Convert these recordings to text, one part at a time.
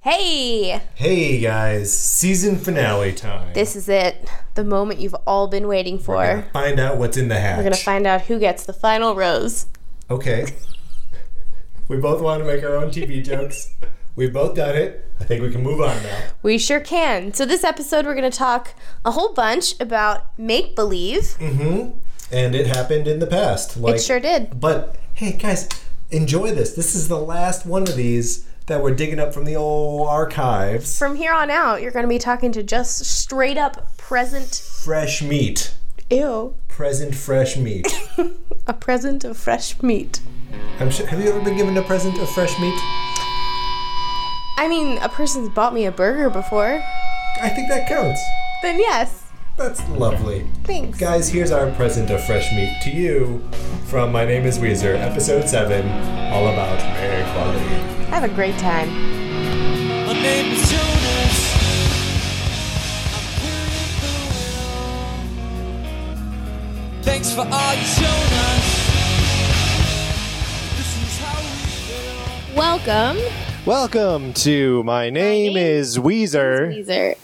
Hey, Hey guys, season finale time. this is it. The moment you've all been waiting for. We're gonna find out what's in the hatch. We're going to find out who gets the final rose. Okay. we both want to make our own TV jokes. We've both done it. I think we can move on now. We sure can. So, this episode, we're going to talk a whole bunch about make believe. Mm-hmm. And it happened in the past. Like, It sure did. But hey guys, enjoy this. This is the last one of these that we're digging up from the old archives. From here on out, you're going to be talking to just straight up present. Fresh meat. Ew. Present fresh meat. A present of fresh meat. I'm sure, have you ever been given a present of fresh meat? I mean, a person's bought me a burger before. I think that counts. Then, yes. That's lovely. Thanks. Guys, here's our present of fresh meat to you from My Name is Weezer, episode 7, all about Mary quality. Have a great time. My name is Jonas. I'm here at the wheel. Thanks for all you shown us. This is how we feel. Welcome, Welcome to My Name is Weezer. Caesar.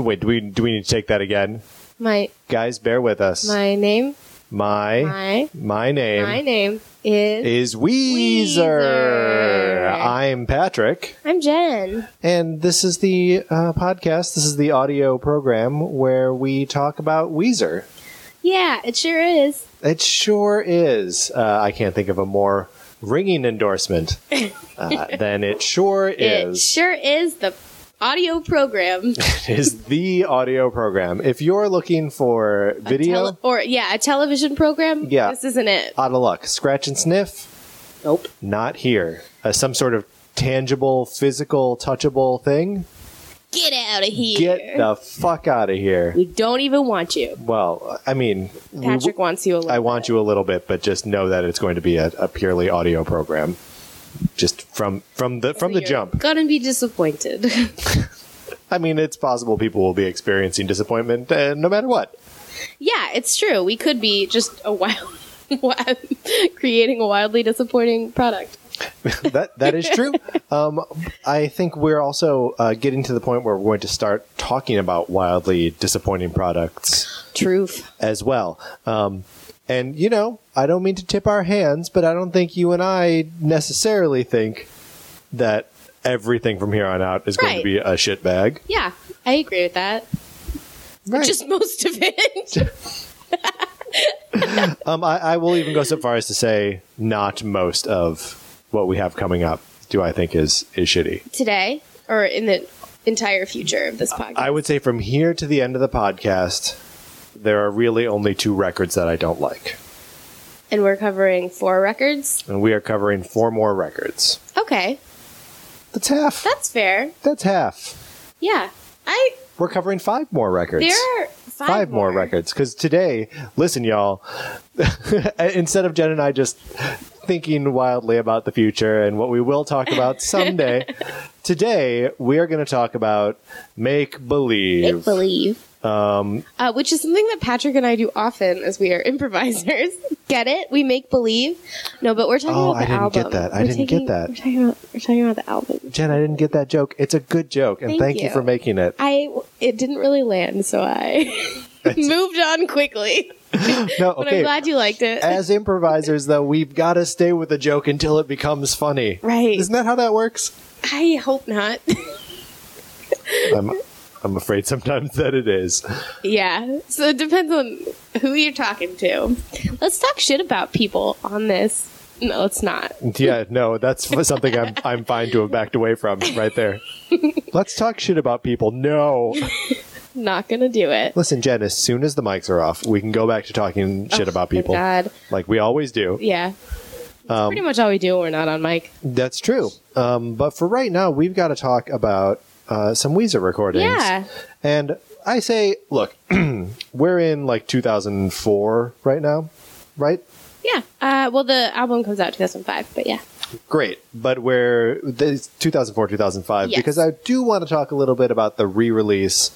Wait, do we, do we need to take that again? My Guys, bear with us. my name, My, my my name, my name is is Weezer. Weezer. I'm Patrick. I'm Jen. And this is the uh, podcast, this is the audio program where we talk about Weezer. Yeah, it sure is. It sure is. Uh, I can't think of a more ringing endorsement uh, than it sure It is. sure is the audio program. It is the audio program. If you're looking for video, Tele- or yeah, a television program. Yeah. This isn't it. out of luck. Scratch and sniff, Nope. not here. Uh, some sort of tangible, physical, touchable thing. Get out of here. Get the fuck out of here. we don't even want you. Well, I mean, we- Patrick wants you a little. I want you a little bit, but just know that it's going to be a, a purely audio program. Just from from the from the You're jump. Gonna be disappointed. I mean, it's possible people will be experiencing disappointment uh, no matter what. yeah, it's true. We could be just a wild, wild creating a wildly disappointing product. that that is true. Um, I think we're also uh, getting to the point where we're going to start talking about wildly disappointing products Truth. as well. Um, and you know, I don't mean to tip our hands, but I don't think you and I necessarily think that everything from here on out is going to Right. be a shit bag. Yeah, I agree with that. Right. Just most of it. Um, I, I will even go so far as to say not most of what we have coming up do I think is is shitty. Today or in the entire future of this podcast. I would say from here to the end of the podcast, there are really only two records that I don't like. and we're covering four records. And we are covering four more records. Okay. That's half. That's fair. That's half. Yeah. I We're covering five more records. there are five, five more records. Because today, listen, y'all, instead of Jen and I just thinking wildly about the future and what we will talk about someday, today we are going to talk about make I believe. believe. Um, uh, which is something that Patrick and I do often as we are improvisers. get it? We make believe. No, but we're talking Oh, about the I didn't album. get that. I We're didn't get taking- that. We're talking about we're talking about the album. Jen, I didn't get that joke. It's a good joke, and thank, Thank you you. for making it. I it didn't really land, so I moved on quickly. No, But okay. I'm glad you liked it. as improvisers though we've got to stay with a joke until it becomes funny Right. isn't that how that works I hope not. i'm i'm afraid sometimes that it is Yeah. So it depends on who you're talking to. Let's talk shit about people on this. No, let's not. yeah no that's something i'm i'm fine to have backed away from right there let's talk shit about people no Not gonna do it. listen jen as soon as the mics are off we can go back to talking shit about Oh, Thank people God. like we always do Yeah. That's pretty Um, much all we do when we're not on mic. that's true um but for right now we've got to talk about uh some weezer recordings Yeah. And I say, look, we're in like 2004 right now, right? Yeah. Uh, well, the album comes out 2005, but yeah. Great, but we're this 2004, 2005 Yes. because I do want to talk a little bit about the re-release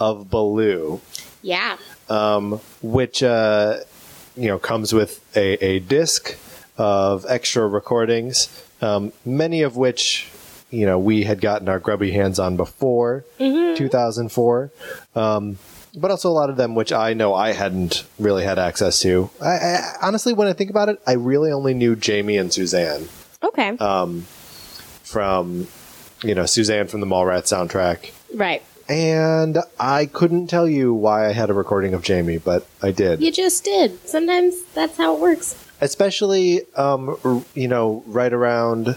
of Baloo, Yeah. which uh, you know comes with a, a disc of extra recordings, um, many of which you know we had gotten our grubby hands on before 2004, um, but also a lot of them which I know I hadn't really had access to. I, I, honestly, when I think about it, I really only knew Jamie and Suzanne Okay. Uh, from you know Suzanne from the Mallrats soundtrack, right. and I couldn't tell you why I had a recording of Jamie, but I did. You just did. Sometimes that's how it works. especially um, r- you know right around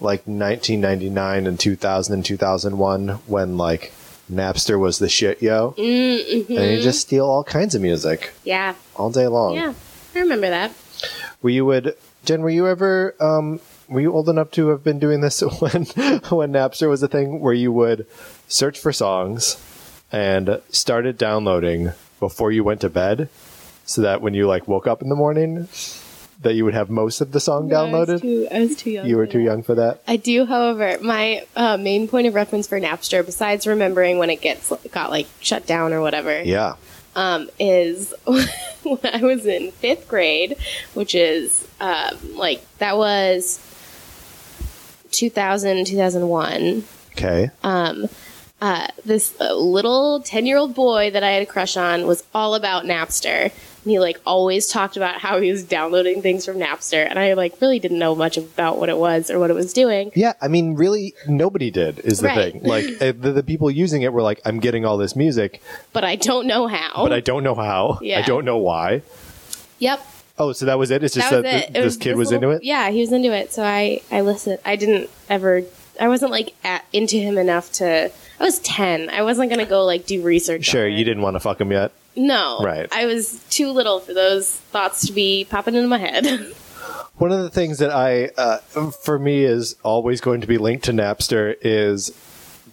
like 1999 and 2000 and 2001 when like napster was the shit yo and you just steal all kinds of music Yeah. all day long Yeah. I remember that. were you would jen were you ever um, were you old enough to have been doing this when when napster was a thing where you would search for songs and started downloading before you went to bed so that when you like woke up in the morning that you would have most of the song I downloaded was too, I was too young. you were for too that. young for that I do, however, my uh, main point of reference for Napster, besides remembering when it gets got like shut down or whatever, yeah um, is when I was in fifth grade, which is um, like that was 2000, 2001. okay Um, Uh, this uh, little 10 year old boy that I had a crush on was all about Napster. And he like always talked about how he was downloading things from Napster. And I like really didn't know much about what it was or what it was doing. yeah i mean really nobody did is the Right. thing like uh, the, the people using it were like i'm getting all this music But I don't know how. but i don't know how i Oh. Yeah. don't know why yep. oh so that was it it's just That that, was it. th- It this kid was little- into it Yeah, he was into it. So I, I listened. I didn't ever. I wasn't like at, into him enough to. I was ten. I wasn't gonna go like do research. sure on it. you didn't want to fuck him yet No, Right. I was too little for those thoughts to be popping into my head. One of the things that I, uh, for me, is always going to be linked to Napster is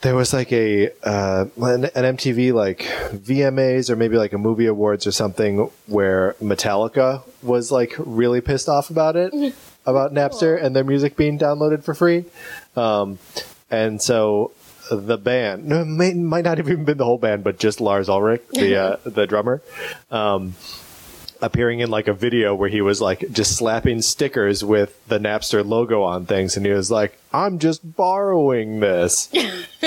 there was like a uh, an, an MTV like VMAs or maybe like a movie awards or something where Metallica was like really pissed off about it about Napster and their music being downloaded for free, um, and so the band no it may, might not have even been the whole band but just Lars Ulrich the uh, the drummer um, appearing in like a video where he was like just slapping stickers with the Napster logo on things, and he was like, "I'm just borrowing this."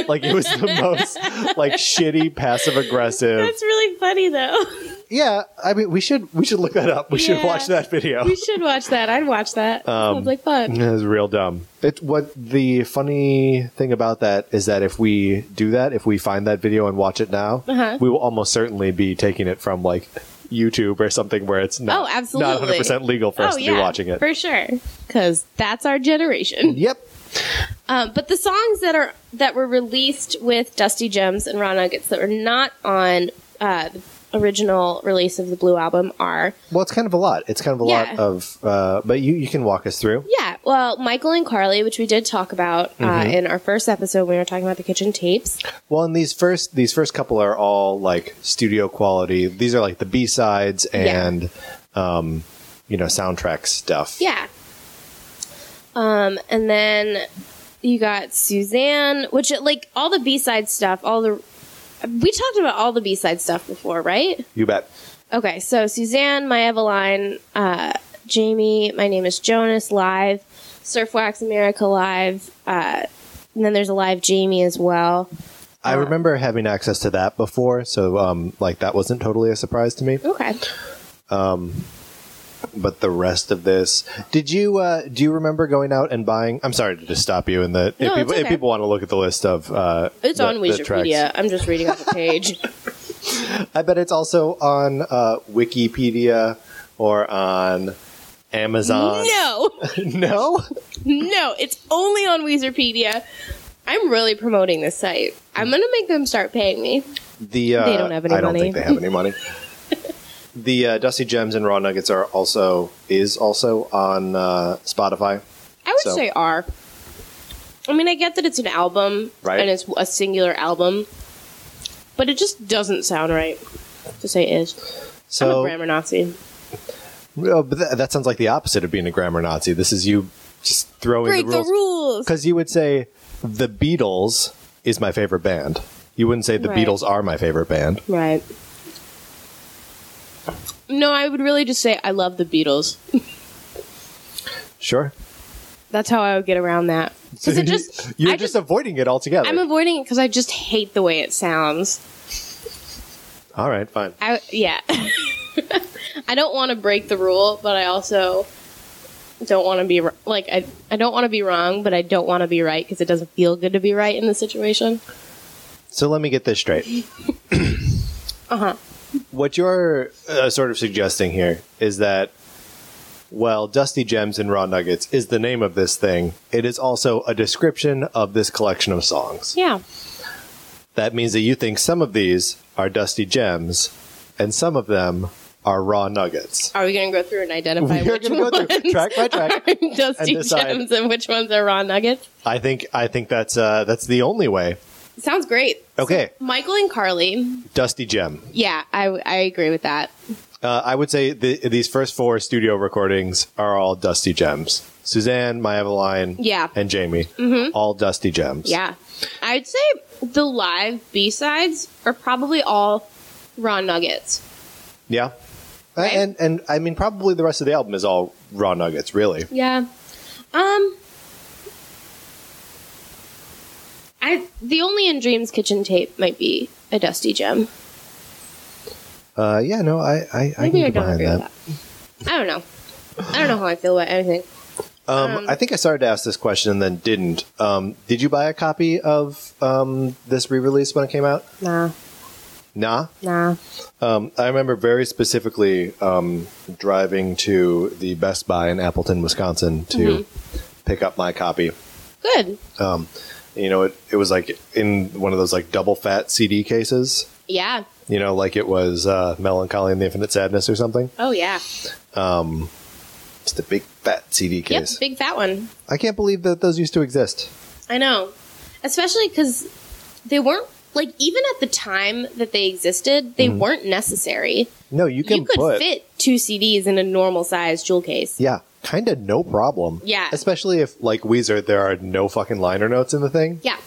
like it was the most like shitty passive aggressive. That's really funny though. Yeah, I mean, we should we should look that up. We should Yeah. watch that video. We should watch that. I'd watch that. Um, Sounds like fun. It was real dumb. It what the funny thing about that is that if we do that, if we find that video and watch it now, Uh-huh. we will almost certainly be taking it from like YouTube or something where it's not Oh, absolutely. not 100% legal for us oh to yeah, be watching it. for sure. Because that's our generation. Yep. Um, but the songs that are that were released with Dusty Gems and Raw Nuggets that were not on uh, the original release of the Blue album are Well, it's kind of a lot. It's kind of a lot Yeah. of, uh, but you, you can walk us through. yeah, well, Michael and Carly, which we did talk about uh, in our first episode when we were talking about the kitchen tapes. Well, and these first these first couple are all like studio quality. These are like the B sides Yeah. and, um, you know, soundtrack stuff. Yeah. Um, and then you got Suzanne, which like all the B side stuff, all the we talked about all the B side stuff before, right? You bet. Okay, so Suzanne, My Eveline, uh, Jamie, My Name is Jonas, live, Surf Wax America live, uh, and then there's a live Jamie as well. I Uh, remember having access to that before, so um, like that wasn't totally a surprise to me. Okay. But the rest of this, did you uh, do you remember going out and buying? I'm sorry to just stop you. In the No, it's if, people, if okay. people want to look at the list of uh, It's the- on the tracks. Wikipedia. I'm just reading off the page. I bet it's also on uh, Wikipedia or on Amazon. no, no? no, it's only on Weezerpedia. I'm really promoting this site. I'm gonna make them start paying me. The uh, They don't have any I don't money. think they have any money. the uh, Dusty Gems and Raw Nuggets are also is also on uh, Spotify. I would So- say R. I mean, I get that it's an album Right. and it's a singular album, but it just doesn't sound right to say is. I'm a So grammar Nazi. Oh, but that, that sounds like the opposite of being a grammar Nazi. This is you just throwing Break the the rules rules. because you would say the Beatles is my favorite band. You wouldn't say the Right. Beatles are my favorite band. Right. No, I would really just say I love the Beatles. Sure. That's how I would get around that. So Because it just, you're I just, just, avoiding it altogether. I'm avoiding it because I just hate the way it sounds. All right, fine. I yeah. I don't want to break the rule, but I also don't want to be wr- like I I don't want to be wrong, but I don't want to be right because it doesn't feel good to be right in this situation. So let me get this straight. Uh huh. What you're uh, sort of suggesting here is that, well, Dusty Gems and Raw Nuggets is the name of this thing. It is also a description of this collection of songs. Yeah. That means that you think some of these are Dusty Gems and some of them are Raw Nuggets. Are we gonna go through and identify We're which going to go through ones track by track. are dusty and decide. gems and which ones are raw nuggets? I think I think that's uh, that's the only way. Sounds great. Okay, Michael and Carly. Dusty Gem. Yeah, I I agree with that. Uh, I would say the, these first four studio recordings are all Dusty Gems. Suzanne, My Eveline, Yeah. Mm-hmm. and Jamie, all Dusty Gems. Yeah. I'd say the live B sides are probably all raw nuggets. yeah. Uh, Right. And and I mean, probably the rest of the album is all raw nuggets, really. Yeah. Um I the only in Dreams Kitchen tape might be a dusty gem. Uh, yeah, no, I I, I can Maybe I, get don't behind agree that. with that. I don't know. I don't know how I feel about anything. Um, I think I started to ask this question and then didn't. Um, did you buy a copy of um, this re-release when it came out? Nah. Nah. Nah. Um, I remember very specifically um, driving to the Best Buy in Appleton, Wisconsin, to Mm-hmm. pick up my copy. Good. You know, it, it was like in one of those like double fat CD cases. Yeah. You know, like it was uh, Melancholy and the Infinite Sadness or something. Oh yeah. Just a big fat CD case. Yep, big fat one. I can't believe that those used to exist. I know. Especially cuz they weren't like even at the time that they existed, they Mm-hmm. weren't necessary. No, you can you could put fit two CDs in a normal size jewel case. yeah, kind of no problem. Yeah. especially if like Weezer, there are no fucking liner notes in the thing. Yeah.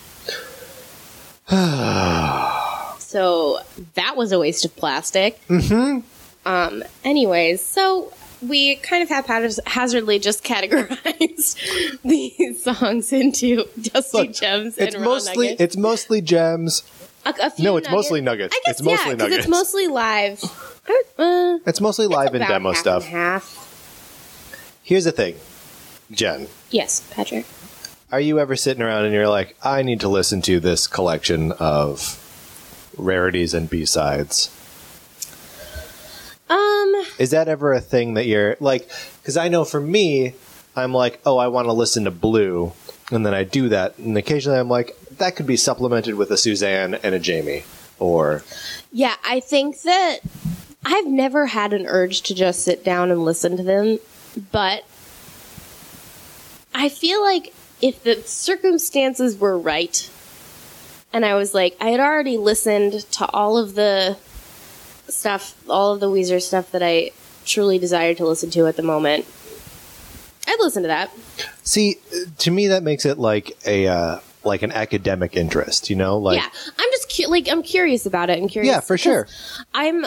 so that was a waste of plastic. Mm-hmm. Um. Anyways, so we kind of haphazardly just categorized these songs into dusty Look, gems It's and mostly raw nuggets. it's mostly gems. A- a few no, it's nuggets. mostly nuggets. I guess It's mostly yeah, 'cause nuggets. It's mostly live. I don't- uh, It's mostly live and about demo half stuff. and half. Here's the thing, Jen. Yes, Patrick. Are you ever sitting around and you're like, I need to listen to this collection of rarities and B sides? Um. Is that ever a thing that you're like? Because I know for me, I'm like, oh, I want to listen to Blue, and then I do that, and occasionally I'm like, that could be supplemented with a Suzanne and a Jamie, or Yeah, I think that I've never had an urge to just sit down and listen to them, but I feel like if the circumstances were right, and I was like, I had already listened to all of the stuff, all of the Weezer stuff that I truly desired to listen to at the moment. I'd listen to that. see, to me that makes it like a uh, like an academic interest, you know, like yeah, I'm just cu- like I'm curious about it. I'm curious. Yeah, for sure. because I'm.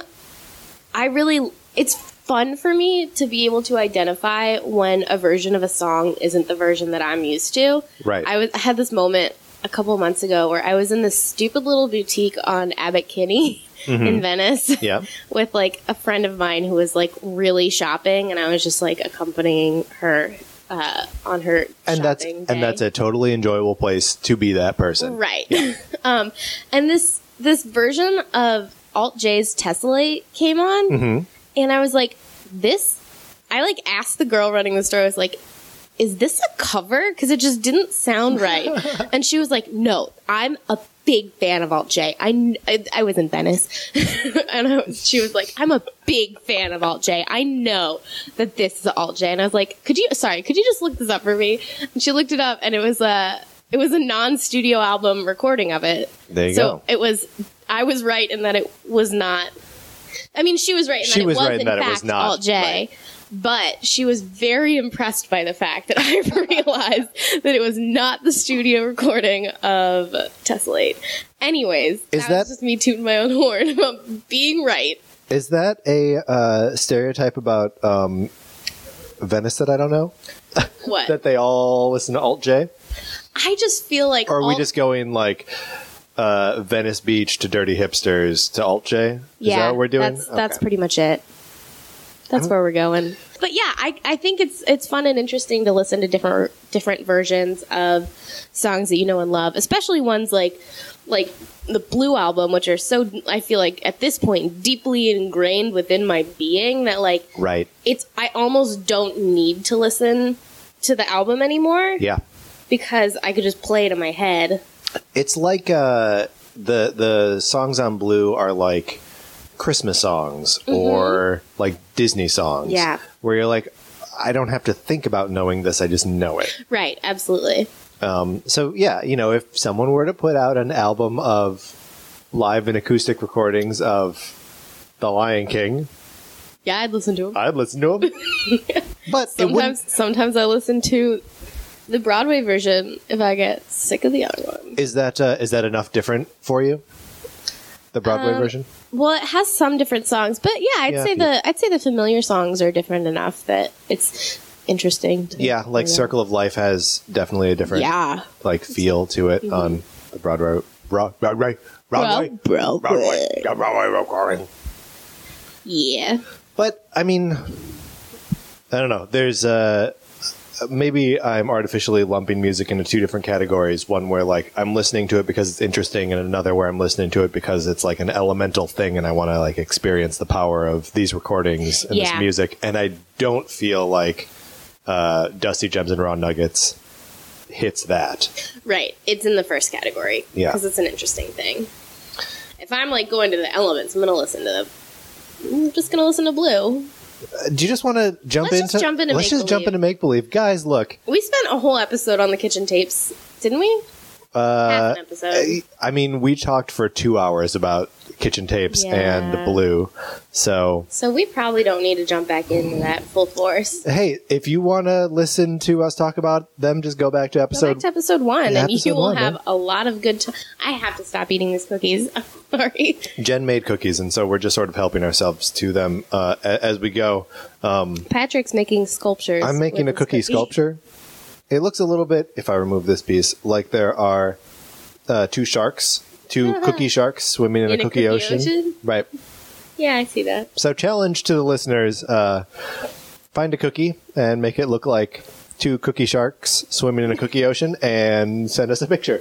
I really. It's fun for me to be able to identify when a version of a song isn't the version that I'm used to. Right. I was I had this moment a couple months ago where I was in this stupid little boutique on Abbot Kinney in Venice. Mm-hmm. Yeah. With like a friend of mine who was like really shopping, and I was just like accompanying her uh, on her and that's shopping and day. that's a totally enjoyable place to be that person. Right. um, and this this version of Alt J's Tessellate came on, Mm-hmm. and I was like, this. I like asked the girl running the store. I was like, is this a cover? Because it just didn't sound right. and she was like, no, I'm a big fan of Alt J. I, kn- I, I was in Venice. and I was, she was like, I'm a big fan of Alt J. I know that this is Alt J. And I was like, could you, sorry, could you just look this up for me? And she looked it up and it was a, it was a non-studio album recording of it. There you so go. it was, I was right in that it was not, I mean, she was right in She that was it was right in in that it fact was not, Alt J right. but she was very impressed by the fact that I realized that it was not the studio recording of Tessellate. Anyways, Is that, was that- just me tooting my own horn about being right. Is that a uh, stereotype about um, Venice that I don't know? What? that they all listen to Alt J? I just feel like Or are we all- just going like uh, Venice Beach to Dirty Hipsters to Alt J? Is yeah, that what we're doing? That's, that's Okay. Oh. pretty much it. That's where we're going. But yeah, I, I think it's it's fun and interesting to listen to different different versions of songs that you know and love, especially ones like like the Blue album, which are so I feel like at this point deeply ingrained within my being that like right. it's I almost don't need to listen to the album anymore Yeah. because I could just play it in my head. It's like uh, the the songs on Blue are like Christmas songs or like Disney songs. Mm-hmm. Yeah. Where you're like, I don't have to think about knowing this. I just know it. Right, absolutely. So yeah, you know, if someone were to put out an album of live and acoustic recordings of The Lion King, Yeah, I'd listen to it. I'd listen to them. but it Sometimes, wouldn't. sometimes I listen to the Broadway version if I get sick of the other one. Is that uh, is that enough different for you? The Broadway version. Well, it has some different songs, but yeah, I'd Yeah. say the I'd say the familiar songs are different enough that it's interesting. To Yeah, like Circle of Life has definitely a different Yeah. like feel to it on the Broadway. Broadway. Broadway. Broadway. Bro, Broadway. Broadway recording. Yeah. But I mean, I don't know. There's uh, maybe I'm artificially lumping music into two different categories. One where like I'm listening to it because it's interesting, and another where I'm listening to it because it's like an elemental thing, and I want to like experience the power of these recordings and this Yeah. music. And I don't feel like uh, Dusty Gems and Raw Nuggets hits that. Right. It's in the first category. Yeah. Because it's an interesting thing. If I'm like going to the elements, I'm gonna listen to the. I'm just gonna listen to Blue. Uh, Do you just want to jump Let's into? just jump into let's just jump make-believe. into make believe, guys. Look, We spent a whole episode on the kitchen tapes, didn't we? uh, Half an episode. I mean, we talked for two hours about kitchen tapes Yeah. and blue. So, So we probably don't need to jump back into that full force. hey, if you want to listen to us talk about them, just go back to Go episode. back to episode one, Yeah, and episode you will one, have man. a lot of good time. I have to stop eating these cookies. I'm sorry. Jen made cookies, and so we're just sort of helping ourselves to them uh, a- as we go. Patrick's making sculptures. I'm making a with his cookie sculpture. It looks a little bit, if I remove this piece, like there are uh, two sharks, two cookie sharks swimming Uh-huh. in, In a cookie, ocean. ocean? Right. Yeah, I see that. So, challenge to the listeners: uh, find a cookie and make it look like two cookie sharks swimming in a cookie ocean, and send us a picture.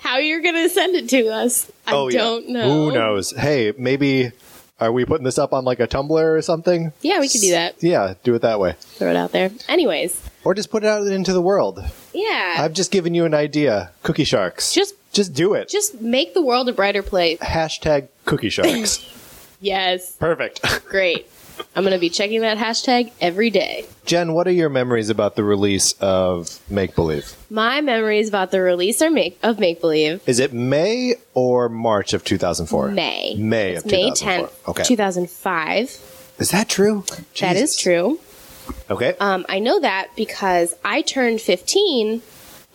How you're gonna send it to us? I don't know. Oh, Who knows? Hey, maybe are we putting this up on like a Tumblr or something? Yeah, we could do that. Yeah, do it that way, Throw it out there. Anyways, or just put it out into the world. yeah. I've just given you an idea. Cookie sharks. Just- just do it. just make the world a brighter place. Hashtag cookie sharks. Yes, Perfect. great. I'm gonna be checking that hashtag every day. Jen, what are your memories about the release of Make Believe? My memories about the release are make of Make Believe Is it May or March of 2004? May. May It's of May 2004. 10th, Okay. 2005. Is that true? That is Jesus. true. Okay. Um, I know that because I turned 15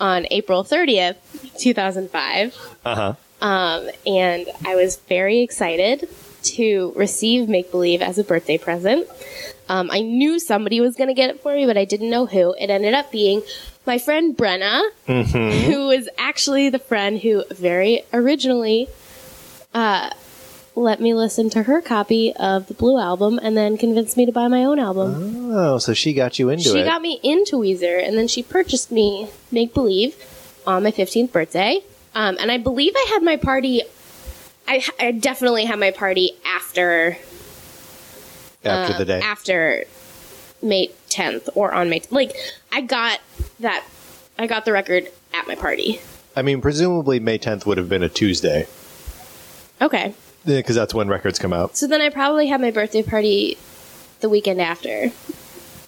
on April 30th, 2005. uh-huh. Um, and I was very excited to receive Make Believe as a birthday present. Um, I knew somebody was going to get it for me, but I didn't know who. It ended up being my friend Brenna, who is actually the friend who very originally uh, let me listen to her copy of the Blue album and then convinced me to buy my own album. Oh, so she got you into She it. got me into Weezer, and then she purchased me Make Believe on my 15th birthday. Um, and I believe I had my party. I, I definitely had my party after um, after the day. uh, after May 10th or on May. 10th. Like I got that. I got the record at my party. I mean, presumably May 10th would have been a Tuesday Okay, because that's when records come out. so then I probably had my birthday party the weekend after,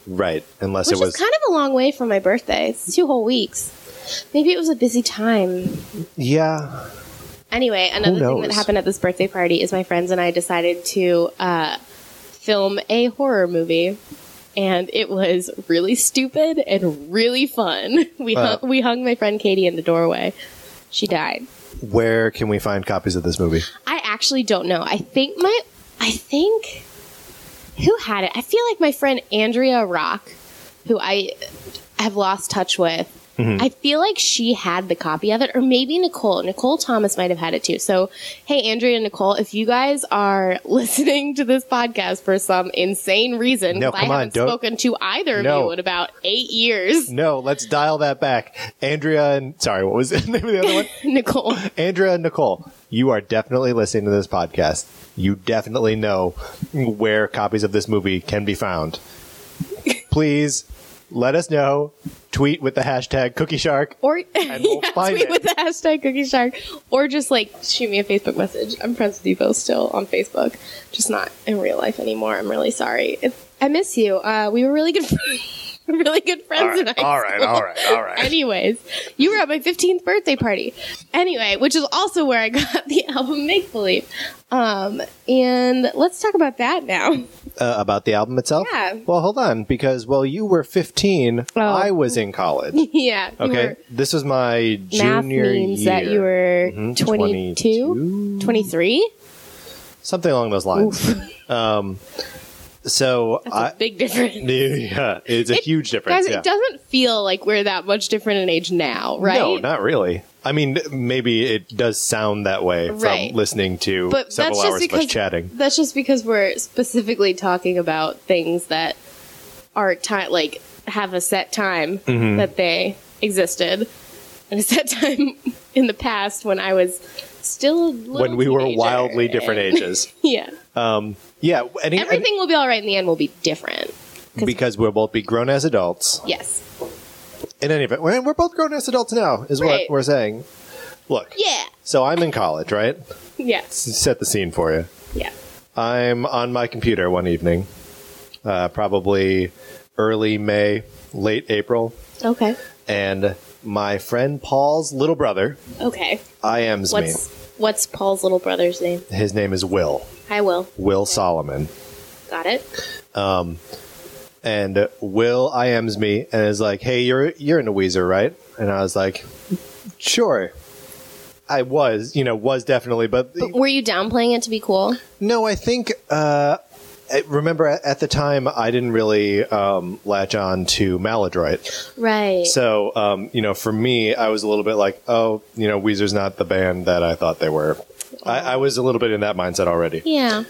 Right. Unless which it was is kind of a long way from my birthday. It's two whole weeks. Maybe it was a busy time. Yeah. Anyway, another thing that knows? happened at this birthday party is my friends and I decided to uh, film a horror movie, and it was really stupid and really fun. We Uh. hung, we hung my friend Katie in the doorway. She died. Where can we find copies of this movie? I actually don't know. I think my I think who had it. I feel like my friend Andrea Rock who I have lost touch with. Mm-hmm. I feel like she had the copy of it, or maybe Nicole. Nicole Thomas might have had it too. So, hey, Andrea and Nicole, if you guys are listening to this podcast for some insane reason, No, 'cause come I on, haven't don't- spoken to either of No. you in about eight years, No, let's dial that back. Andrea and sorry, what was the name of the other one? Nicole. Andrea and Nicole, you are definitely listening to this podcast. You definitely know where copies of this movie can be found. Please let us know. Tweet with the hashtag Cookie Shark. or we'll yeah, find tweet it. with the hashtag Cookie Shark, or just like shoot me a Facebook message. I'm friends with you both still on Facebook, just not in real life anymore. I'm really sorry. It's, I miss you. Uh, we were really good, friends, really good friends. in high school. all right. Anyways, you were at my 15th birthday party. Anyway, which is also where I got the album Make Believe. Um, and let's talk about that now. Uh, about the album itself? Yeah. Well, hold on, because while you were 15, Oh. I was in college. yeah. you Okay. were- this was my Math junior means year. that you were Mhm, 22, 23. Something along those lines. um, so That's a I. big difference. Yeah, it's a It- huge difference. Guys, yeah. it doesn't feel like we're that much different in age now, right? No, not really. I mean, maybe it does sound that way Right. from listening to but that's several just hours because of us chatting. that's just because we're specifically talking about things that are time like have a set time Mm-hmm. that they existed and a set time in the past when I was still a little When we were teenager. wildly different ages. Yeah, Yeah, any, any- everything will be all right in the end. Will be different. because we'll both be grown as adults. Yes. In any event, we're, we're both grown as adults now, is Right. what we're saying. Look, Yeah. so I'm in college, right? Yes. Set the scene for you. Yeah. I'm on my computer one evening, uh, probably early May, late April, Okay. and my friend Paul's little brother Okay. IMs What's me. what's Paul's little brother's name? His name is Will. I will. Will Solomon. Got it. and uh, Will IMs me and is like, "Hey, you're you're into Weezer, right?" And I was like, "Sure." I was, you know, was definitely, but, But were you downplaying it to be cool? no, I think uh, I- remember at, at the time I didn't really um, latch on to Maladroit, Right. so um, you know, for me, I was a little bit like, "Oh, you know, Weezer's not the band that I thought they were." I, I was a little bit in that mindset already. yeah.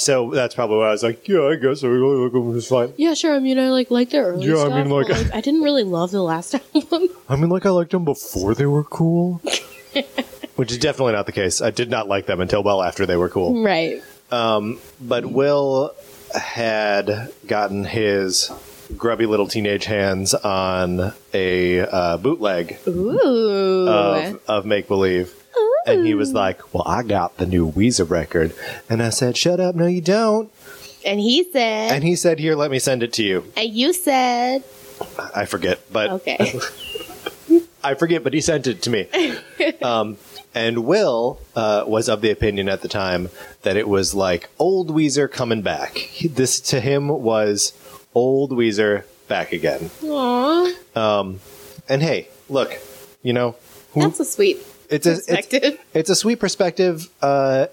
So that's probably why I was like, yeah, I guess I really like them. It's fine. Yeah, sure. I mean, I like like the early Yeah, I stuff. mean, like- but, I didn't really love the last album. I mean, like I liked them before they were cool, which is definitely not the case. I did not like them until well after they were cool. right. But Will had gotten his grubby little teenage hands on a uh, bootleg Ooh. eh? of, of Make Believe. And he was like, Well, I got the new Weezer record. And I said, Shut up, no, you don't. and he said, And and, he said, Here, let me send it to you. you said, I forget, but okay. I forget, but he sent it to me. um, and Will uh, was of the opinion at the time that it was like old Weezer coming back. He- This to him was old Weezer back again. Aw, And hey, look, you know, who- that's a sweet it's a it's, perspective. it's a sweet perspective. Uh,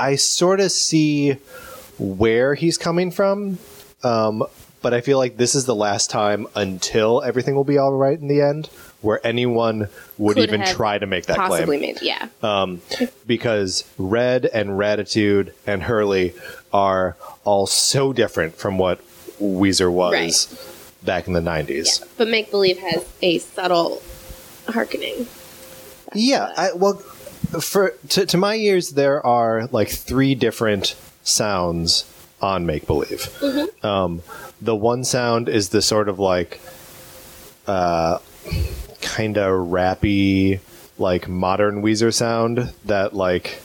I sort of see where he's coming from, um, but I feel like this is the last time until everything will be all right in the end, where anyone would Could even have try to make that claim. Uh, Possibly, maybe. Yeah. because Red and Ratitude and Hurley are all so different from what Weezer was Right. back in the 90s. but Make Believe has a subtle hearkening. Yeah, I, well for to, to my ears there are like three different sounds on Make Believe. Um, the one sound is the sort of like uh, kind of rappy like modern Weezer sound that like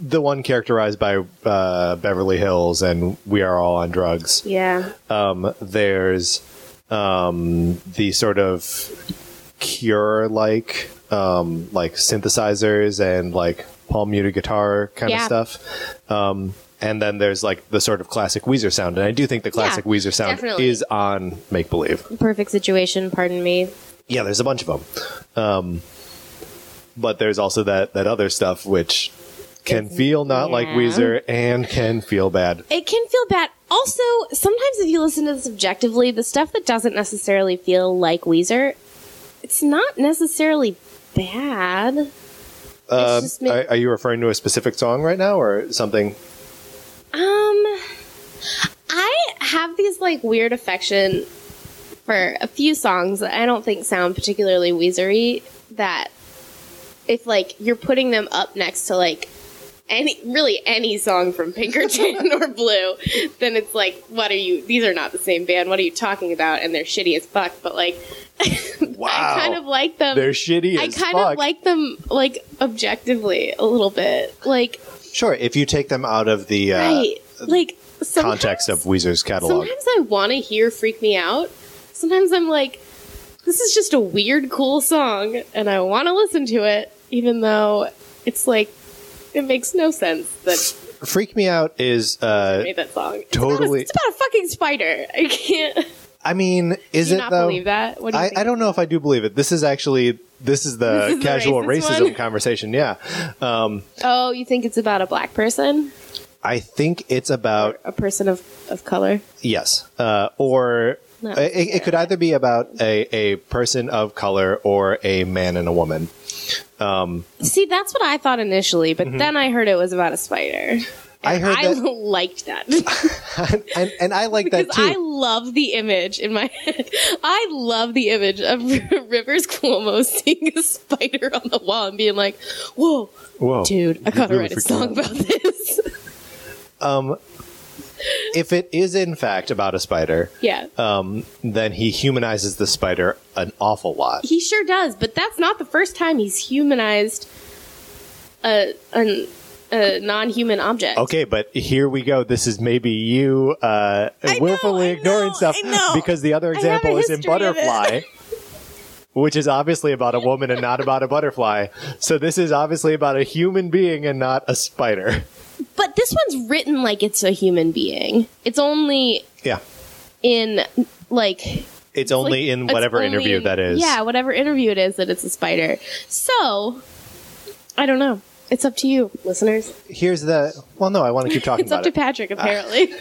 the one characterized by uh, Beverly Hills and We Are All on Drugs. Yeah. Um, there's um, the sort of cure like um, like synthesizers and like palm muted guitar kind Yeah. of stuff. Um, and then there's like the sort of classic Weezer sound, and I do think the classic Yeah, Weezer sound definitely. is on Make Believe. Perfect situation. Pardon me. Yeah, there's a bunch of them, um, but there's also that that other stuff which can feel not like yeah. Weezer and can feel bad. It can feel bad. Also, sometimes if you listen to this objectively, the stuff that doesn't necessarily feel like Weezer, it's not necessarily bad. Um, just me- are, are you referring to a specific song right now or something? Um, I have these like weird affection for a few songs that I don't think sound particularly Weezery. That if like you're putting them up next to like any really any song from Pinkerton or Blue, then it's like, what are you? These are not the same band. What are you talking about? And they're shitty as fuck. But like, Wow. I kind of like them. They're shitty I as kind fuck. of like them like objectively a little bit. Like sure, if you take them out of the uh, right, like. sometimes- context of Weezer's catalog. Sometimes I want to hear Freak Me Out. Sometimes I'm like, this is just a weird, cool song, and I want to listen to it, even though it's like, it makes no sense that Freak Me Out is, I uh, made that song. It's About totally- a, it's about a fucking spider. I can't. I mean, is do you it not though? believe that? What do you I, think? I don't know if I do believe it. This is actually this is the This is the casual racist racism one. conversation. Yeah, um, Oh, you think it's about a black person? I think it's about A person of, of color? yes, uh, or No. it, it could either be about a, a person of color or a man and a woman. See, that's what I thought initially, but then I heard it was about a spider. Mm-hmm. I heard I that, liked that. and, and I like that Because I too. love the image in my head. I love the image of Rivers Cuomo seeing a spider on the wall and being like, whoa, Whoa, dude, I you gotta really write a freaked me song out. about this. If it is in fact about a spider, yeah. um, then he humanizes the spider an awful lot. he sure does, but that's not the first time he's humanized a, an, a non human object. Okay, but here we go. This is maybe you uh, know, willfully I ignoring know, stuff I know. because the other have example a is in history of it. Butterfly, which is obviously about a woman and not about a butterfly. So this is obviously about a human being and not a spider. But this one's written like it's a human being. It's only Yeah. in, like, It's only like, in it's whatever only interview in- that is. Yeah, whatever interview it is that it's a spider. So, I don't know. It's up to you, listeners. Here's the. Well, no, I want to keep talking It's up to about it. Ah. Patrick, apparently.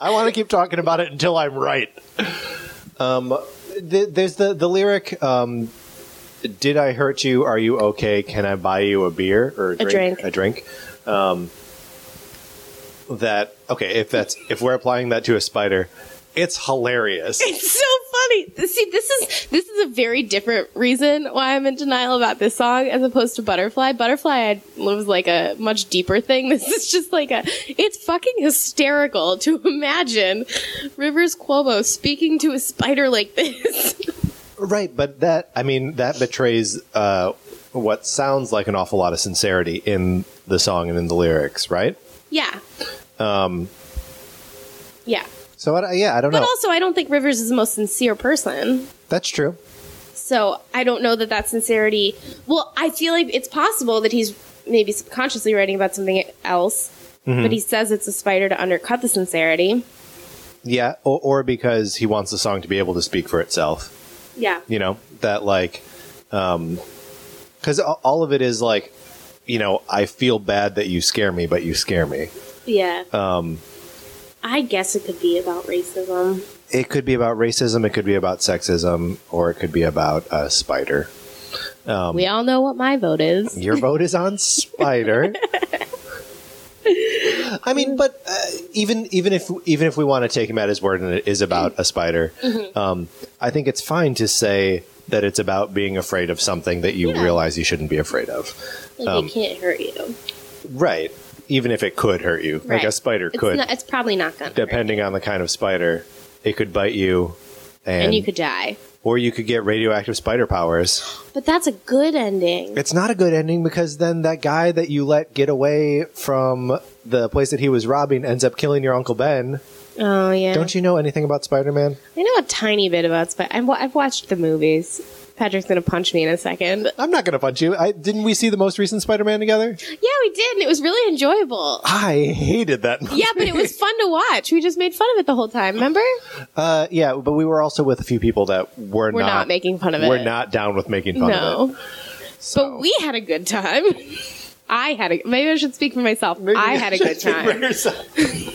I want to keep talking about it until I'm right. Um, th- there's the the lyric. Um, Did I hurt you? Are you okay? Can I buy you a beer or a drink? drink. A drink. Um, that okay? If that's if we're applying that to a spider, it's hilarious. it's so funny. See, this is this is a very different reason why I'm in denial about this song as opposed to Butterfly. Butterfly I, was like a much deeper thing. This is just like a. It's fucking hysterical to imagine Rivers Cuomo speaking to a spider like this. Right, but that I mean that betrays uh, what sounds like an awful lot of sincerity in the song and in the lyrics, right? yeah. Um. Yeah. So I, don't- yeah, I don't But know. also, I don't think Rivers is the most sincere person. that's true. So I don't know that that sincerity. Well, I feel like it's possible that he's maybe subconsciously writing about something else, Mm-hmm. but he says it's a spider to undercut the sincerity. Yeah, or, or because he wants the song to be able to speak for itself. Yeah. You know, that like, because all of it is like, you know, I feel bad that you scare me, but you scare me. Yeah. Um, I guess it could be about racism. It could be about racism, it could be about sexism, or it could be about a spider. um, we all know what my vote is. Your vote is on spider. I mean, but uh, even even if even if we want to take him at his word and it is about a spider, Mm-hmm. um, I think it's fine to say that it's about being afraid of something that you Yeah. realize you shouldn't be afraid of. Like um, it can't hurt you. Right. Even if it could hurt you, like a Right. spider It's could, not- it's probably not gonna. hurt. depending on the kind of spider, it could bite you, and, and you could die. or you could get radioactive spider powers. But that's a good ending. It's not a good ending because then that guy that you let get away from the place that he was robbing ends up killing your uncle Ben. Oh yeah. Don't you know anything about Spider-Man? I know a tiny bit about Spider. I've, wa- I've watched the movies. Patrick's gonna punch me in a second. I'm not gonna punch you. I, didn't we see the most recent Spider-Man together? Yeah, we did, and it was really enjoyable. I hated that. Movie. Yeah, but it was fun to watch. We just made fun of it the whole time. Remember? Uh, yeah, but we were also with a few people that were, We're not, not making fun of it. We're not down with making fun of it. No, So. but we had a good time. I had a maybe I should speak for myself. I had a good time.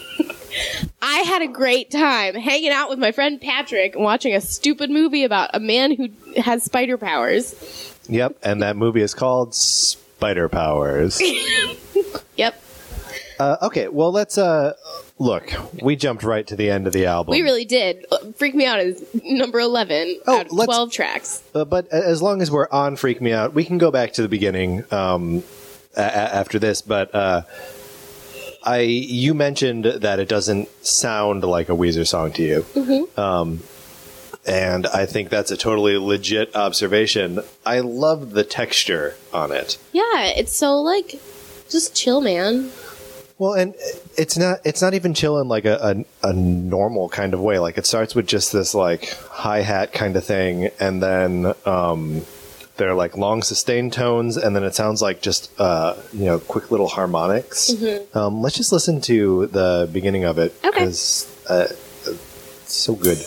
I had a great time hanging out with my friend Patrick and watching a stupid movie about a man who has spider powers. Yep, and that movie is called Spider Powers. Yep. uh, okay, well let's uh look. We jumped right to the end of the album. We really did. Freak Me Out is number 11 Oh, out of let's- 12 tracks. Uh, but a- as long as we're on Freak Me Out, we can go back to the beginning um, a- a- after this. But uh, I, you mentioned that it doesn't sound like a Weezer song to you, um, and I think that's a totally legit observation. I love the texture on it. Yeah, it's so like just chill, man. Well, and it's not it's not even chill in like a, a, a normal kind of way. Like it starts with just this like hi hat kind of thing, and then um, they're like long sustained tones, and then it sounds like just uh, you know quick little harmonics. Um, let's just listen to the beginning of it Okay. because uh, it's so good.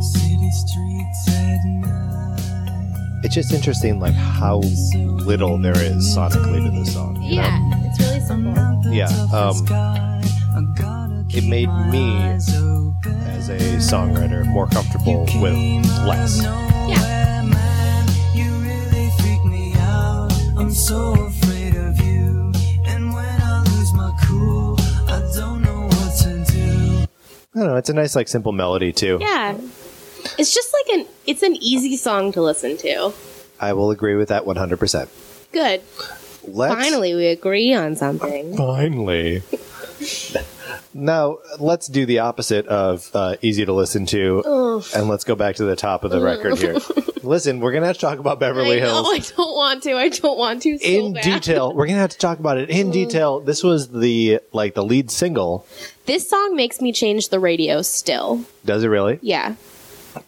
City streets at night. It's just interesting like how little there is sonically to this song. you know? Yeah, it's really simple. Mountains Yeah, of the um, sky. I gotta it keep made my me, eyes open. As a songwriter, more comfortable with Came out of less. nowhere, man. You really freak me out. I'm so afraid of you. And when I lose my cool, I don't know what to do. I don't know. It's a nice, like, simple melody too. Yeah. It's just like an it's an easy song to listen to. I will agree with that 100%. Good. Let's, Finally we agree on something. Finally. now, let's do the opposite of uh, easy to listen to, and let's go back to the top of the record here. Listen, we're going to have to talk about Beverly I know, Hills I don't want to. I don't want to so in bad. detail. We're going to have to talk about it in detail. This was the, like, the lead single. This song makes me change the radio still. Does it really? Yeah.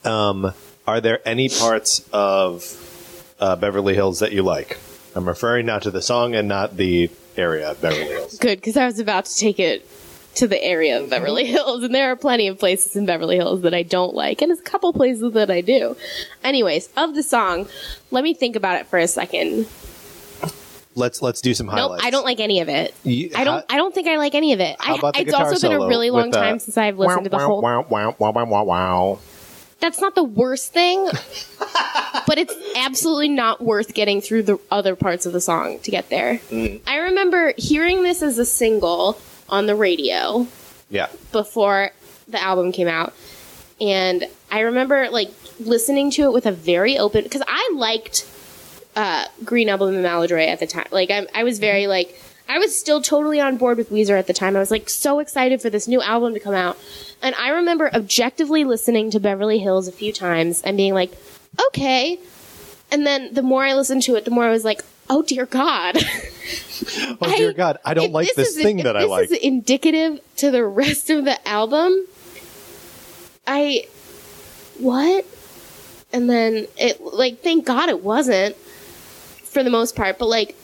Are there any parts of uh, Beverly Hills that you like? I'm referring now to the song and not the area of Beverly Hills. Good, because I was about to take it to the area of Beverly Mm-hmm. Hills, and there are plenty of places in Beverly Hills that I don't like, and there's a couple places that I do. Anyways, of the song, let me think about it for a second. Let's let's do some highlights. Nope, I don't like any of it. You- I don't. how- I don't think I like any of it. How I, about the it's guitar also been a solo really long with uh, the time since I've listened to the wow, whole. Wow, wow, wow, wow, wow, wow. That's not the worst thing, but it's absolutely not worth getting through the other parts of the song to get there. Mm. I remember hearing this as a single on the radio Yeah. before the album came out. And I remember like listening to it with a very open because I liked uh, Green Album and Maladroit at the time. Like I, I was very like I was still totally on board with Weezer at the time. I was like so excited for this new album to come out, and I remember objectively listening to Beverly Hills a few times and being like, okay. And then the more I listened to it, the more I was like, oh dear God. Oh dear I- God, I don't if like this, is- thing if that I like. This is indicative to the rest of the album. I what? And then it like thank God it wasn't for the most part, but like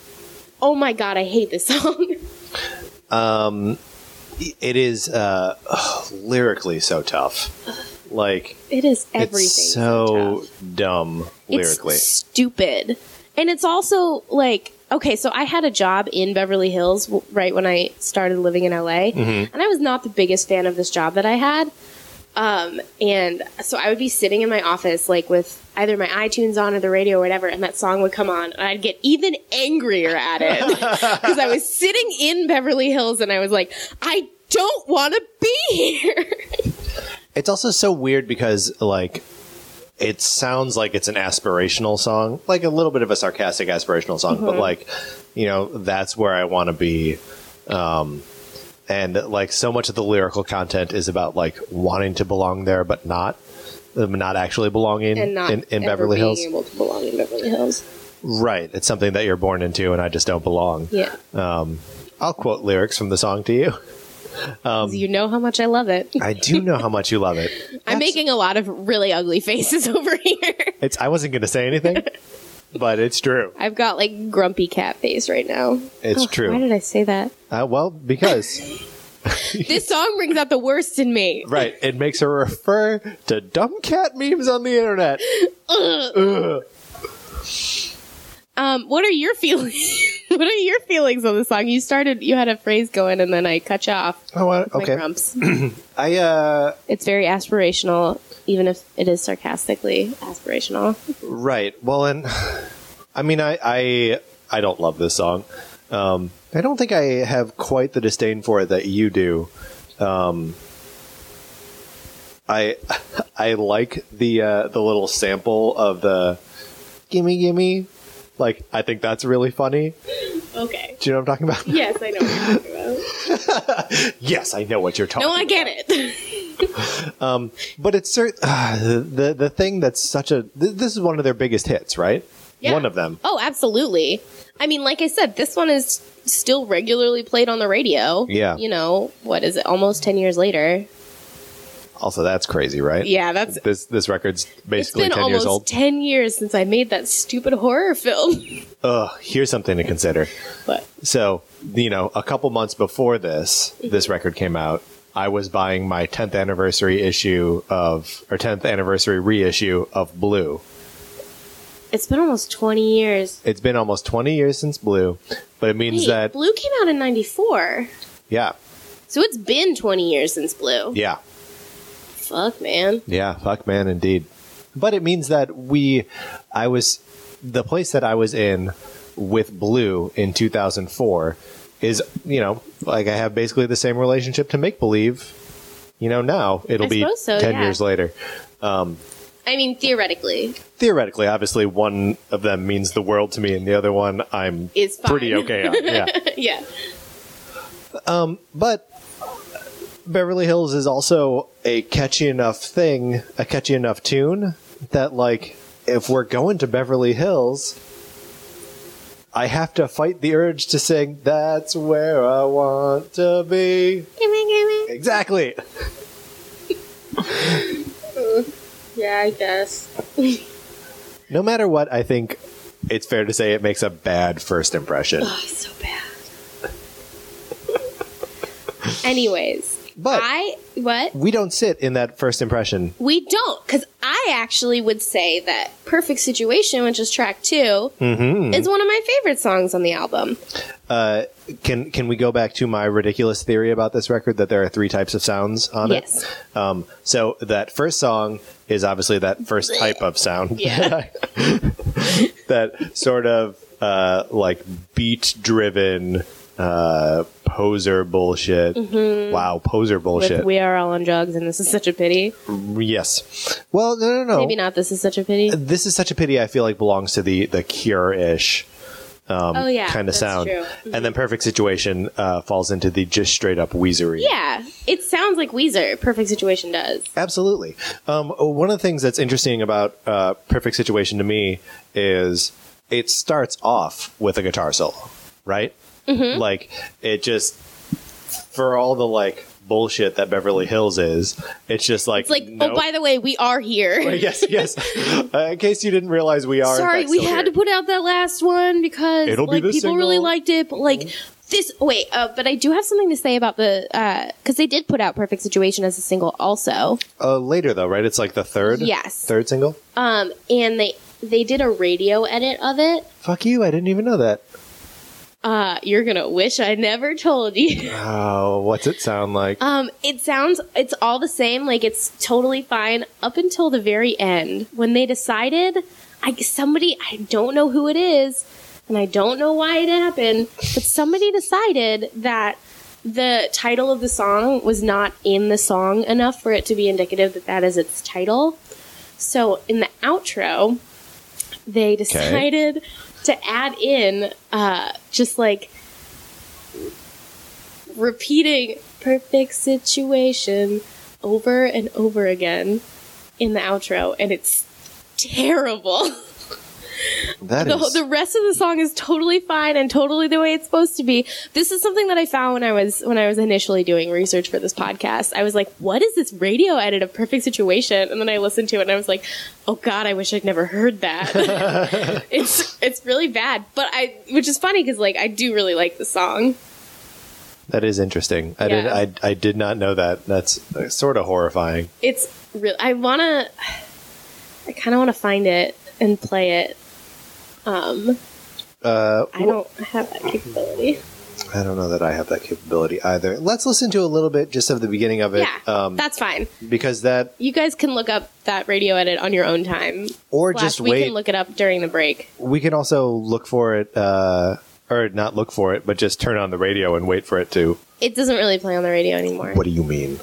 oh my god, I hate this song. it is uh, lyrically so tough. Like it is everything. it's so, tough. dumb lyrically. It's stupid. And it's also like, okay, so I had a job in Beverly Hills w- right when I started living in LA. Mm-hmm. And I was not the biggest fan of this job that I had. Um, and so I would be sitting in my office, like with either my iTunes on or the radio or whatever, and that song would come on, and I'd get even angrier at it because I was sitting in Beverly Hills and I was like, I don't want to be here. It's also so weird because like it sounds like it's an aspirational song, like a little bit of a sarcastic aspirational song, Mm-hmm. but like you know that's where I want to be. Um, and like so much of the lyrical content is about like wanting to belong there but not, um, not actually belonging and not in, in ever Beverly being Hills. able to belong in Beverly Hills. right, it's something that you're born into, and I just don't belong. Yeah. I'll quote lyrics from the song to you. 'Cause you know how much I love it. I do know how much you love it. I'm making a lot of really ugly faces over here. It's. I wasn't going to say anything, but it's true. I've got like grumpy cat face right now. It's Ugh, true. Oh, Why did I say that? Uh, well, because This song brings out the worst in me. right, it makes her refer to dumb cat memes on the internet. Um, what are your feelings? what are your feelings on the song? You started, you had a phrase going, and then I cut you off. Oh, I- My okay. grumps. I uh, It's very aspirational, even if it is sarcastically aspirational. Right. Well, and I mean, I I I don't love this song. Um, I don't think I have quite the disdain for it that you do. Um, I I like the uh, the little sample of the gimme gimme. Like, I think that's really funny. Okay. Do you know what I'm talking about? Yes, I know what you're talking about. yes, I know what you're talking. No, I get it. But it's cert- the the thing that's such a th- this is one of their biggest hits, right? Yeah. One of them. Oh, absolutely. I mean, like I said, this one is still regularly played on the radio. Yeah. You know, what is it? Almost 10 years later. Also, that's crazy, right? Yeah, that's. This this record's It's basically been ten almost years old. 10 years since I made that stupid horror film. Ugh, here's something to consider. But So, you know, a couple months before this, Mm-hmm. this record came out, I was buying my 10th anniversary issue of, or 10th anniversary reissue of Blue. it's been almost 20 years. It's been almost 20 years since Blue, but it means Wait, that, Blue came out in 94. yeah, So it's been 20 years since Blue. yeah, Fuck, man. yeah, fuck man, indeed. But it means that we, I was, the place that I was in with Blue in 2004 is, you know, like I have basically the same relationship to Make Believe. You know, now it'll I be suppose so, 10 yeah. years later. I mean, theoretically, theoretically, obviously, one of them means the world to me, and the other one I'm it's fine. pretty okay on. Yeah, yeah. but Beverly Hills is also a catchy enough thing, a catchy enough tune that, like, if we're going to Beverly Hills, I have to fight the urge to sing "That's Where I Want to Be." Exactly. Yeah, I guess. No matter what, I think it's fair to say it makes a bad first impression. Oh, it's so bad. Anyways, But- I what We don't sit in that first impression we don't because I actually would say that "Perfect Situation," which is track 2 Mm-hmm. is one of my favorite songs on the album. Uh, can can we go back to my ridiculous theory about this record that there are three types of sounds on Yes. it? Um, so that first song is obviously that first type of sound. Yeah. that sort of uh, like beat driven uh, poser bullshit. Wow, poser Mm-hmm. With bullshit. "We Are All on Drugs" and this is such a pity. yes. Well, no, no, no. Maybe not. This is such a pity. This is such a pity. I feel like belongs to the the Cure ish. oh yeah, kind of that's sound, true. Mm-hmm. and then perfect situation uh, falls into the just straight up Weezery. Yeah, it sounds like Weezer. Perfect Situation does. Absolutely. Um, one of the things that's interesting about uh, Perfect Situation to me is it starts off with a guitar solo, right? Mm-hmm. Like, it just, for all the like bullshit that Beverly Hills is, it's just like, It's like, no. oh, by the way, we are here. yes, yes. Uh, in case you didn't realize, we are. in Sorry, fact we still had to here. put out that last one because It'll be like the people really single. liked it, but like this wait, uh, but I do have something to say about the because they did put out Perfect Situation as a single also. uh, later though, right? It's like the third, Yes. third single. Um and they they did a radio edit of it. Fuck you! I didn't even know that. Uh you're gonna wish I never told you. Oh, what's it sound like? Um, it sounds it's all the same, like it's totally fine up until the very end when they decided I somebody I don't know who it is and I don't know why it happened, but somebody decided that the title of the song was not in the song enough for it to be indicative that that is its title. So in the outro, they decided to add in uh, just like repeating perfect situation over and over again in the outro, and it's terrible. That the, is the rest of the song is totally fine and totally the way it's supposed to be. This is something that I found when I was when I was initially doing research for this podcast. I was like, "What is this radio edit of Perfect Situation?" And then I listened to it and I was like, "Oh God, I wish I'd never heard that." it's it's really bad, but I which is funny because like I do really like the song. that is interesting. I Yeah. did I I did not know that. That's sort of horrifying. It's real. I wanna, I kind of want to find it and play it. Um, Uh, I don't have that capability. I don't know that I have that capability either. Let's listen to a little bit just of the beginning of it, Yeah, um, that's fine. because that, You guys can look up that radio edit on your own time. or Slash, just we wait. can look it up during the break. we can also look for it, uh, or not look for it, but just turn on the radio and wait for it to. It doesn't really play on the radio anymore. What do you mean?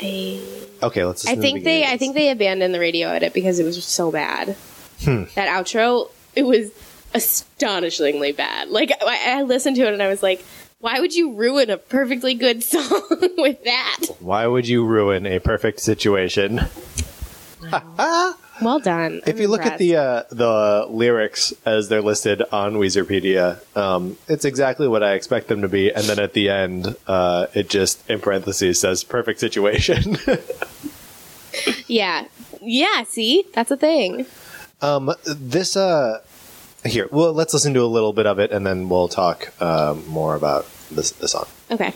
I, Okay, let's. Listen I to think the they beginning. I think they abandoned the radio edit because it was so bad. Hmm. That outro, it was astonishingly bad. Like I, I listened to it and I was like, why would you ruin a perfectly good song with that? Why would you ruin a perfect situation? Well done. If you look at the uh, the lyrics as they're listed on Weezerpedia, um, it's exactly what I expect them to be, and then at the end, uh, it just in parentheses says "perfect situation." yeah, yeah. See, that's a thing. um, this uh, here, well, let's listen to a little bit of it, and then we'll talk um, more about this the song. Okay.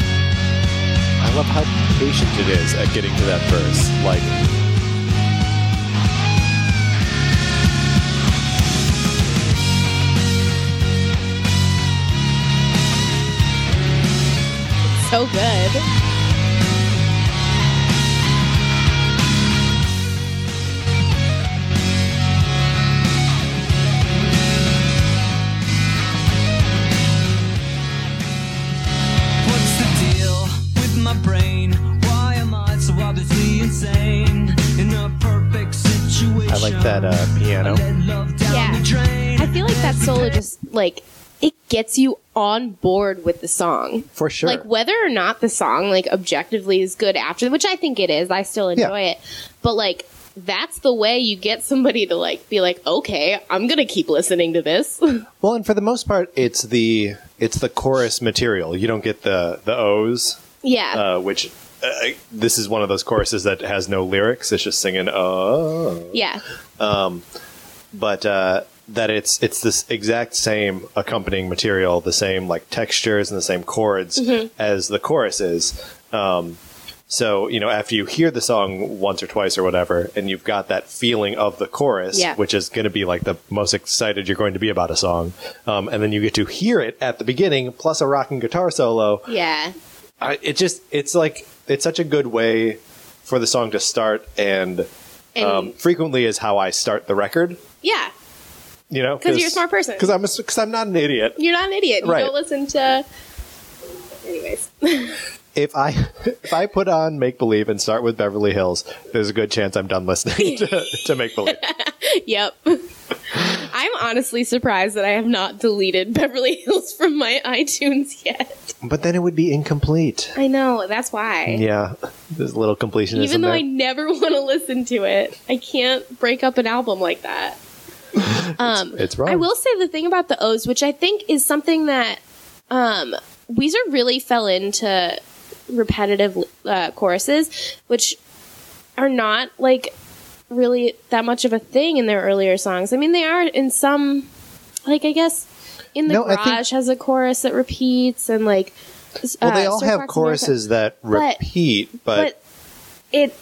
I love how patient it is at getting to that verse. Like, So good. What's the deal with my brain? Why am I so obviously insane? In a perfect situation. I like that uh, piano. Yeah. I I feel like that solo just like it gets you on board with the song. For sure. Like whether or not the song like objectively is good after, which I think it is. I still enjoy Yeah. it. But like that's the way you get somebody to like be like, "Okay, I'm going to keep listening to this." Well, and for the most part, it's the it's the chorus material. You don't get the the O's. yeah. uh, which uh, this is one of those choruses that has no lyrics. It's just singing "oh," yeah. but uh, that it's it's this exact same accompanying material, the same like textures and the same chords as the chorus is. Um, so you know, after you hear the song once or twice or whatever, and you've got that feeling of the chorus, Yeah. which is going to be like the most excited you're going to be about a song, um, and then you get to hear it at the beginning plus a rocking guitar solo. Yeah. I, it just it's like it's such a good way for the song to start and, And um, frequently is how I start the record. yeah. You know, 'Cause you're a smart person. Because I'm because I'm not an idiot. You're not an idiot. You Right. don't listen to Anyways. If I if I put on Make Believe and start with Beverly Hills, there's a good chance I'm done listening to, to Make Believe. Yep. I'm honestly surprised that I have not deleted Beverly Hills from my iTunes yet. But then it would be incomplete. I know, that's why. Yeah, there's a little completionism Even though there. I never want to listen to it, I can't break up an album like that. Um, it's wrong. I will say the thing about the O's, which I think is something that um, Weezer really fell into repetitive uh, choruses, which are not like really that much of a thing in their earlier songs. I mean, they are in some, like I guess, in the No, I think- garage has a chorus that repeats and like. well, uh, they all have choruses that But- repeat, but, but it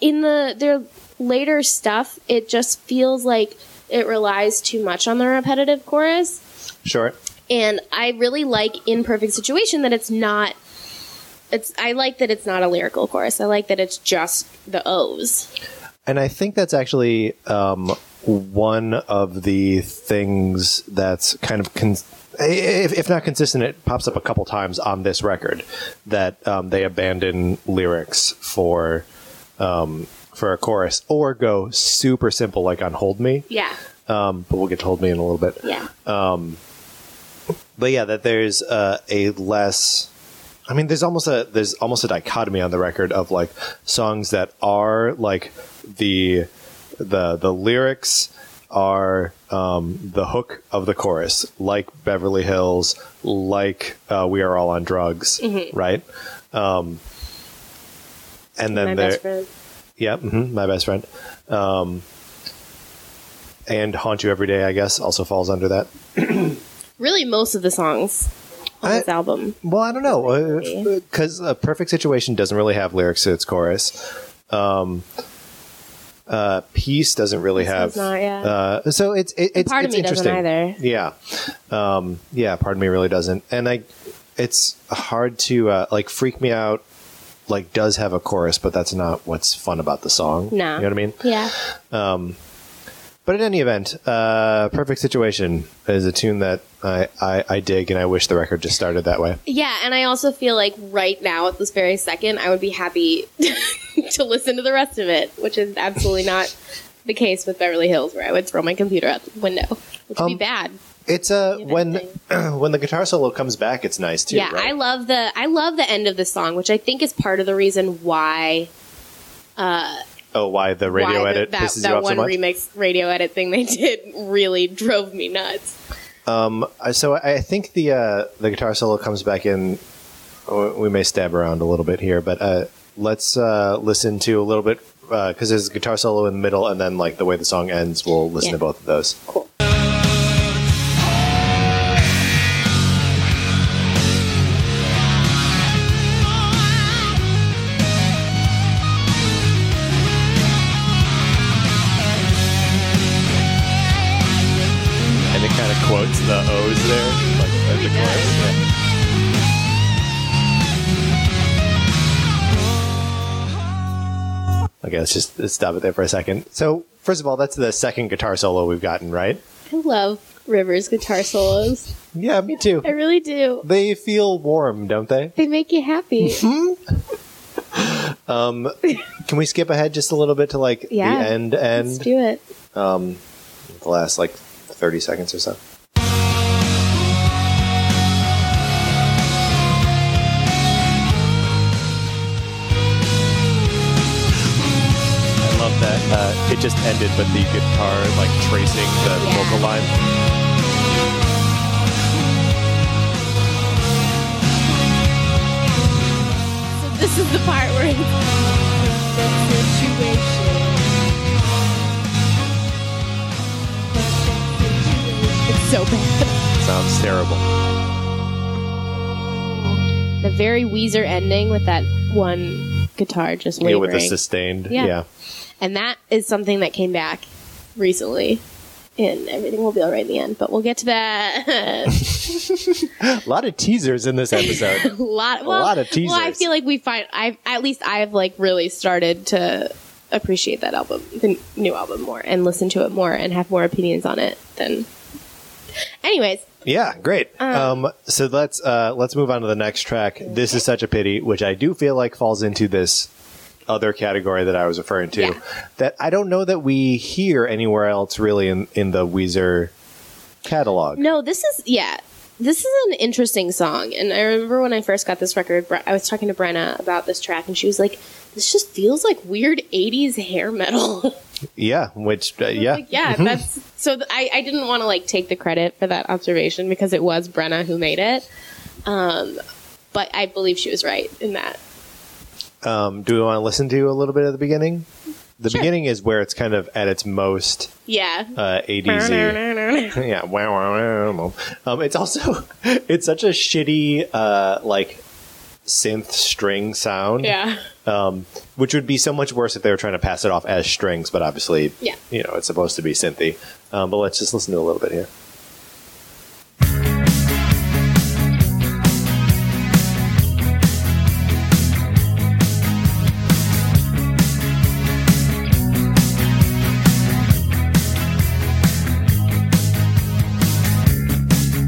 in the their later stuff, it just feels like it relies too much on the repetitive chorus. sure. and I really like in Perfect Situation that it's not. It's I like that it's not a lyrical chorus. I like that it's just the O's. And I think that's actually um, one of the things that's kind of, con- if, if not consistent, it pops up a couple times on this record that um, they abandon lyrics for um, for a chorus or go super simple, like on "Hold Me." Yeah, Um, but we'll get to "Hold Me" in a little bit. yeah, but yeah, that there's uh, a less. I mean, there's almost a there's almost a dichotomy on the record of like songs that are like the the the lyrics are um, the hook of the chorus, like Beverly Hills, like uh, We Are All on Drugs, Mm-hmm. right? Um, and then My there, best friend. yeah, hmm my best friend. Um, and haunt you every day, I guess, also falls under that. Really, most of the songs on I- this album. Well, I don't know because uh, perfect situation doesn't really have lyrics to its chorus. Um, uh, peace doesn't really one's have. not, yeah. uh, so it's it, it's Part of it's Me doesn't interesting. either. Yeah, um, yeah. Part of me really doesn't, and I. It's hard to uh, like freak me out. Like does have a chorus, but that's not what's fun about the song. No. you know what I mean. Yeah. But in any event, uh, "Perfect Situation" is a tune that I, I, I dig, and I wish the record just started that way. Yeah, and I also feel like right now at this very second, I would be happy to listen to the rest of it, which is absolutely not the case with Beverly Hills, where I would throw my computer out the window, which would be Um, bad. It's a Yeah, that when when the guitar solo comes back, it's nice too. Yeah, right? I love the I love the end of the song, which I think is part of the reason why oh, why the radio why the- edit that, pisses that you off one so much? remix radio edit thing they did really drove me nuts. Uh, So I I think the uh, the guitar solo comes back in. oh, We may stab around a little bit here, but uh, let's uh, listen to a little bit because there's a guitar solo in the middle, and then like the way the song ends, we'll listen Yeah. to both of those. And it kind of quotes the O's there, like at the chorus. yeah. Okay, let's just let's stop it there for a second. So, first of all, that's the second guitar solo we've gotten, right? I love Rivers guitar solos. Yeah, me too. I really do. They feel warm, don't they? They make you happy. Can we skip ahead just a little bit to like Yeah. the end Let's and do it. the last like 30 seconds or so? I love that uh, it just ended, but the guitar like tracing the Yeah. vocal line. So this is the part where it's the situation. It's so bad. Sounds terrible. The very Weezer ending with that one guitar just Yeah, wavering. with the sustained. Yeah. yeah. and that is something that came back recently. And everything will be all right in the end, but we'll get to that. A lot of teasers in this episode. a lot, well, lot of Well, I teasers. feel like we find I at least I've like really started to appreciate that album, the n- new album more, and listen to it more, and have more opinions on it than. Anyways, Yeah, great. Um, so let's uh, let's move on to the next track. This is such a pity, which I do feel like falls into this other category that I was referring to. Yeah. That I don't know that we hear anywhere else really in in the Weezer catalog. no, this is yeah, this is an interesting song, and I remember when I first got this record, Bre- I was talking to Brenna about this track, and she was like, "This just feels like weird '80s hair metal." Yeah, which uh, yeah, Like, yeah, that's so. Th- I I didn't want to like take the credit for that observation because it was Brenna who made it, um, but I believe she was right in that. Um, do we want to listen to a little bit of the beginning? The Sure. beginning is where it's kind of at its most Yeah. uh, ADZ. yeah wow, wow, wow, wow. um it's also it's such a shitty uh like synth string sound yeah. which would be so much worse if they were trying to pass it off as strings but obviously Yeah. you know it's supposed to be synthy um, but let's just listen to a little bit here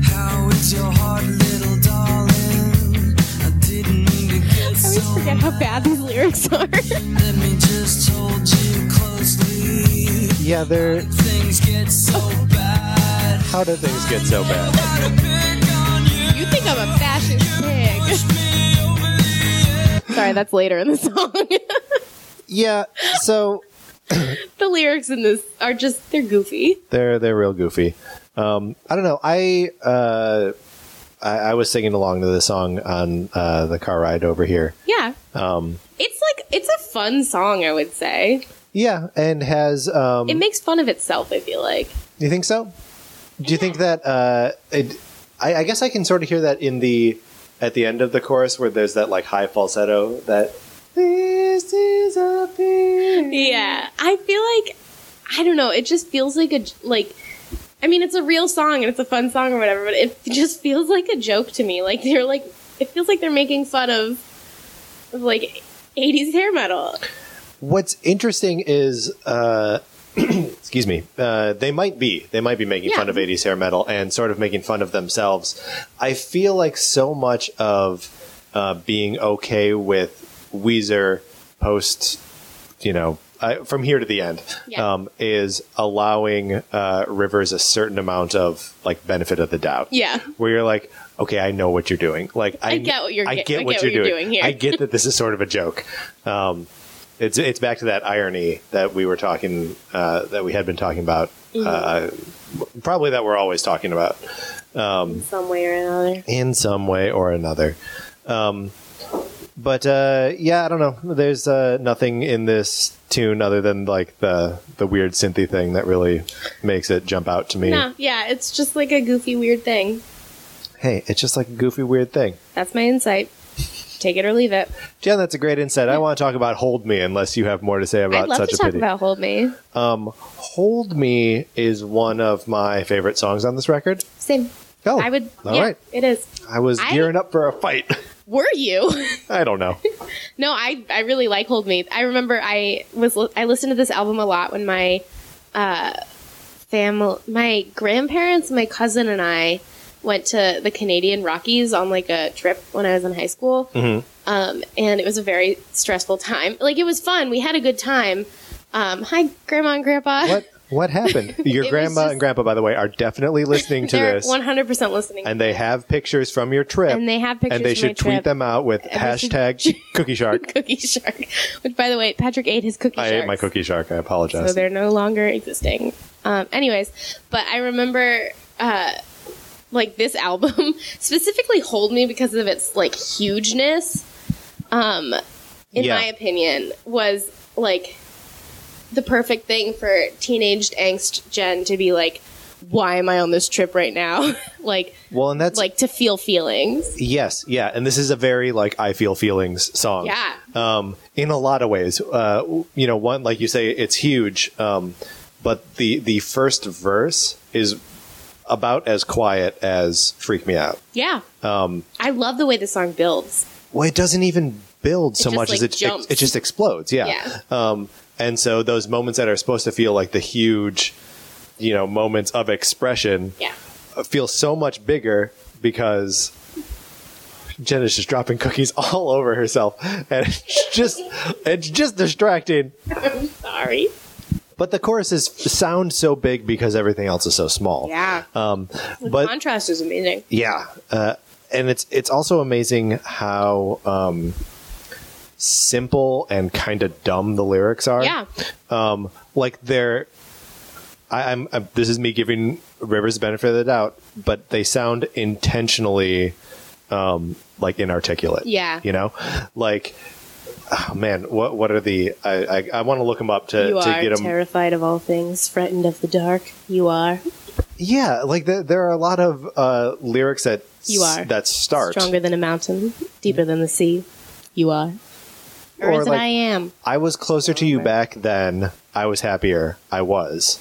How is your heart, little darling? I didn't mean to get I always so forget how bad these lyrics are. Let me just hold you closely. yeah they're Things get so bad. how do things get so bad Gotta pick on You think I'm a fashion pig. Sorry, that's later in the song. Yeah, so the lyrics in this are just, they're goofy. they're they're real goofy. Um, I don't know. I, uh, I I was singing along to the song on uh, the car ride over here. Yeah. Um, It's like, it's a fun song, I would say. yeah, and has um, It makes fun of itself, I feel like. You think so? Do you think that? Uh, it, I, I guess I can sort of hear that in the at the end of the chorus where there's that like high falsetto that. This is a bee. Yeah, I feel like I don't know. It just feels like a like. I mean, it's a real song and it's a fun song or whatever, but it just feels like a joke to me. Like they're like, it feels like they're making fun of, of like. 80s hair metal. What's interesting is, uh, excuse me, uh, they might be they might be making Yeah. fun of '80s hair metal and sort of making fun of themselves. I feel like so much of uh, being okay with Weezer post you know, I, from here to the end, Yeah. um, is allowing uh, Rivers a certain amount of like benefit of the doubt. Yeah. where you're like, okay, I know what you're doing. Like, I, I get what you're I ge- get what you're, doing. here. I get that this is sort of a joke. Um, it's it's back to that irony that we were talking uh, that we had been talking about. Uh, probably that we're always talking about In some way or another. in some way or another. Um, but uh, yeah, I don't know. There's uh, nothing in this tune other than like the the weird synthy thing that really makes it jump out to me. No, yeah, it's just like a goofy, weird thing. Hey, it's just like a goofy weird thing. That's my insight. Take it or leave it. Jen, that's a great insight. I want to talk about "Hold Me" unless you have more to say about I'd love such to a talk pity. Um, about Hold Me. "Hold Me" is one of my favorite songs on this record. Same. Oh, I would. All yeah, right. It is. I was I- gearing up for a fight. Were you? I don't know. No, I, I really like Hold Me. I remember I was li- I listened to this album a lot when my uh, family, my grandparents, my cousin, and I went to the Canadian Rockies on like a trip when I was in high school, Mm-hmm. um, and it was a very stressful time. Like it was fun. We had a good time. Um, hi, Grandma and Grandpa. What what happened? Your was grandma just- and grandpa, by the way, are definitely listening to They're this. 100% listening. and they have pictures from your trip. And they have pictures And they from my should tweet trip. them out with Every single- hashtag Cookie Shark. cookie shark. Which, by the way, Patrick ate his cookie I shark. ate my Cookie Shark. I so apologize. they're no longer existing. Um, anyways, but I remember uh, like this album specifically "Hold Me" because of its like hugeness. Um, in Yeah. my opinion, was like the perfect thing for teenage angst Jen to be like, "Why am I on this trip right now?" like, well, and that's like to feel feelings. yes, yeah, and this is a very like I feel feelings song. Yeah. Um, in a lot of ways, uh, you know, one like you say, it's huge. Um, but the the first verse is about as quiet as "Freak Me Out." Yeah. Um, I love the way the song builds. well, it doesn't even build so just, much like, as it, jumps. it it just explodes. Yeah. Yeah. Um, and so those moments that are supposed to feel like the huge, you know, moments of expression Yeah. uh, feel so much bigger because Jen is just dropping cookies all over herself, and it's just it's just distracting. I'm sorry. But the choruses sound so big because everything else is so small. Yeah. Um, The but contrast is amazing. yeah, uh, and it's it's also amazing how um, simple and kind of dumb the lyrics are. Yeah. um, like they're. I, I'm, I'm. This is me giving Rivers the benefit of the doubt, but they sound intentionally, um, like inarticulate. Yeah. you know, like. Oh man, what what are the? I I, I want to look them up to You to are get them. terrified of all things, frightened of the dark. You are yeah, like the, there are a lot of uh, lyrics that s- You are that start stronger than a mountain, deeper than the sea. You are. Or, Or is like- it I am? I was closer to you back then. I was happier. I was.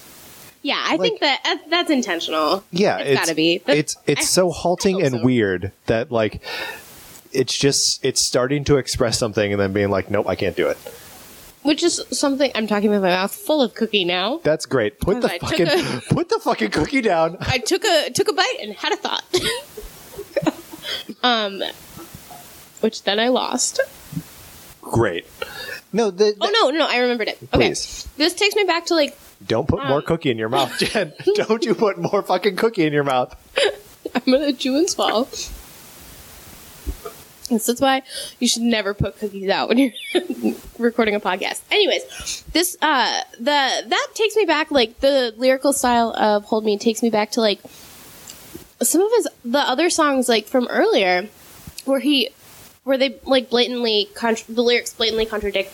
Yeah, I think that that- that's intentional. Yeah, It's gotta be. That- it's it's so halting hope and so. weird that like it's just it's starting to express something and then being like, nope, I can't do it. Which is something I'm talking with my mouth full of cookie now. That's great. Put the I took fucking put the fucking cookie down. I took a took a bite and had a thought. um which then I lost. Great. No, the, Oh no, no, I remembered it. Okay. Please. This takes me back to like don't Um, put more cookie in your mouth, Jen. don't you put more fucking cookie in your mouth. I'm gonna chew and swallow. And so that's why you should never put cookies out when you're recording a podcast. Anyways, this uh the that takes me back like the lyrical style of Hold Me takes me back to like some of his the other songs like from earlier where he where they like blatantly contr the lyrics blatantly contradict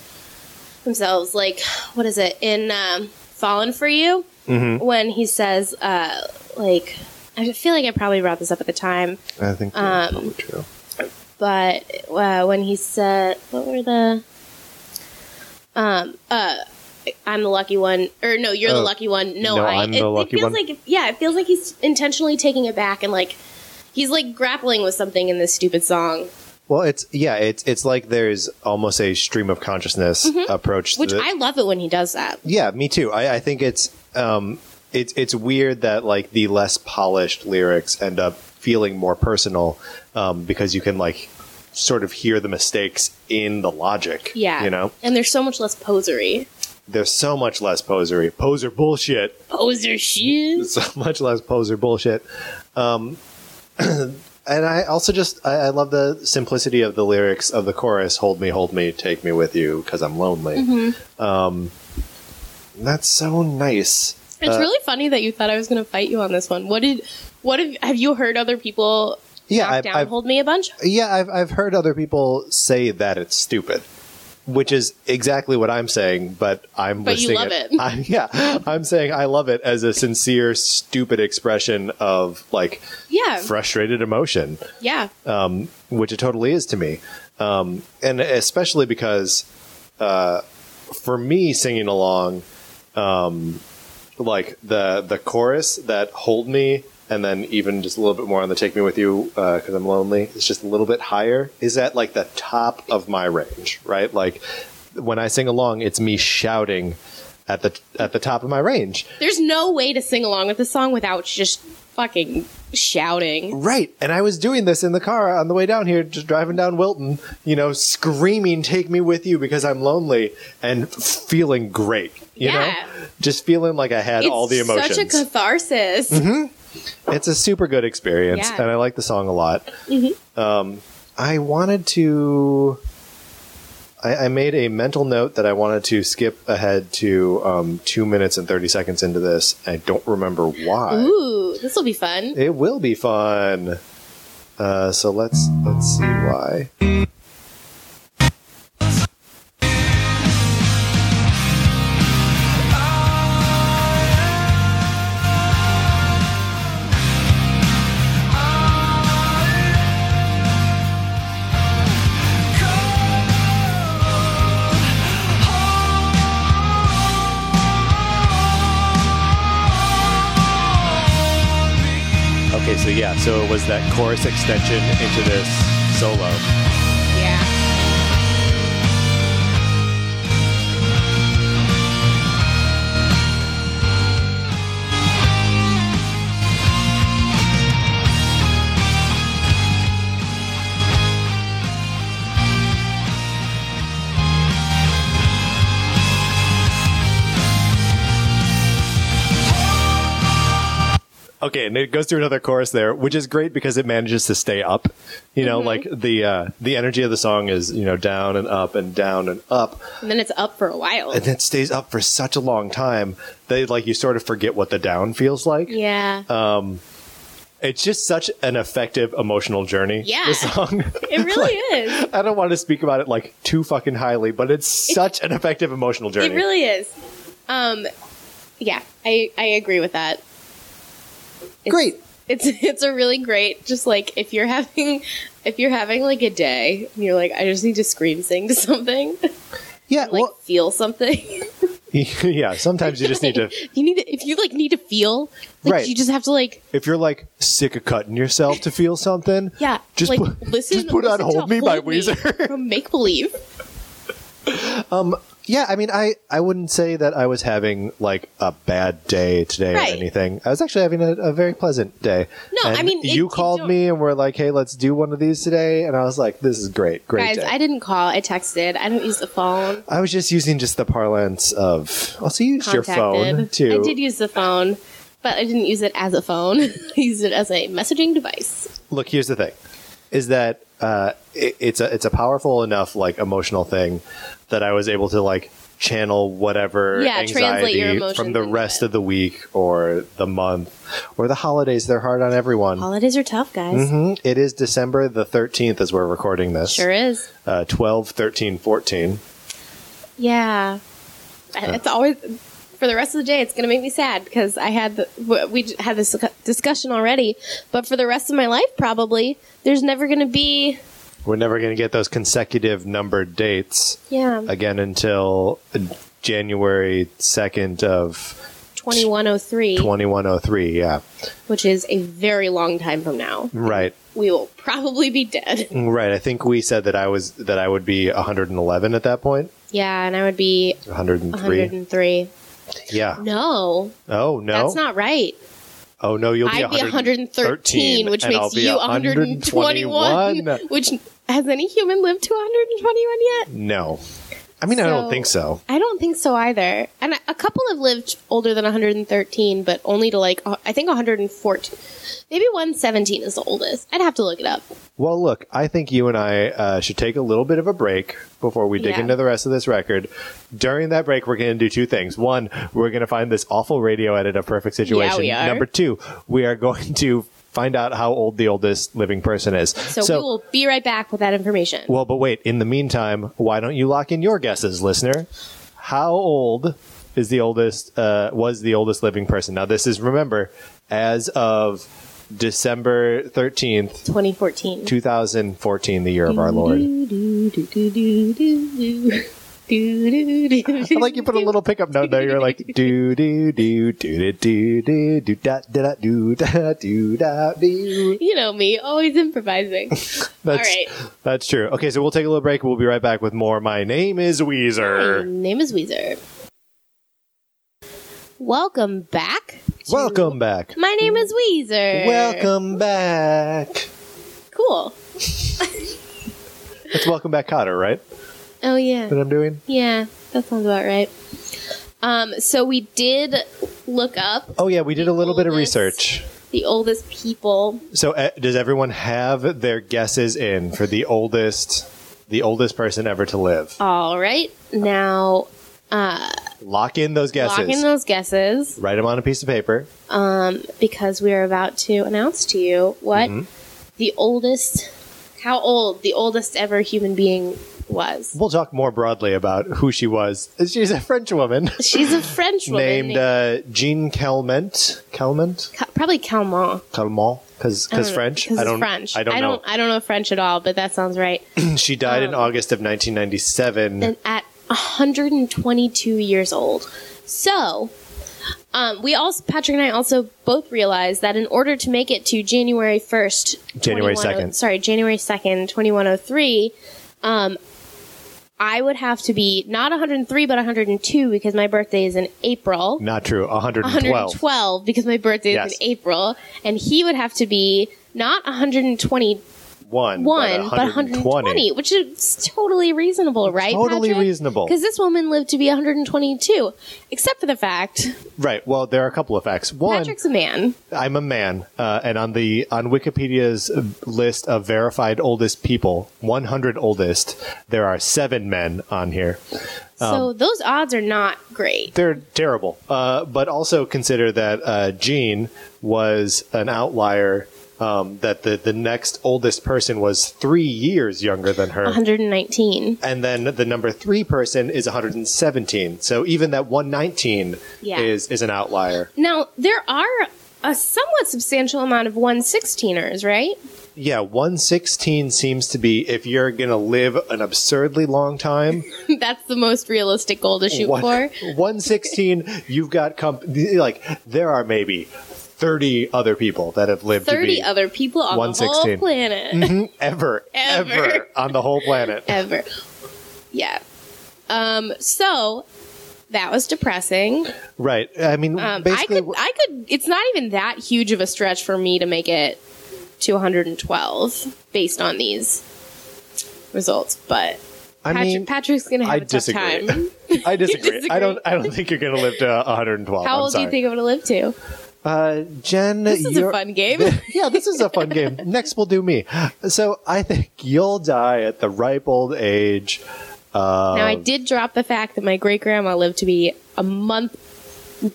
themselves like what is it in um, fallen for you Mm-hmm. when he says uh like i feel like i probably brought this up at the time I think Um, that's probably true. but uh, when he said what were the um uh I'm the lucky one, or no, you're the Oh. lucky one. No, No, I. I'm it, the it lucky feels one. like yeah, it feels like he's intentionally taking it back and like he's like grappling with something in this stupid song, Well, it's yeah, it's it's like there's almost a stream of consciousness approach. Mm-hmm. which that- I love it when he does that. yeah, me too. I, I think it's um, it's it's weird that like the less polished lyrics end up feeling more personal um, because you can like sort of hear the mistakes in the logic. Yeah, you know, and there's so much less posery. there's so much less posery, poser bullshit. Poser shoes. so much less poser bullshit. Um, and I also just I, I love the simplicity of the lyrics of the chorus: "Hold me, hold me, take me with you, because I'm lonely." Um, that's so nice. It's Uh, really funny that you thought I was going to fight you on this one. What did? What have, have you heard other people? Yeah, knock I've, down I've hold me a bunch. yeah I've I've heard other people say that it's stupid. Which is exactly what I'm saying, but I'm But you listing love it. it. I, yeah, I'm saying I love it as a sincere, stupid expression of like Yeah, frustrated emotion. yeah. uh, which it totally is to me. Um, and especially because uh, for me, singing along, um, like the the chorus that hold me, and then even just a little bit more on the take me with you because I'm lonely. It's just a little bit higher. Is at like the top of my range, right? Like when I sing along, it's me shouting at the at the top of my range. There's no way to sing along with the song without just fucking shouting. Right. And I was doing this in the car on the way down here, just driving down Wilton, you know, screaming, take me with you because I'm lonely and feeling great, you Yeah. know? Just feeling like I had all the emotions. Mm-hmm. such a catharsis. it's a super good experience. Yeah. Mm-hmm. And I like the song a lot. Um, I wanted to. I, I made a mental note that I wanted to skip ahead to um, two minutes and 30 seconds into this. I don't remember why. Ooh, this will be fun. It will be fun. Uh, so let's let's see why. Okay, so yeah, so it was that chorus extension into this solo. Yeah. Okay, and it goes through another chorus there, which is great because it manages to stay up. You Mm-hmm. know, like the uh, the energy of the song is you know down and up and down and up, And then it's up for a while. and it stays up for such a long time that like you sort of forget what the down feels like. Yeah. Uh, It's just such an effective emotional journey. Yeah. the song. it really is. I don't want to speak about it like too fucking highly, but it's such an effective emotional It journey. really is. Um yeah, I I agree with that. It's- Great. It's it's a really great just like if you're having if you're having like a day and you're like I just need to scream sing to something, like Yeah. well, feel something. yeah. Sometimes you just need to. you need to, if you like need to feel, like Right. you just have to like If you're like sick of cutting yourself to feel something, yeah, Just like put- listen. just put on listen to Hold Me by Weezer. from Make Believe. yeah. I mean, I I wouldn't say that I was having like a bad day today Right. or anything. I was actually having a, a very pleasant day. No, And I mean, it- you it called don't- me and were like, "Hey, let's do one of these today," and I was like, "This is great, great Guys, day." I didn't call. I texted. I don't use the phone. I was just using just the parlance of. Also, you used your phone Contacted. I too. did use the phone, but I didn't use it as a phone. I used it as a messaging device. Look, here's the thing. is that uh, it, it's a it's a powerful enough like emotional thing that I was able to like channel whatever Yeah, translate your anxiety emotions from the into rest it. of the week or the month or the holidays. They're hard on everyone. Holidays are tough, guys. Mhm. It is December the 13th as we're recording this. Sure is. Uh, 12, 13, 14. Yeah. It's always for the rest of the day. It's going to make me sad because I had the, w- we j- had this discu- discussion already. But for the rest of my life, probably there's never going to be. We're never going to get those consecutive numbered dates Yeah, again until January 2nd of 2103, 2103. Yeah. which is a very long time from now. Right. We will probably be dead. Right. I think we said that I was that I would be 111 at that point. Yeah, and I would be 103. 103. Yeah. No, Oh no. that's not right. oh no, you'll be I'd be 113, which and I'll makes be you 121, which has any human lived to 121 yet? No. I mean, I So- don't think so. I don't think so either. And a couple have lived older than 113, but only to like uh, I think 114. Maybe 117 is the oldest. I'd have to look it up. Well, look, I think you and I uh, should take a little bit of a break before we dig Yeah. into the rest of this record. During that break, we're going to do two things. One, we're going to find this awful radio edit of Perfect Situation. we are. Number two, we are going to find out how old the oldest living person is. So, we will be right back with that information. well, but wait, in the meantime, why don't you lock in your guesses, listener? How old is the oldest, uh, was the oldest living person? Now, this is, remember, as of December 13th, 2014. 2014, the year of our Lord. I like you put a little pickup note there. You're like do do do do do do do do da da da do da do da do. You know me, always improvising. That's All right. that's true. Okay, so we'll take a little break. We'll be right back with more. My name is My Weezer. name is Weezer. Welcome back. to- Welcome back. My name is Weezer. Welcome back. Cool. It's welcome back, Cotter. Right? Oh yeah. That I'm doing. Yeah, that sounds about right. Um, so we did look up Oh yeah, we did a little bit of Oldest. research. the oldest people. So uh, does everyone have their guesses in for the oldest, the oldest person ever to live? All right, now Lock in those lock in guesses. those guesses Write them on a piece of paper. because we are about to announce to you what Mm-hmm. the oldest, how old the oldest ever human being was. We'll talk more broadly about who she was. She's a French woman She's a French woman named uh, Jean Calment. Calment? Ca- probably Calmont. Calment? Because French? Because I don't, it's French. I don't know. I don't know French at all, but that sounds right. she died in August of 1997. and at 122 years old. So, um, we also Patrick and I also both realized that in order to make it to January 1st, January 21 2nd. sorry, January 2nd, 2103, um, I would have to be not 103 but 102 because my birthday is in April. Not true. 112. 112 because my birthday Yes. is in April, and he would have to be not 121 One, one, but 120. which is totally reasonable, right? Totally reasonable. Because this woman lived to be 122, except for the fact Right. Well, there are a couple of facts. One, Patrick's a man. I'm a man, uh, and on the on Wikipedia's uh, list of verified oldest people, 100 oldest, there are seven men on here. Oh. so those odds are not great. they're terrible. Uh, but also consider that uh, Gene was an outlier. Um, that the the next oldest person was three years younger than her, 119. and then the number three person is 117. So even that 119 Yeah. is is an outlier. Now, there are a somewhat substantial amount of 116ers, right? Yeah, 116 seems to be if you're gonna live an absurdly long time. That's the most realistic goal to shoot one- for. 116, you've got comp- like there are maybe 30 other people that have lived to 30 be other people on the whole 116. planet. Mhm. ever, Ever. ever, on the whole planet. Ever. Yeah. Um, so, that was depressing. Right. I mean, Um, I basically, could, I could. It's not even that huge of a stretch for me to make it to 112 based on these results. But I Patrick, mean, Patrick's gonna have I a tough time. disagree. I disagree. disagree. I don't. I don't think you're going to live to 112. How I'm old do you sorry. think I'm gonna live to? Uh, Jen, This is a you're- fun game. yeah, this is a fun game. Next, we'll do me. So I think you'll die at the ripe old age. Uh, now, I did drop the fact that my great grandma lived to be a month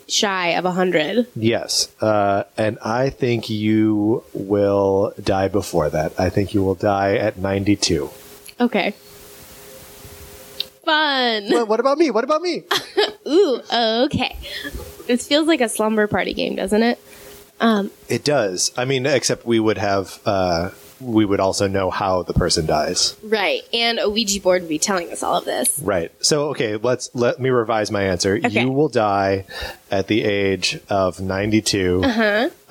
shy of 100. yes, uh, and I think you will die before that. I think you will die at ninety-two. Okay. Fun. What, what about me? What about me? Ooh, okay. This feels like a slumber party game, doesn't it? It does. I mean, except we would have. Uh, we would also know how the person dies. Right. And a Ouija board would be telling us all of this. Right. So okay, let's let me revise my answer. Okay. You will die at the age of 92 um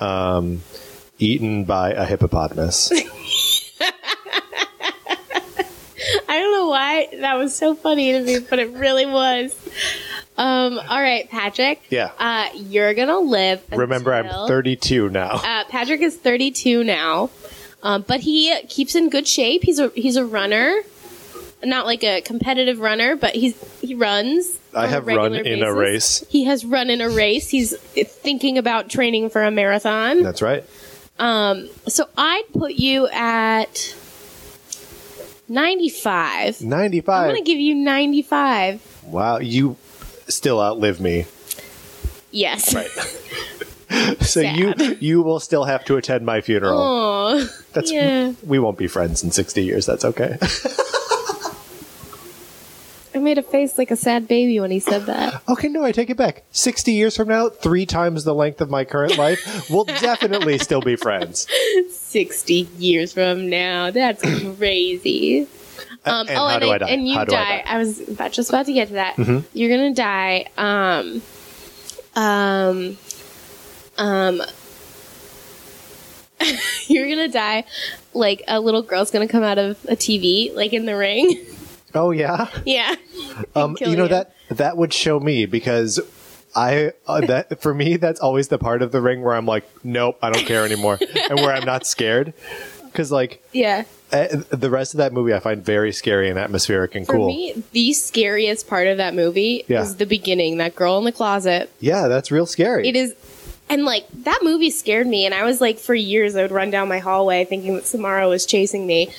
Uh-huh. eaten by a hippopotamus. I don't know why that was so funny to me, but it really was. Um, all right, Patrick. Yeah. Uh, you're going to live. Remember until- I'm 32 now. Uh, Patrick is 32 now, um, but he keeps in good shape. He's a he's a runner, not like a competitive runner, but he's he runs. I on a have run regular in a basis. race. He has run in a race. He's thinking about training for a marathon. That's right. So I'd put you at 95. I'm 95. gonna give you 95. wow, you still outlive me. Yes. Right. So you you will still have to attend my funeral. Oh, That's yeah. we won't be friends in 60 years. That's okay. I made a face like a sad baby when he said that. okay, no, I take it back. 60 years from now, 3 times the length of my current life, we'll definitely still be friends. 60 years from now. That's crazy. Um, and oh, how and, do I, I die? Mm-hmm. and you How do I die. I, was about, just about to get to that. You're gonna die. Um, um, um. you're gonna die like a little girl's gonna come out of a TV, like in the ring. Oh yeah. yeah. Um, kill you know you. that that would show me because I uh, that for me that's always the part of the ring where I'm like, nope, I don't care anymore, and where I'm not scared because like Yeah. eh, the rest of that movie I find very scary and atmospheric and For cool. me, the scariest part of that movie Yeah. is the beginning. That girl in the closet yeah, that's real scary. It is, and like that movie scared me, and I was like, for years, I would run down my hallway thinking that Samara was chasing me.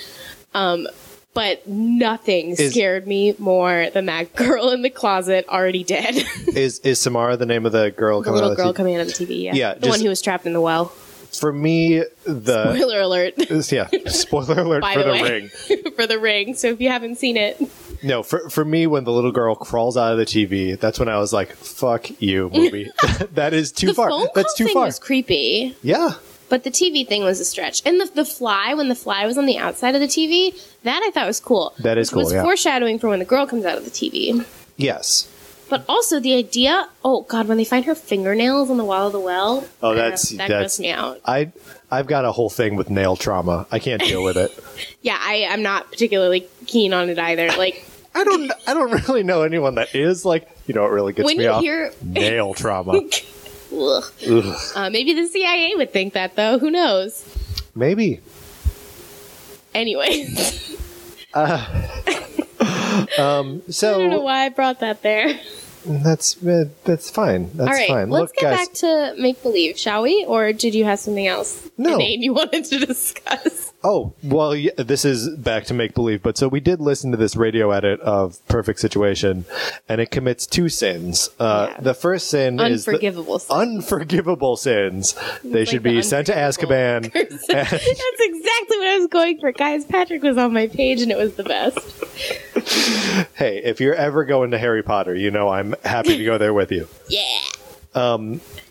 Um, but nothing Is- scared me more than that girl in the closet already dead. the is is Samara the name of the girl? coming little out of the girl TV? coming out of the TV. Yeah, Yeah, the just- one who was trapped in the well. For me, the Spoiler alert yeah. Spoiler alert By for the the, way. ring. for the ring. So if you haven't seen it, No, for for me, when the little girl crawls out of the TV, that's when I was like, "Fuck you, movie. that is too the far. phone call that's too thing far." was creepy. yeah. But the TV thing was a stretch. And the, the fly, when the fly was on the outside of the TV, that I thought was cool. That is Which was cool, yeah. foreshadowing for when the girl comes out of the TV. Yes. But also the idea, oh god, when they find her fingernails on the wall of the well. Oh, uh, that's- that that's- grossed me out. I I've got a whole thing with nail trauma. I can't deal with it. Yeah, I am not particularly keen on it either. Like I don't I don't really know anyone that is like you know what really gets when me you off hear, nail trauma. Ugh. Uh, maybe the CIA would think that though. Who knows? Maybe. Anyway, I don't know So why I brought that there. that's uh, that's fine. That's All right, fine. let's Look, get guys. back to make believe, shall we? Or did you have something else? No. Name you wanted to discuss? oh well, yeah, this is back to make believe. But so we did listen to this radio edit of Perfect Situation, and it commits two sins. Uh, Yeah. The first sin is the- Unforgivable. sin. unforgivable sins. They Like should the be sent to unforgivable Azkaban. curse. That's exactly what I was going for, guys. Patrick was on my page, and it was the best. hey, if you're ever going to Harry Potter, you know I'm happy to go there with you. Yeah.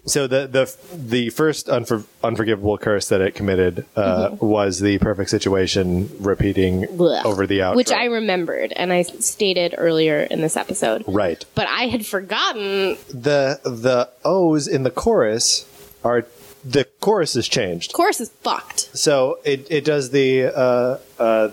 So the the the first unfor- unforgivable curse that it committed uh, Mm-hmm. was the perfect situation repeating over the outro, Which I remembered and I stated earlier in this episode. right But I had forgotten the the O's in the chorus are the chorus is changed. course is fucked. So it, it does the uh, uh,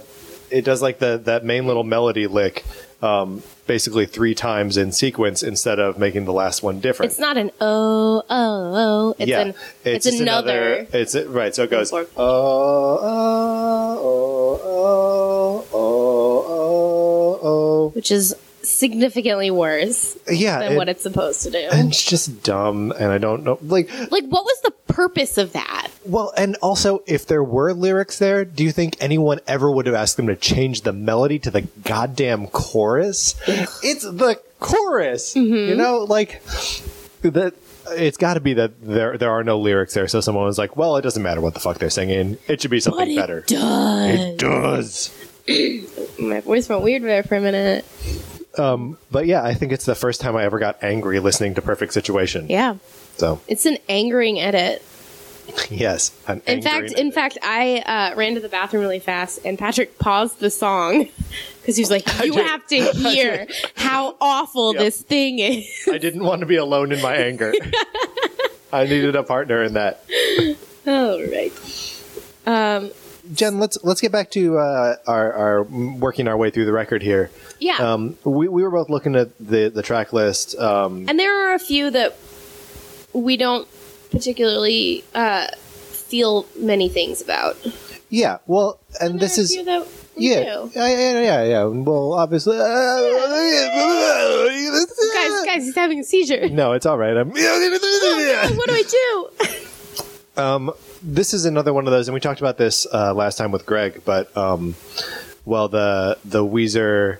it does like the that main little melody lick um, basically three times in sequence instead of making the last one different. It's not an oh oh oh. It's yeah, an it's, just another, It's right. So it goes. Oh Four. oh oh oh oh oh which is significantly worse oh. Yeah, than it- what it's supposed to do. and it's just dumb, and I don't know. Like like what was the purpose of that? Well, and also, if there were lyrics there, do you think anyone ever would have asked them to change the melody to the goddamn chorus? it's the chorus, Mm-hmm. you know, like that. It's got to be that there there are no lyrics there, so someone was like, "Well, it doesn't matter what the fuck they're singing. It should be something it better." Duh. It does. My voice went weird there for a minute. But yeah, I think it's the first time I ever got angry listening to Perfect Situation. Yeah. So It's an angering edit. yes, an In angry- fact, in fact, I uh, ran to the bathroom really fast, and Patrick paused the song because he was like, "You did. have to hear how awful Yep. this thing is." I didn't want to be alone in my anger. I needed a partner in that. All right. Um, Jen, let's let's get back to uh, our, our working our way through the record here. yeah, Um, we, we were both looking at the the track list. Um, and there are a few that we don't particularly uh, feel many things about. yeah, well, and this There are a is few that we yeah, do. yeah, yeah, yeah, yeah. Well, obviously, Guys, guys, he's having a seizure. No, it's all right. I'm. what do I do? this is another one of those, and we talked about this uh, last time with Greg, but um, well, the the Weezer.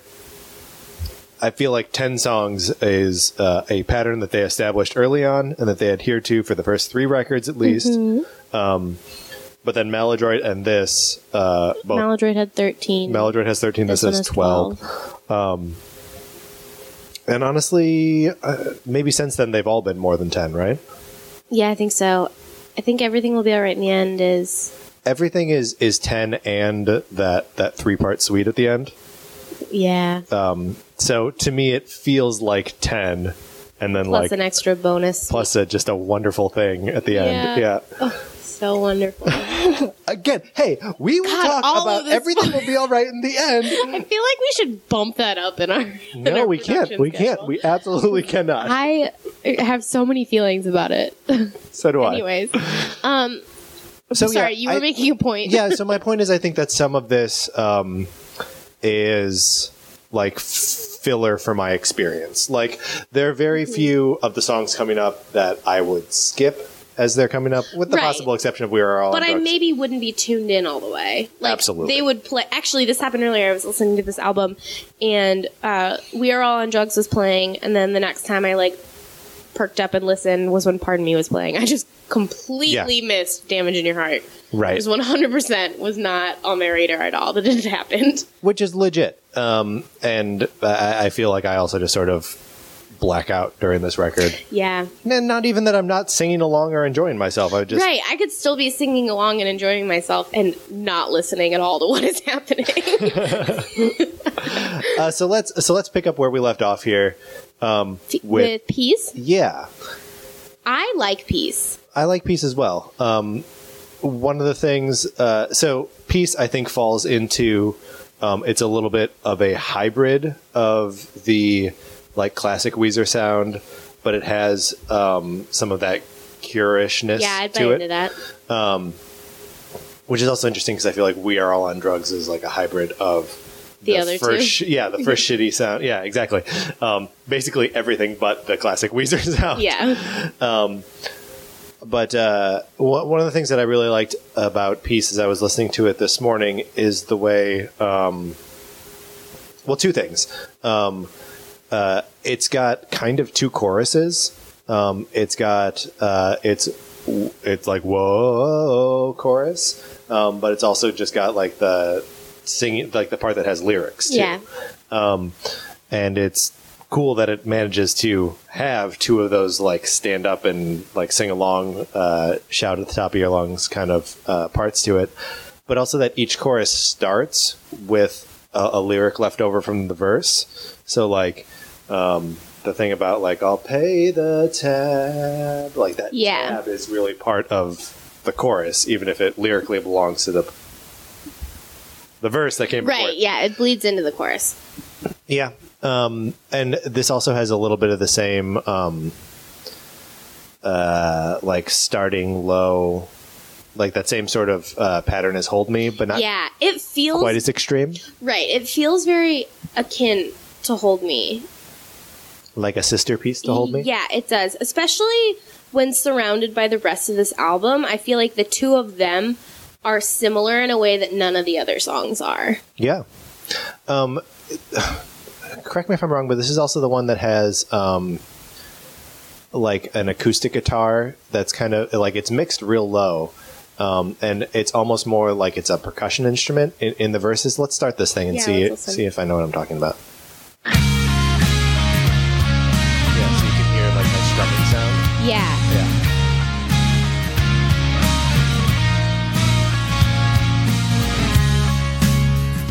I feel like ten songs is uh, a pattern that they established early on, and that they adhere to for the first three records at least. Um, but then Maladroit and this, uh, both Maladroid had thirteen. Maladroit has thirteen. This, one has has twelve. And honestly, uh, maybe since then they've all been more than ten, right? Yeah, I think so. I think everything will be all right in the end. Is Everything is is ten, and that that three part suite at the end. yeah. So to me, it feels like ten, and then plus like an extra bonus. plus a, just a wonderful thing at the end. Yeah. Yeah. so wonderful. I Again, hey, we will God, talk all of about this- everything will be all right in the end. feel like we should bump that up in our. in no, our we can't. production We can't. schedule. We absolutely cannot. I have so many feelings about it. so do I. Anyways, um, so Oh, yeah, sorry, you were I- making a point. yeah. So my point is, I think that some of this um, is like f- filler for my experience. Like there are very Mm-hmm. few of the songs coming up that I would skip as they're coming up, with the Right. possible exception of "We Are All." But on I Drugs. maybe wouldn't be tuned in all the way. Like, Absolutely. They would play. Actually, this happened earlier. I was listening to this album, and uh, "We Are All on Drugs" was playing, and then the next time I like perked up and listened was when "Pardon Me" was playing. I just completely missed "Damage in Your Heart." Right. It was one hundred percent was not on my radar at all. That it happened. which is legit. Um, and I, I feel like I also just sort of black out during this record. Yeah. And not even that I'm not singing along or enjoying myself. I just Right, I could still be singing along and enjoying myself and not listening at all to what is happening. uh, so let's so let's pick up where we left off here. Um, With, with peace, yeah, I like peace. I like peace as well. Um, one of the things, uh, so peace, I think, falls into um, it's a little bit of a hybrid of the like classic Weezer sound, but it has um, some of that curishness Yeah, I'd buy to into it, that. which is also interesting because I feel like "We Are All on Drugs" is like a hybrid of The other two. first, two. yeah, the first shitty sound, yeah, exactly. Um, basically everything but the classic Weezer sound, Yeah, But uh, one one of the things that I really liked about Peace as I was listening to it this morning is the way, um, well, two things. Um, uh, it's got kind of two choruses. Um, it's got uh, it's it's like whoa chorus, um, but it's also just got like the singing like the part that has lyrics. Too yeah. and it's cool that it manages to have two of those like stand up and like sing along uh, shout at the top of your lungs kind of uh, parts to it but also that each chorus starts with a, a lyric left over from the verse so like um, the thing about like i'll pay the tab like that Yeah. tab is really part of the chorus even if it lyrically belongs to the the verse that came before Right, it. yeah, it bleeds into the chorus. Yeah. Um, and this also has a little bit of the same, um, uh, like starting low, like that same sort of uh, pattern as Hold Me, but not yeah, it feels quite as extreme, right. It feels very akin to Hold Me. like a sister piece to Hold Me. Yeah, it does. Especially when surrounded by the rest of this album, I feel like the two of them are similar in a way that none of the other songs are. Yeah. Um, correct me if I'm wrong, but this is also the one that has um, like an acoustic guitar that's kind of like it's mixed real low. Um, and it's almost more like it's a percussion instrument in, in the verses. Let's start this thing and Yeah, see let's listen. see if I know what I'm talking about. Yeah, so you can hear like that strumming sound. Yeah. Yeah.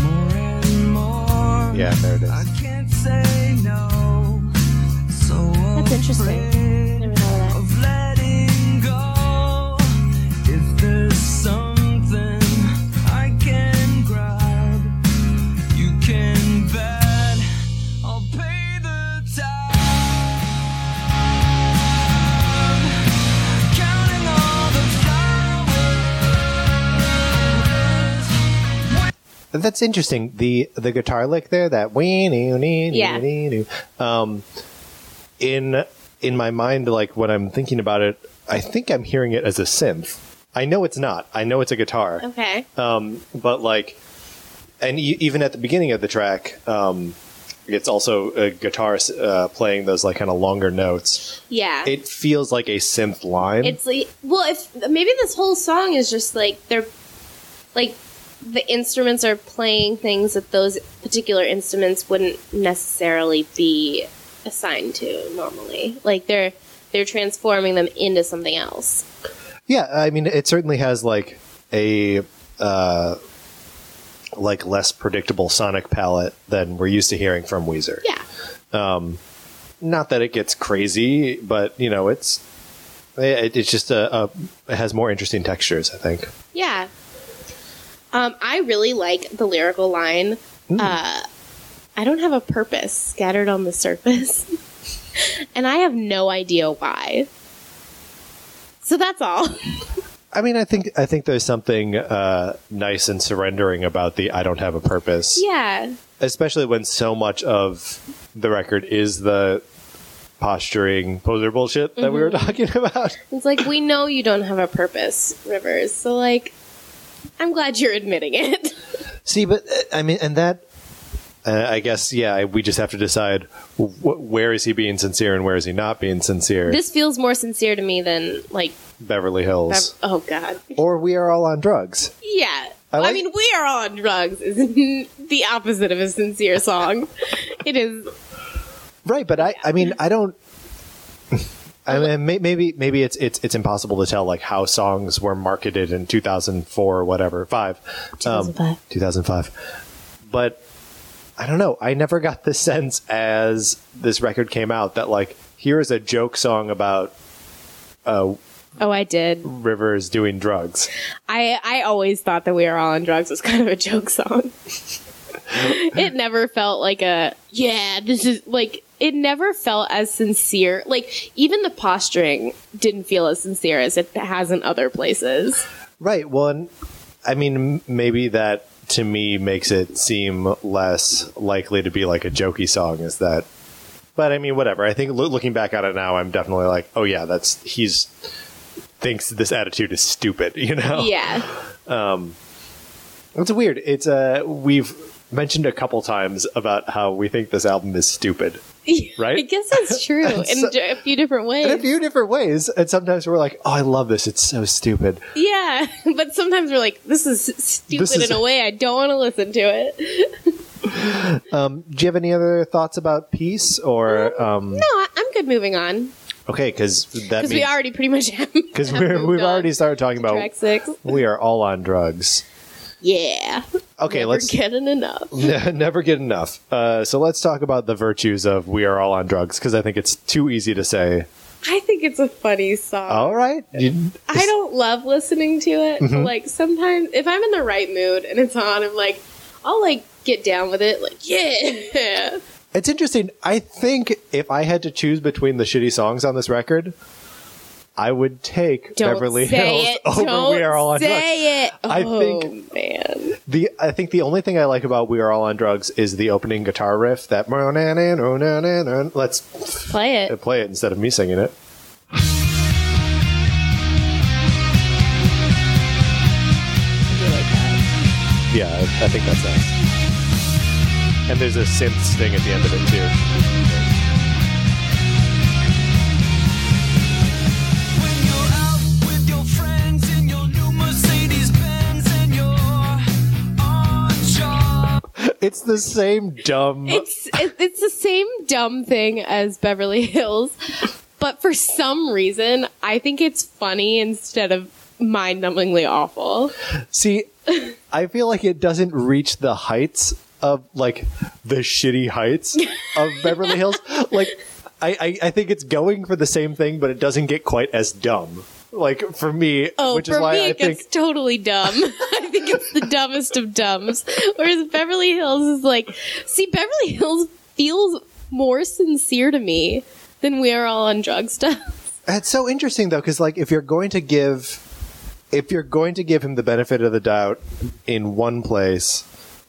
More and more. Yeah, there it I is. can't say no. So That's interesting. afraid Never thought of that. Of letting go. If there's something I can grab, you can bet I'll pay the tab. Counting all the flowers. That's interesting. The the guitar lick there, that wee nee nee Yeah. nee nee. Um, in in my mind, like when I'm thinking about it, I think I'm hearing it as a synth. I know it's not. I know it's a guitar. Okay. Um, but like, and e- even at the beginning of the track, um, it's also a guitar uh, playing those like kind of longer notes. Yeah. It feels like a synth line. it's like well, if maybe this whole song is just like they're like the instruments are playing things that those particular instruments wouldn't necessarily be assigned to normally. Like they're they're transforming them into something else. Yeah, I mean, it certainly has like a uh, like less predictable sonic palette than we're used to hearing from Weezer. Yeah. Not that it gets crazy, but you know, it's eh, it, it's just a, a it has more interesting textures. I think. Yeah. Um, I really like the lyrical line. Uh, I don't have a purpose scattered on the surface, and I have no idea why. So that's all. I mean, I think I think there's something uh, nice and surrendering about the I don't have a purpose. yeah. especially when so much of the record is the posturing poser bullshit that we were Mm-hmm. talking about. It's like we know you don't have a purpose, Rivers. So like, I'm glad you're admitting it. See, but uh, I mean, and that, uh, I guess, yeah, I- we just have to decide wh- where is he being sincere and where is he not being sincere. this feels more sincere to me than like. Beverly Hills, I've- oh God. or we are all on drugs. Yeah. I I, like- mean, we are all on drugs is the opposite of a sincere song. it is Right, but I, I mean, I don't. I mean, may- maybe maybe it's it's it's impossible to tell like how songs were marketed in 2004 or whatever five, um, 2005. 2005. But I don't know. I never got the sense as this record came out that like here is a joke song about Oh, I did. Rivers doing drugs. I I always thought that we were all on drugs was kind of a joke song. it never felt like a yeah, this is like it never felt as sincere. Like even the posturing didn't feel as sincere as it has in other places. Right. Well, and, I mean, m- maybe that to me makes it seem less likely to be like a jokey song. Is that? But I mean, whatever. I think loo- looking back at it now, I'm definitely like, oh yeah, that's he's thinks this attitude is stupid. You know? Yeah. It's weird. It's uh, we've mentioned a couple times about how we think this album is stupid Right? I guess that's true in so- a few different in a ways. few different ways, and sometimes we're like, oh, I love this. It's so stupid. yeah, but sometimes we're like, this is stupid This is- in a way I don't want to listen to it. Um, do you have any other thoughts about peace or um? No, I, I'm good moving on Okay, because that because means we already pretty much have. because have we're, moved we've on already started talking to about track six. we are all on drugs. Yeah. Okay, Never let's getting enough. never get enough. Uh, so let's talk about the virtues of we are all on drugs because I think it's too easy to say. I think it's a funny song. All right, you- I don't love listening to it. but, Mm-hmm. like sometimes if I'm in the right mood and it's on, I'm like, I'll like get down with it. Like, yeah. It's interesting. I think if I had to choose between the shitty songs on this record, I would take Don't Beverly say Hills it. over Don't We Are All on Drugs. say it. I oh, think- man. The I think the only thing I like about We Are All on Drugs is the opening guitar riff. That let's Play it. uh, play it instead of me singing it. Yeah, I, I think that's us. And there's a synths thing at the end of it too. When you're out with your friends in your new Mercedes Benz and you're on job. It's the same dumb. It's it- it's the same dumb thing as Beverly Hills, but for some reason, I think it's funny instead of mind-numbingly awful. See, I feel like it doesn't reach the heights of like the shitty heights of Beverly Hills. Like, I, I, I think it's going for the same thing, but it doesn't get quite as dumb. Like for me, Oh, which for is why me, I it think gets totally dumb. I think it's the dumbest of dumbs. Whereas Beverly Hills is like, see, Beverly Hills feels more sincere to me than we are all on drug stuff. It's so interesting though, because like if you're going to give, if you're going to give him the benefit of the doubt in one place,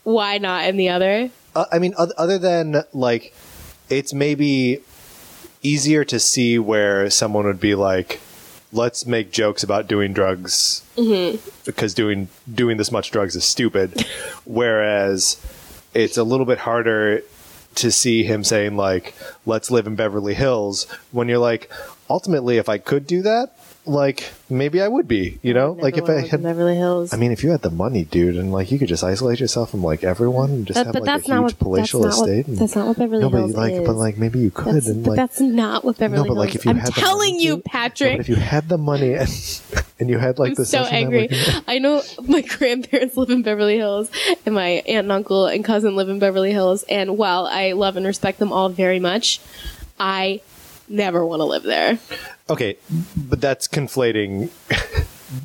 Why not in the other? uh, I mean, oth- other than like, it's maybe easier to see where someone would be like, let's make jokes about doing drugs because doing doing this much drugs is stupid. Whereas it's a little bit harder to see him saying like, let's live in Beverly Hills when you're like, ultimately, if I could do that, like maybe I would be, you know, like if I had. Beverly Hills. I mean, if you had the money, dude, and like you could just isolate yourself from like everyone and just That- have but like that's a huge not what- palatial that's not what- estate. and- that's not what Beverly no, but, Hills like, But is. like maybe you could, That's, and but like that's not what Beverly no, but like Hills. if you I'm had the telling money you, to- no, Patrick. but if you had the money and, and you had like I'm the so social angry. network- I know my grandparents live in Beverly Hills, and my aunt and uncle and cousin live in Beverly Hills. And while I love and respect them all very much, I never want to live there. Okay, but that's conflating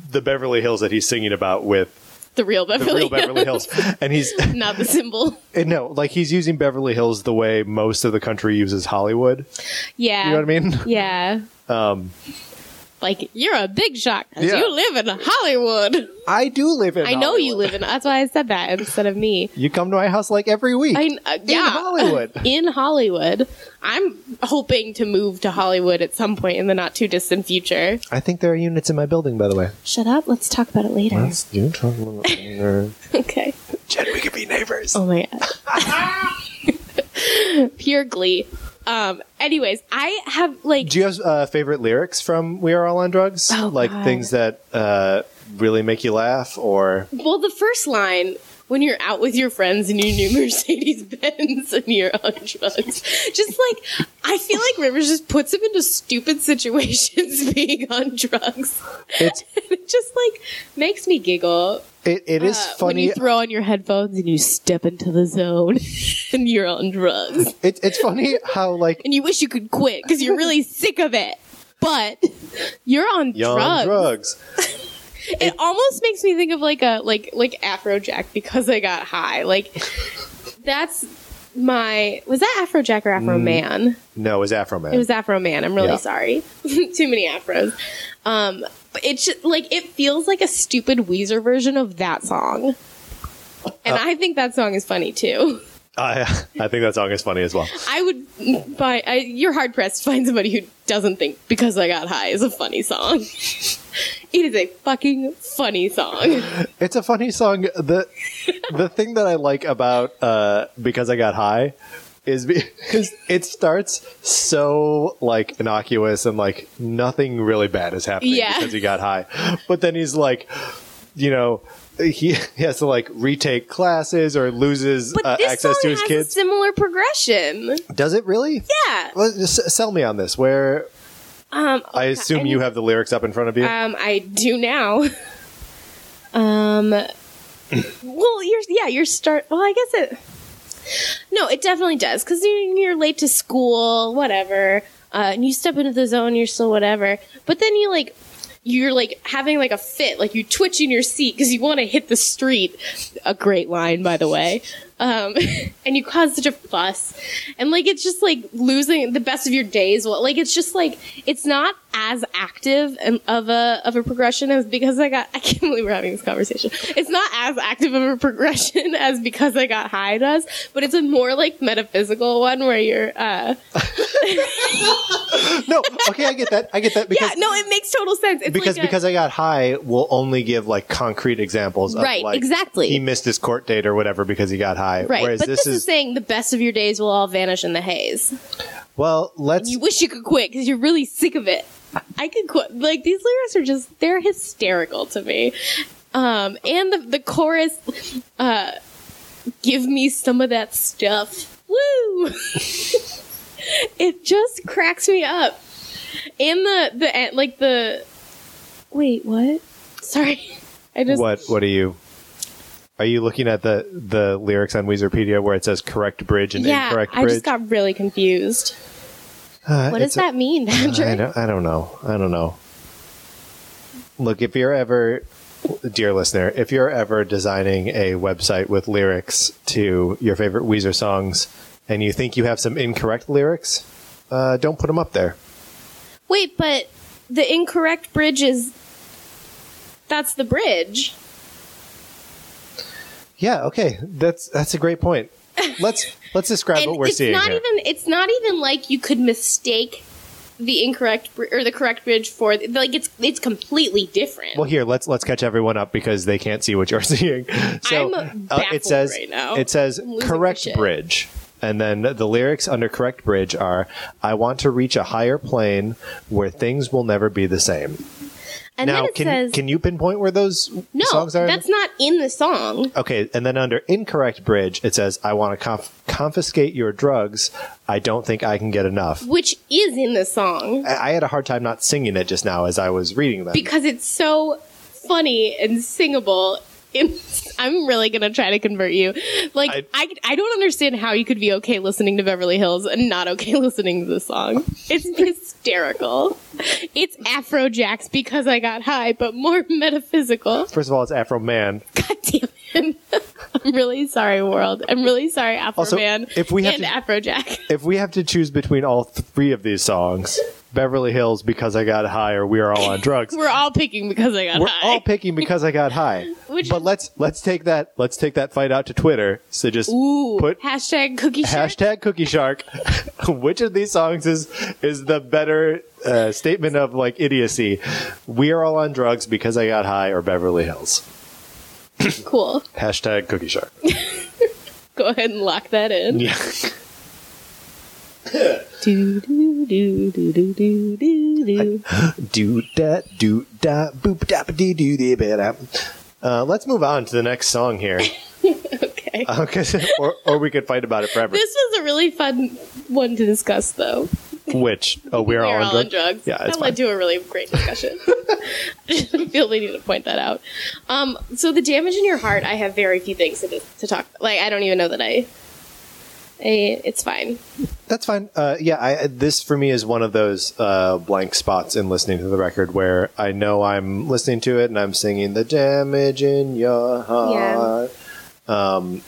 the Beverly Hills that he's singing about with The real the Beverly, real Beverly Hills, and he's Hills, not the symbol. and no, like he's using Beverly Hills the way most of the country uses Hollywood. Yeah, You know what I mean? Yeah. Um, like you're a big shot 'cause Yeah. you live in Hollywood. I do live in. I know you Hollywood. live in. That's why I said that instead of me. You come to my house like every week. I, uh, yeah, Hollywood. in Hollywood. I'm hoping to move to Hollywood at some point in the not too distant future. I think there are units in my building, by the way. Shut up. Let's talk about it later. you talking about Jen. okay. We could be neighbors. Oh my god. Pure glee. Um. Anyways, I have like. Do you have uh, favorite lyrics from "We Are All on Drugs"? Oh, like God. things that uh, really make you laugh, or Well, the first line when you're out with your friends in your new Mercedes Benz and you're on drugs, just like I feel like Rivers just puts him into stupid situations being on drugs. it's It just like makes me giggle. it, it is Uh, When funny. you throw on your headphones and you step into the zone and you're on drugs It, it's funny how like and you wish you could quit because you're really sick of it. But you're on young drugs. drugs. It almost makes me think of like a like like Afrojack because I got high. Like that's my was that Afrojack or Afro Man? No, it was Afro Man. It was Afro Man. I'm really Yeah. sorry. Too many afros. Um, but it's just, like it feels like a stupid Weezer version of that song. And I think that song is funny too. I, I think that song is funny as well. I would buy. I, you're hard pressed to find somebody who doesn't think "Because I Got High" is a funny song. it is a fucking funny song. It's a funny song. The the thing that I like about uh, because I got high is because it starts so like innocuous and like nothing really bad is happening Yeah. because he got high, but then he's like, you know. He, he has to like retake classes or loses But uh, this access song to his has a kids. similar progression. Does it really? Yeah. Well, just sell me on this. Where Um, I okay, assume I you need- have the lyrics up in front of you. Um, I do now. um, well, you're yeah, you're start. Well, I guess it. No, it definitely does because you're, you're late to school, whatever, uh, and you step into the zone, you're still whatever. But then you like, you're like having like a fit, like you twitch in your seat because you want to hit the street. A great line, by the way. um, and you cause such a fuss, and like it's just like losing the best of your days. Well, like it's just like it's not as active and of a of a progression as because I got. I can't believe we're having this conversation. It's not as active of a progression as because I got high does, but it's a more like metaphysical one where you're. uh No, okay, I get that. I get that because Yeah, no, it makes total sense. It's because like a- because I got high will only give like concrete examples of Right, like, exactly. he missed his court date or whatever because he got high. Right, Whereas but this, is, saying the best of your days will all vanish in the haze. well, let's You wish you could quit because you're really sick of it. I could quit. Like these lyrics are just—they're hysterical to me. Um, and the the chorus, uh, "Give me some of that stuff." Woo! it just cracks me up. And the the and, like the wait what? Sorry, I just what what are you? Are you looking at the the lyrics on Weezerpedia where it says correct bridge and yeah. incorrect I bridge? just got really confused. Uh, What does it's a- that mean, Patrick? I don't, I don't know. I don't know. Look, if you're ever, dear listener, if you're ever designing a website with lyrics to your favorite Weezer songs and you think you have some incorrect lyrics, uh, don't put them up there. Wait, but the incorrect bridge is. That's the bridge. Yeah, okay. That's that's a great point. Let's let's describe what we're it's seeing not here. even. It's not even like you could mistake the incorrect br- or the correct bridge for like it's it's completely different. well, here let's let's catch everyone up because they can't see what you're seeing. So I'm uh, baffled it says right now. it says I'm losing my correct shit. bridge, and then the lyrics under correct bridge are "I want to reach a higher plane where things will never be the same." and now, then it can says can you pinpoint where those no. songs are? That's not in the song. Okay, and then under incorrect bridge, it says, "I want to conf- confiscate your drugs. I don't think I can get enough." Which is in the song I I had a hard time not singing it just now as I was reading them. because it's so funny and singable. It's, I'm really gonna try to convert you. Like I- I, I, don't understand how you could be okay listening to Beverly Hills and not okay listening to this song. It's hysterical. It's Afro Jacks because I got high, but more metaphysical. First of all, it's Afro Man. God damn it! I'm really sorry, world. I'm really sorry, Afro Also, Man. if we have and to- Afro Jack, If we have to choose between all three of these songs, Beverly Hills, Because I Got High, or We Are All on Drugs, we're all picking because I got we're high. all picking Because I Got High. Which but is- let's let's take that let's take that fight out to Twitter. So just Ooh, put hashtag cookie shirt. hashtag Cookie Shark. Which of these songs is is the better uh, statement of like idiocy? We are all on drugs because I got high, or Beverly Hills. Cool. Hashtag Cookie Shark. Go ahead and lock that in. Yeah. do do do do do do do do. do da do da boop da dee doo dee ba da. Uh, let's move on to the next song here, Okay. Uh, 'cause- or, or we could fight about it forever. This was a really fun one to discuss, though. Which oh, we're, all, We're on all drug- on drugs. Yeah, it's that led fine. to a really great discussion. I feel we need to point that out. Um, so the damage in your heart, I have very few things to, to talk. Like I don't even know that I. I it's fine. That's fine. Uh, yeah, I, this for me is one of those uh, blank spots in listening to the record where I know I'm listening to it and I'm singing the damage in your heart. Um,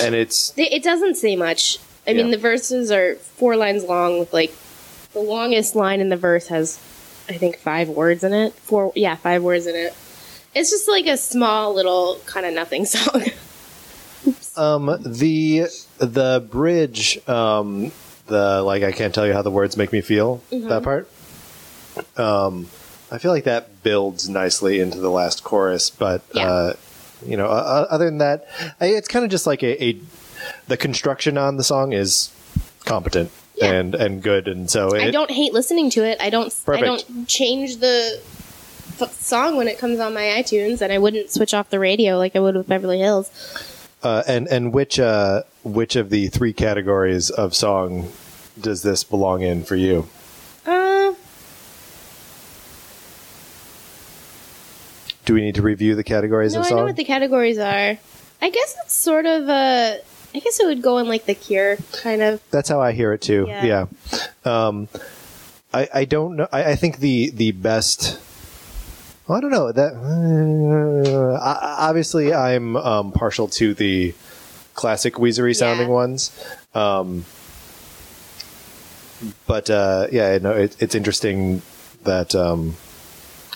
and it's It it doesn't say much. I mean, Yeah. the verses are four lines long with like the longest line in the verse has, I think, five words in it. Four, yeah, five words in it. It's just like a small little kind of nothing song. um, the the bridge. Um, the like, I can't tell you how the words make me feel. Mm-hmm. That part. Um, I feel like that builds nicely into the last chorus, but Yeah. uh, you know, uh, other than that, I, it's kind of just like a, a the construction on the song is competent Yeah. and and good, and so it, I don't hate listening to it. I don't. Perfect. I don't change the f- song when it comes on my iTunes, and I wouldn't switch off the radio like I would with Beverly Hills. Uh, and and which uh, which of the three categories of song does this belong in for you? Uh, Do we need to review the categories no, of I song? know what the categories are. I guess it's sort of a. I guess it would go in like the Cure kind of. That's how I hear it too. Yeah. Yeah. Um, I I don't know. I, I think the the best. well, I don't know that. uh, I- I- obviously, I'm um, partial to the classic Weezery sounding Yeah. ones. Um, but uh, yeah, no, it, it's interesting that. Um,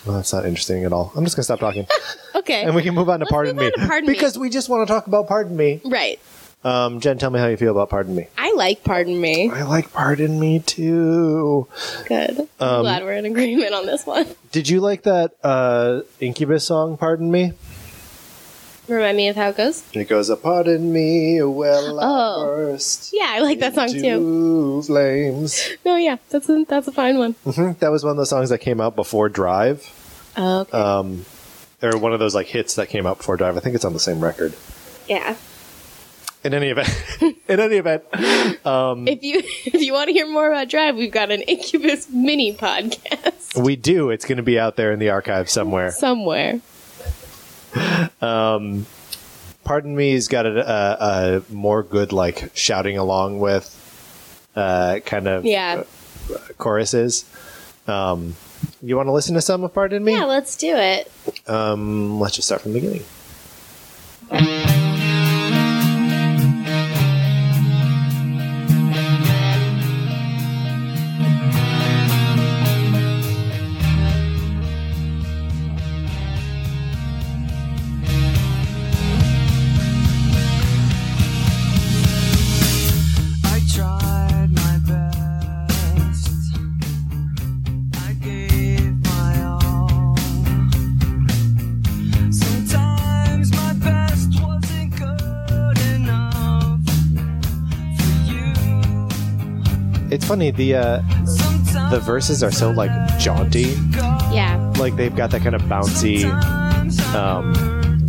well, that's not interesting at all. I'm just gonna stop talking, Okay. and we can move on to Let's Pardon move Me on to Pardon Me. because we just want to talk about Pardon Me. right. Um, Jen, tell me how you feel about Pardon Me. I like Pardon Me. I like Pardon Me too. Good. I'm glad we're in agreement on this one. Did you like that uh, Incubus song, Pardon Me? Remind me of how it goes. It goes, uh, Pardon me, well, I Oh. burst Yeah, I like that song too. into flames. No, yeah, that's a, that's a fine one. Mhm. That was one of those songs that came out before Drive, Okay. um, or one of those like hits that came out before Drive. I think it's on the same record. yeah. In any event, in any event, If you if you want to hear more about Drive, we've got an Incubus mini podcast we do. It's going to be out there in the archive somewhere. somewhere. Pardon me's got a, a, a more good like shouting along with uh, kind of Yeah. choruses. Um, you want to listen to some of Pardon Me? Yeah, let's do it. Um, let's just start from the beginning. I tried my best. I gave my all. Sometimes my best wasn't good enough for you. It's funny the uh, Sometimes the verses are so like jaunty, Yeah. like they've got that kind of bouncy um,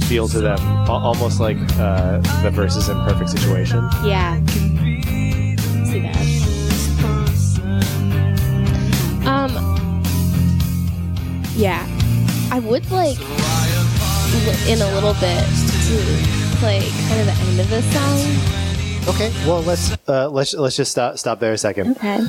feel to them, al- almost like uh, the verses in Perfect Situation. Yeah. See that. Um Yeah. I would like li- in a little bit to play kind of the end of this song. Okay, well let's uh, let's let's just stop stop there a second. Okay.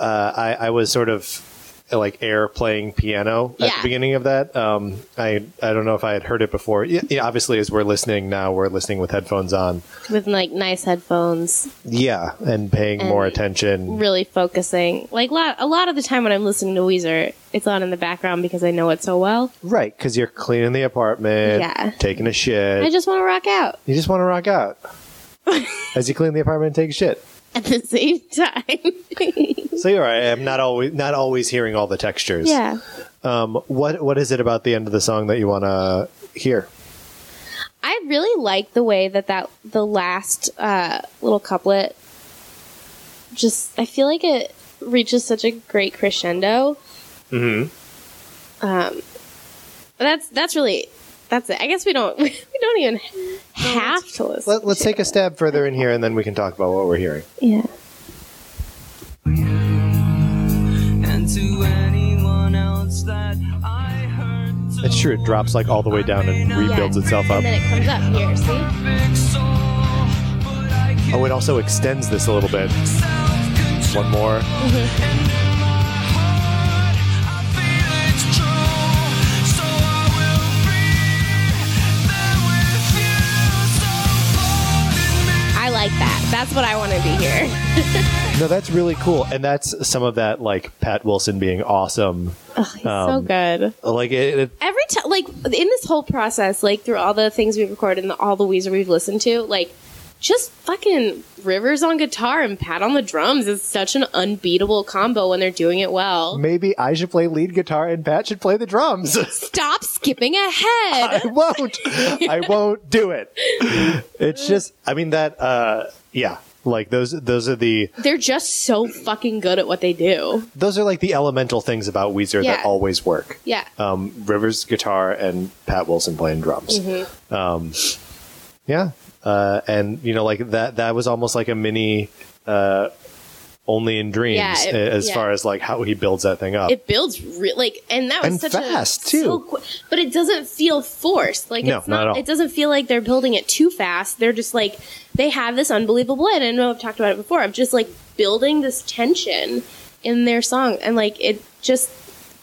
Uh, I I was sort of like air playing piano at Yeah. the beginning of that. Um, I I don't know if I had heard it before. Yeah, yeah, obviously, as we're listening now, we're listening with headphones on. With like nice headphones, Yeah, and paying more And attention. really focusing. Like lot, a lot of the time when I'm listening to Weezer, it's on in the background because I know it so well. Right, because you're cleaning the apartment, Yeah. taking a shit. I just want to rock out you just want to rock out as you clean the apartment and take a shit. at the same time. So you're right. I'm not always not always hearing all the textures. yeah. Um. What What is it about the end of the song that you want to hear? I really like the way that that the last uh, little couplet just I feel like it reaches such a great crescendo. Mm-hmm. Um, that's that's really that's it. I guess we don't we don't even have to listen. Let, let's to take a stab further in here, and then we can talk about what we're hearing. it. yeah. And to anyone else that I hurt to It's true. It drops like all the way down and rebuilds itself And up. then it comes up here. See, fix soul, but I can Oh, it also extends this a little bit. self-control. One more. I feel it's true, so I will be there with you. So pardon me. I like that. That's what I want to be here. No, that's really cool, and that's some of that like Pat Wilson being awesome. Oh, he's so Um, good. Like it, it every time like in this whole process like through all the things we've recorded and the, all the weezer we've listened to like just fucking rivers on guitar and pat on the drums is such an unbeatable combo when they're doing it well maybe I should play lead guitar and Pat should play the drums. stop skipping I ahead won't. I won't do it. It's just I mean that uh yeah, like those those are the they're just so fucking good at what they do those are like the elemental things about Weezer Yeah. that always work. yeah Um Rivers guitar and Pat Wilson playing drums. Um Mm-hmm. yeah. Uh and you know like that that was almost like a mini uh only in dreams Yeah, it- a- as yeah. far as like how he builds that thing up. it builds re- like and that was And such a fast, too. so qui- but it doesn't feel forced like No, it's not not, at all. it doesn't feel like they're building it too fast they're just like they have this unbelievable and i know i've talked about it before i'm just like building this tension in their song and like it just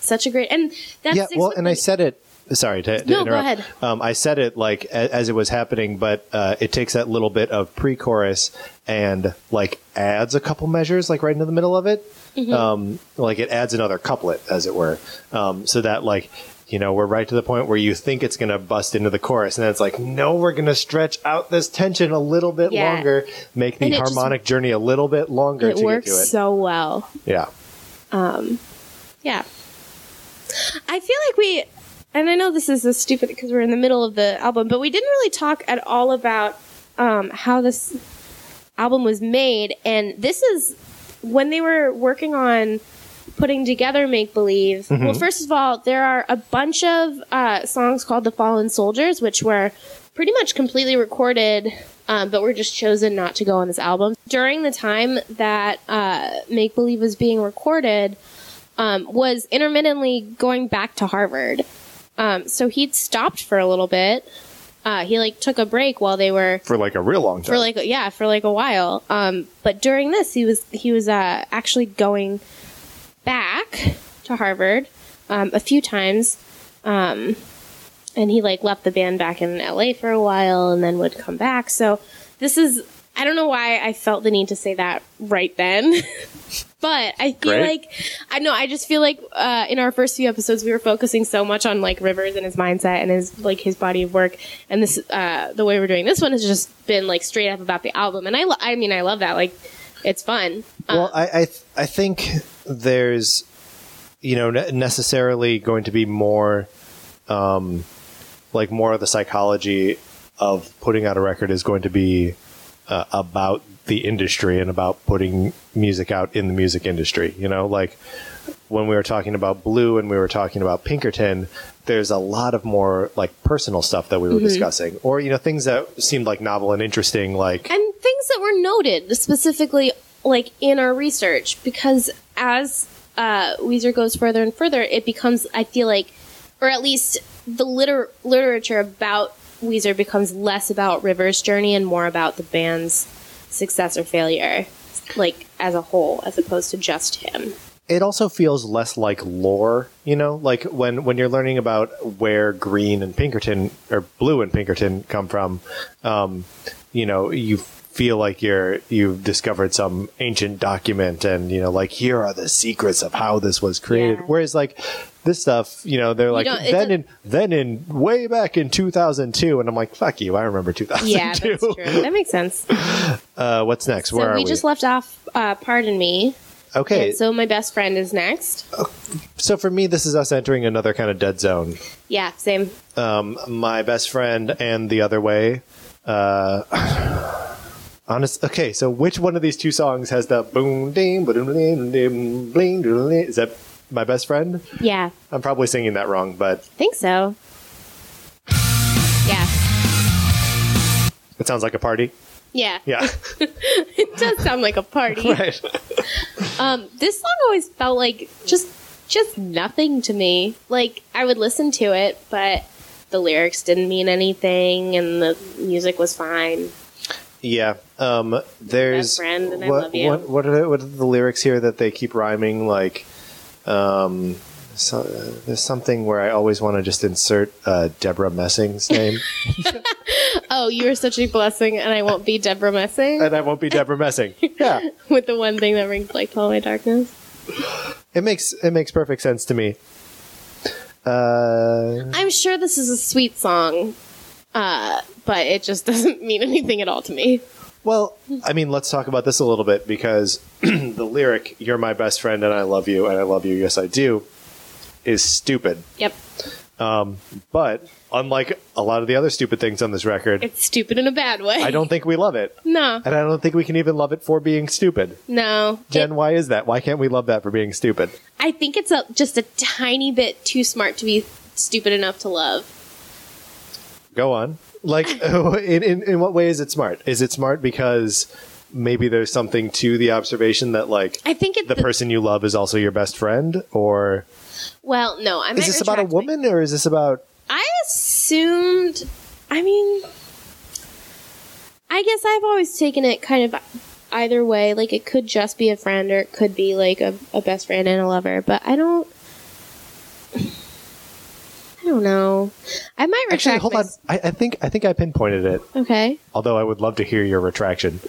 such a great and that's yeah, well, and I said it sorry to, to No, go interrupt. ahead. Um, I said it like a, as it was happening, but uh, it takes that little bit of pre-chorus and like adds a couple measures, like right into the middle of it. Mm-hmm. Um, like it adds another couplet, as it were, um, so that like you know we're right to the point where you think it's going to bust into the chorus, and then it's like no, we're going to stretch out this tension a little bit Yeah. longer, make the And it just- harmonic journey a little bit longer it to works get to it. so well. yeah. Yeah. I feel like we, and I know this is a stupid because we're in the middle of the album, but we didn't really talk at all about um, how this album was made. And this is when they were working on putting together Make Believe. Well, first of all, there are a bunch of uh, songs called The Fallen Soldiers, which were pretty much completely recorded. Um, but were just chosen not to go on this album. During the time that uh, Make Believe was being recorded, um, was intermittently going back to Harvard. Um, so he'd stopped for a little bit. Uh, he like took a break while they were For like a real long time. for like yeah for like a while. Um, but during this, he was he was uh, actually going back to Harvard um, a few times. Um, and he like left the band back in LA for a while and then would come back. So this is I don't know why I felt the need to say that right then. but I feel Great. like I know I just feel like uh, in our first few episodes we were focusing so much on like Rivers and his mindset and his like his body of work and this uh, the way we're doing this one has just been like straight up about the album and I lo- I mean I love that like it's fun. Um, Well, I I, th- I think there's you know ne- necessarily going to be more um like more of the psychology of putting out a record is going to be uh, about the industry and about putting music out in the music industry, you know, like when we were talking about Blue and we were talking about Pinkerton, there's a lot of more like personal stuff that we were discussing or you know things that seemed like novel and interesting like and things that were noted specifically like in our research because as uh, Weezer goes further and further, it becomes I feel like, or at least the liter- literature about Weezer becomes less about Rivers' journey and more about the band's success or failure, like as a whole, as opposed to just him. it also feels less like lore, you know, like when when you're learning about where green and Pinkerton or blue and Pinkerton come from, um, you know, you feel like you're you've discovered some ancient document and you know like here are the secrets of how this was created Yeah. whereas like this stuff you know they're like don't- it then doesn't- in then in way back in 2002 and i'm like fuck you i remember 2002 Yeah, that's true. That makes sense. uh what's next So where are we, we, just left off. Uh, pardon me. okay And so-, so my best friend is next. so for me this is us entering another kind of dead zone Yeah, same. my best friend and the other way. Uh, honest. Okay, so which one of these two songs has the boom ding boom ding ding bling doodling? Is that my best friend? Yeah, I'm probably singing that wrong, but think so. Yeah. it sounds like a party. Yeah. Yeah, It does sound like a party. right. Um, this song always felt like just just nothing to me. Like I would listen to it, but the lyrics didn't mean anything and the music was fine. Yeah. Um, there's Best friend and I what, love you. what what are the, what are the lyrics here that they keep rhyming like um so, uh, there's something where I always want to just insert uh, Deborah Messing's name, Oh, you are such a blessing and I won't be Deborah Messing and I won't be Deborah Messing. Yeah, with the one thing that rings like all my darkness. It makes it makes perfect sense to me. Uh, I'm sure this is a sweet song. Uh, but it just doesn't mean anything at all to me. well, I mean, let's talk about this a little bit because the lyric "You're my best friend and I love you and I love you, yes I do" is stupid. Yep. But unlike a lot of the other stupid things on this record, It's stupid in a bad way. I don't think we love it, No. and I don't think we can even love it for being stupid. No. Jen, why is that? Why can't we love that for being stupid? I think it's a, just a tiny bit too smart to be stupid enough to love. Go on. Like, in, in in what way is it smart? Is it smart because maybe there's something to the observation that like I think it's the person you love is also your best friend or Well, no, I might is this about a retract my- woman or is this about I assumed. I mean, I guess I've always taken it kind of either way. Like it could just be a friend, or it could be like a, a best friend and a lover. But I don't. I don't know. I might retract. Actually, hold my- on. I, I think I think I pinpointed it. Okay. Although I would love to hear your retraction.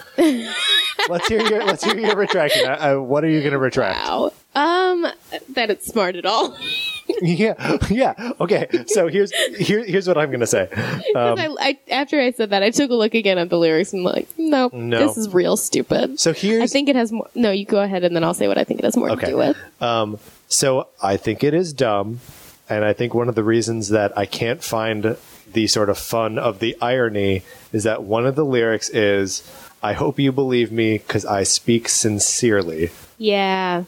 let's hear your let's hear your retraction. Uh, uh, what are you going to retract? Wow. Um, that it's smart at all. Yeah, yeah. Okay. So here's here, here's what I'm going to say. 'Cause Um, I, I, after I said that, I took a look again at the lyrics and like, nope, No. this is real stupid. so here's I think it has more. No, you go ahead and then I'll say what I think it has more Okay. to do with. Um, so I think it is dumb, and I think one of the reasons that I can't find the sort of fun of the irony is that one of the lyrics is, "I hope you believe me because I speak sincerely," Yeah.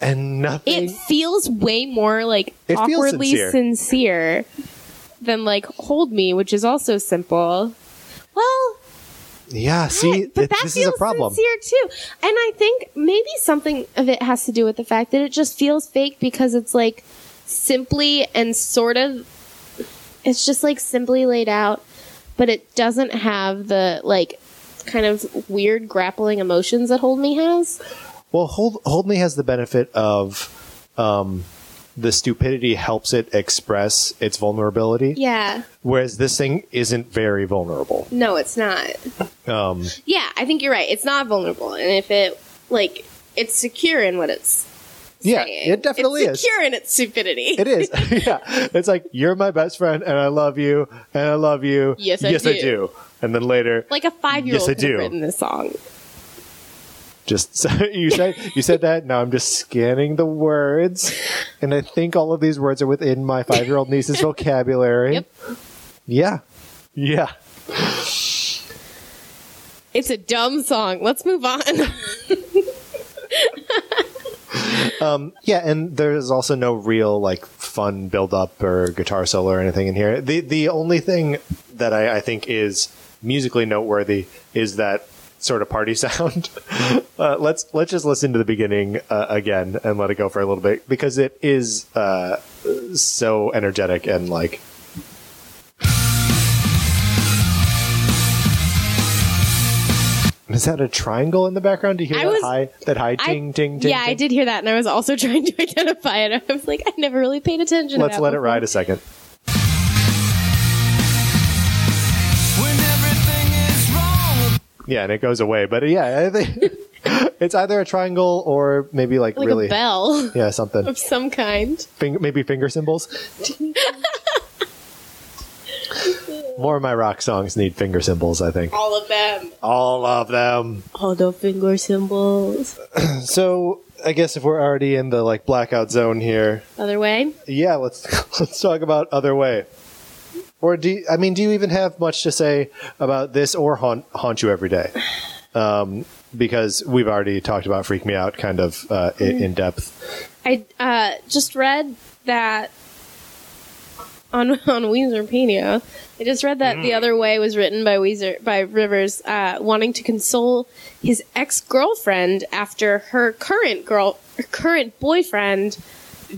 and It nothing. feels way more like It feels awkwardly sincere. sincere. than like hold me, which is also simple. Well, yeah, but see, it- that this feels is a problem. sincere too. And I think maybe something of it has to do with the fact that it just feels fake because it's like simply and sort of it's just like simply laid out, but it doesn't have the like kind of weird grappling emotions that Hold Me has. Well, hold hold me has the benefit of. Um, the stupidity helps it express its vulnerability, Yeah. whereas this thing isn't very vulnerable. No, it's not. Um, Yeah, I think you're right. It's not vulnerable, and if it like it's secure in what it's yeah, saying. it definitely it's is. secure in its stupidity. It is. yeah. It's like, you're my best friend and I love you and I love you. Yes, I yes, I do. do. And then later, Like a five year Yes, I old could do. have written this song. just so you said you said that. Now I'm just scanning the words, and I think all of these words are within my five year old niece's vocabulary. Yep. Yeah, yeah. It's a dumb song. Let's move on. Yeah, and there's also no real like fun build up or guitar solo or anything in here. The the only thing that I, I think is musically noteworthy is that sort of party sound. uh, let's let's just listen to the beginning uh, again and let it go for a little bit because it is uh, so energetic and like Is that a triangle in the background? Do you hear I that was- high that high I- ting ting ting? yeah, I ting? did hear that, and I was also trying to identify it. I was like, I never really paid attention. to Let's that let it before. ride a second. When everything is wrong, Yeah, and it goes away. But yeah, I think it's either a triangle or maybe like, Like really, a bell yeah, something. of some kind. Fing- maybe finger symbols. More of my rock songs need finger symbols. I think All of them. all of them. All the finger symbols. So I guess if we're already in the like blackout zone here, Other way. yeah, let's let's talk about other way. Or do you, I mean? Do you even have much to say about this or haunt haunt you every day? Um, because we've already talked about freak me out kind of uh, i Mm-hmm. in depth. I uh, just read that on on Weezerpedia. I just read that the other way was written by Weezer by Rivers, uh, wanting to console his ex girlfriend after her current girl her current boyfriend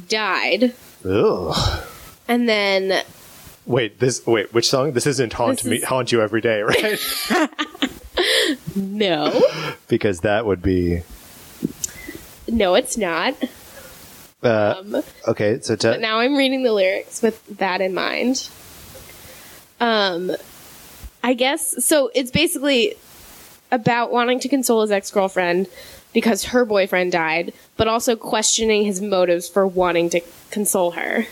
died, Ugh. and then Wait, this wait, which song? This isn't haunt This me is- haunt you every day, right? no, because that would be no, it's not. uh, Um, okay, so But to, now I'm reading the lyrics with that in mind. Um, I guess so. It's basically about wanting to console his ex girlfriend because her boyfriend died, but also questioning his motives for wanting to console her,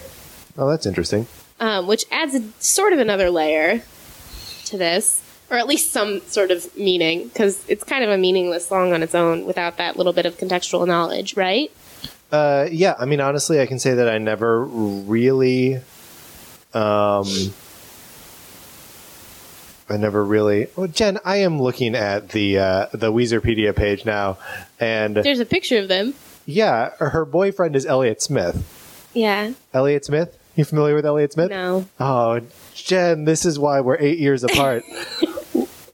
Oh, that's interesting. um, which adds a, sort of another layer to this, or at least some sort of meaning, because it's kind of a meaningless song on its own without that little bit of contextual knowledge, right? Uh, yeah, I mean honestly, I can say that I never really um I never really. Well, Jen, I am looking at the uh, the Weezerpedia page now, and There's a picture of them. yeah, her boyfriend is Elliot Smith. Yeah. Elliot Smith, you familiar with Elliot Smith? No. Oh, Jen, this is why we're eight years apart.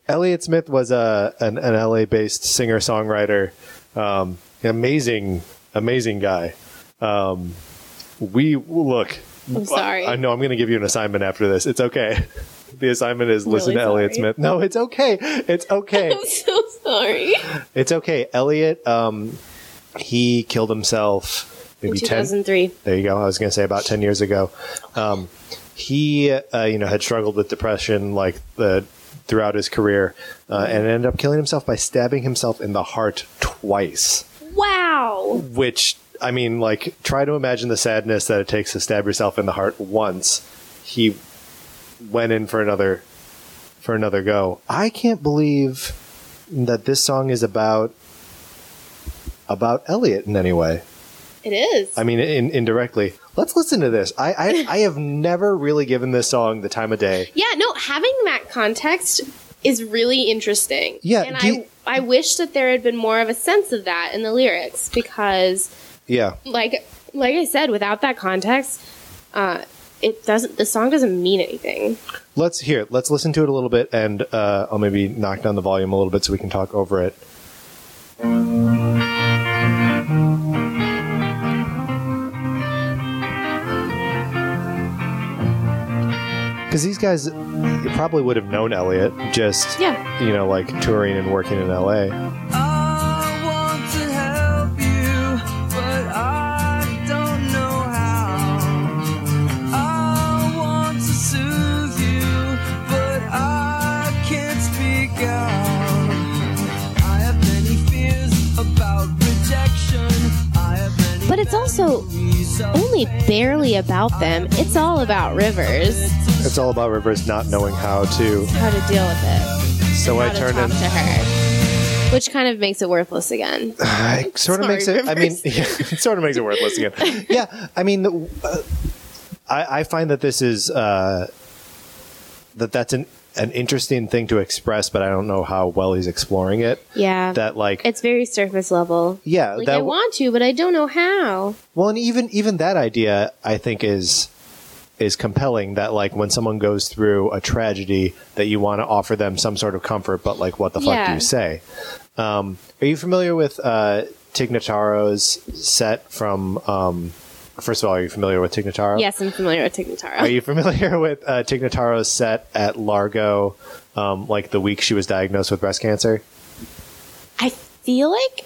Elliot Smith was a an, an LA based singer songwriter, um, amazing, amazing guy. Um, we look. I'm sorry. I know I'm going to give you an assignment after this. It's okay. The assignment is listen Really to Elliot sorry. Smith. No, it's okay. It's okay. I'm so sorry. it's okay. Elliot, um, he killed himself In maybe ten. 2003. There you go. I was going to say about 10 years ago. Um, he uh, you know had struggled with depression like the throughout his career uh, and ended up killing himself by stabbing himself in the heart twice Wow. which I mean, like, try to imagine the sadness that it takes to stab yourself in the heart once. He went in for another for another go. I can't believe that this song is about about Elliot in any way. It is. I mean, in, indirectly. Let's listen to this. I, I I have never really given this song the time of day. yeah, no, having that context is really interesting. Yeah, And do I, you- I wish that there had been more of a sense of that in the lyrics because Yeah, like like I said, without that context, uh, it doesn't the song doesn't mean anything. let's hear. it. Let's listen to it a little bit, and uh, I'll maybe knock down the volume a little bit so we can talk over it. Because these guys you probably would have known Elliot just, Yeah. you know, like touring and working in LA. I want to help you, but I don't know how. I want to soothe you, but I can't speak out. I have many fears about rejection. I have many But it's also memories of only barely about them. It's all about Rivers, It's all about Rivers not knowing how to. how to deal with it, So I how to turned talk and to her, which kind of makes it worthless again. I sort of Sorry, makes it. I mean, Rivers. yeah, it sort of makes it worthless again. Yeah, I mean, the- uh, I, I find that this is uh, that that's an an interesting thing to express, but I don't know how well he's exploring it. Yeah, That like, Um, it's very surface level. yeah, Like that I want to, but I don't know how. well, and even even that idea, I think is is compelling that like when someone goes through a tragedy that you want to offer them some sort of comfort but like what the fuck do Yeah. you say um, are you familiar with uh, tignataro's set from um, first of all are you familiar with tignataro Yes, I'm familiar with Tignataro. Oh. are you familiar with uh, tignataro's set at largo um, like the week she was diagnosed with breast cancer I feel like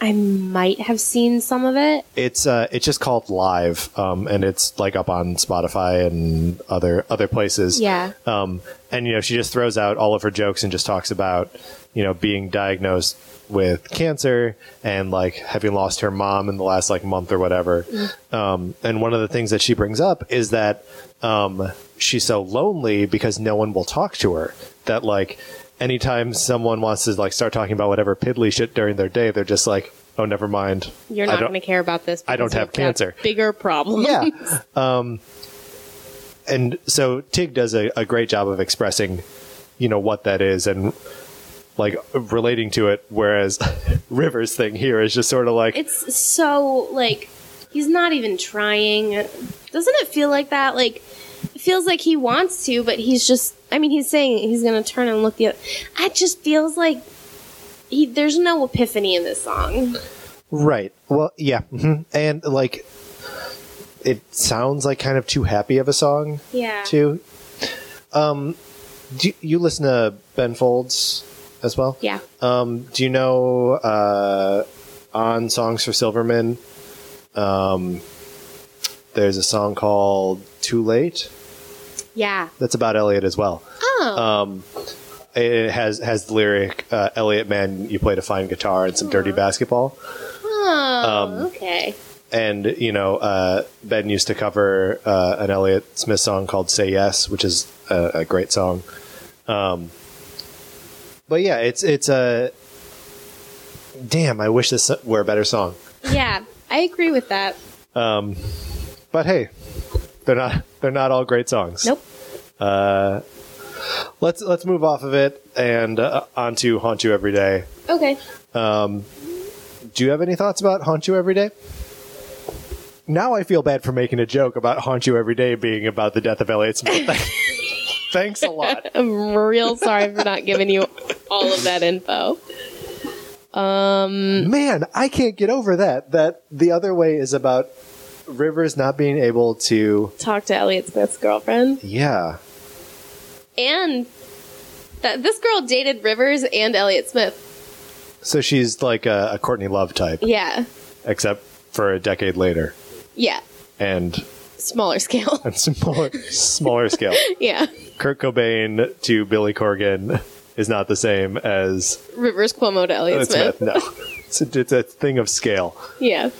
I might have seen some of it. it's uh, it's just called live um, and it's like up on spotify and other other places Yeah. um, and you know she just throws out all of her jokes and just talks about you know being diagnosed with cancer and like having lost her mom in the last like month or whatever um, and one of the things that she brings up is that um, she's so lonely because no one will talk to her that like anytime someone wants to like start talking about whatever piddly shit during their day they're just like oh never mind You're I not don't- going to care about this. I don't because have you've got cancer. Bigger problem. yeah. Um, and so Tig does a, a great job of expressing, you know, what that is and like relating to it. Whereas Rivers' thing here is just sort of like, it's so like he's not even trying doesn't it feel like that like it feels like he wants to but he's just i mean he's saying he's gonna turn and look the other it just feels like he, there's no epiphany in this song right. Well, yeah. mhm. And like, it sounds like kind of too happy of a song, yeah too. Um, do you, you listen to Ben Folds as well? yeah Um, do you know uh, on Songs for Silverman? Um, there's a song called "Too Late" yeah that's about Elliot as well. uh, oh It has has the lyric uh, "Elliot, man, you played a fine guitar and some dirty basketball." oh um, okay And you know, uh, Ben used to cover uh, an Elliot Smith song called "Say Yes," which is a, a great song. Um, but yeah, it's it's a damn. I wish this were a better song. yeah i agree with that but hey, they're not they're not all great songs. Uh, nope Let's let's move off of it and uh, onto "Haunt You Every Day." okay Do you have any thoughts about "Haunt You Every Day"? Now I feel bad for making a joke about "Haunt You Every Day" being about the death of Elliot Smith. Thanks a lot. i'm real sorry for not giving you all of that info Man, I can't get over that. That the other way is about Rivers not being able to. talk to elliot smith's girlfriend Yeah, and that this girl dated Rivers and Elliot Smith. so she's like a, a Courtney Love type, Yeah, except for a decade later. yeah, and smaller scale. on smaller smaller scale. yeah. Kurt Cobain to Billy Corgan is not the same as Reverse Cuomo to Elliot Smith. Elliott Smith. No, it's a, it's a thing of scale. Yeah.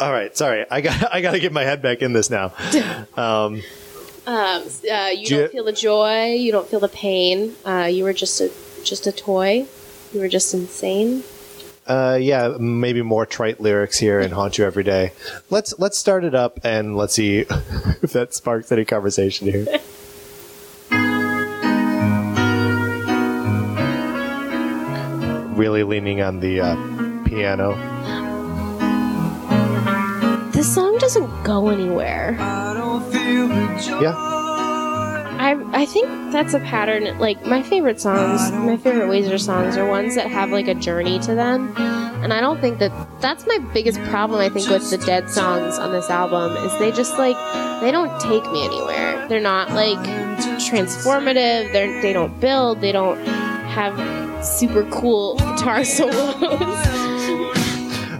All right, sorry, I got I got to get my head back in this now. Um, s- uh, you Do you- don't feel the joy. You don't feel the pain. Uh, you were just a just a toy. You were just insane. Uh, yeah, maybe more trite lyrics here and haunt you every day. Let's let's start it up and let's see if that sparks any conversation here. really leaning on the uh, piano. This song doesn't go anywhere. I don't feel the joy. I I think that's a pattern. Like my favorite songs, my favorite Weezer songs are ones that have like a journey to them, and I don't think that that's my biggest problem. I think with the Dead songs on this album is they just like they don't take me anywhere. They're not like transformative. They they don't build. They don't have super cool guitar solos.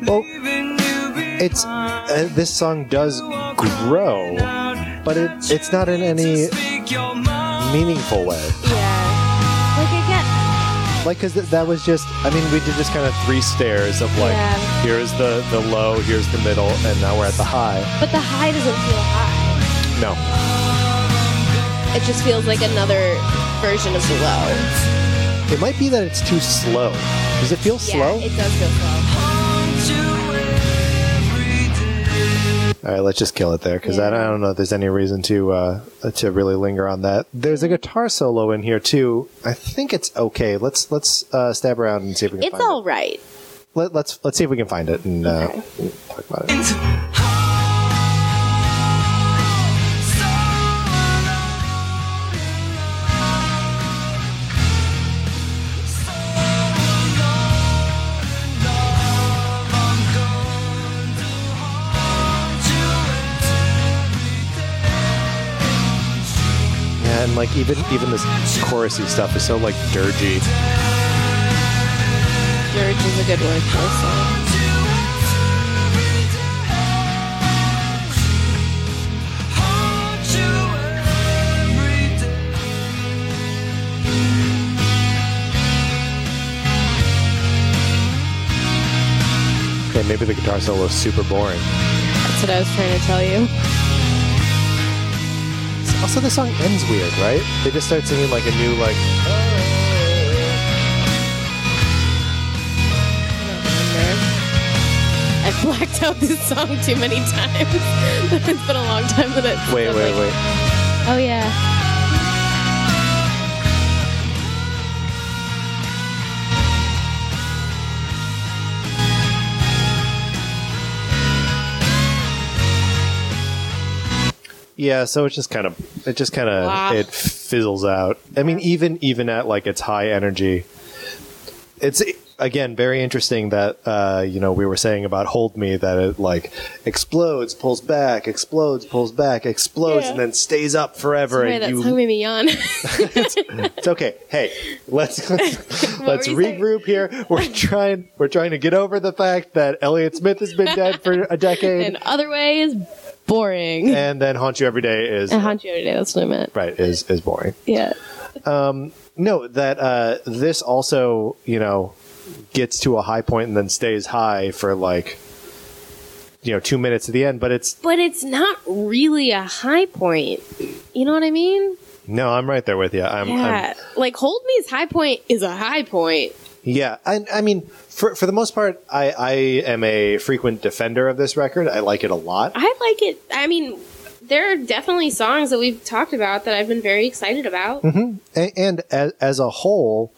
Well, it's uh, this song does grow, but it it's not in any meaningful way. yeah, like I get like because th- that was just i mean we did just kind of three stairs of like Yeah. here's the the low here's the middle and now we're at the high But the high doesn't feel high. no It just feels like another version of the low. it might be that it's too slow does it feel slow Yeah, it does feel slow. all right let's just kill it there because I, don't- I don't know if there's any reason to uh to really linger on that there's a guitar solo in here too i think it's okay let's let's uh stab around and see if we can It's find all it right. Let, let's let's see if we can find it and uh we'll talk about it yeah, and like even even this chorusy stuff is so like dirgy Dirge is a good word for this song. and maybe the guitar solo is super boring That's what I was trying to tell you. Also, the song ends weird, right? They just start singing like a new like. I've blacked out this song too many times. it's been a long time that it's. Wait, I'm wait, like, wait. Oh yeah. Yeah, so it's just kind of it just kind of Wow. it fizzles out. I mean, even even at like its high energy, it's again very interesting that uh, you know we were saying about "Hold Me" that it like explodes, pulls back, explodes, pulls back, explodes, Yeah. and then stays up forever. Wait, and that you- song made me yawn. It's okay. Hey, let's let's, let's were you saying? regroup here. We're trying we're trying to get over the fact that Elliot Smith has been dead for a decade, In and, other ways, boring. then haunt you every day is I haunt you today. That's what I meant. right is is boring. Yeah. No, that uh, this also you know gets to a high point and then stays high for like you know two minutes at the end, but it's But it's not really a high point. You know what I mean? no. I'm right there with you. I'm, I'm Yeah. like Hold Me's high point is a high point. Yeah, I, I mean, for for the most part, I, I am a frequent defender of this record. I like it a lot. I like it. I mean, there are definitely songs that we've talked about that I've been very excited about. and, and as, as a whole,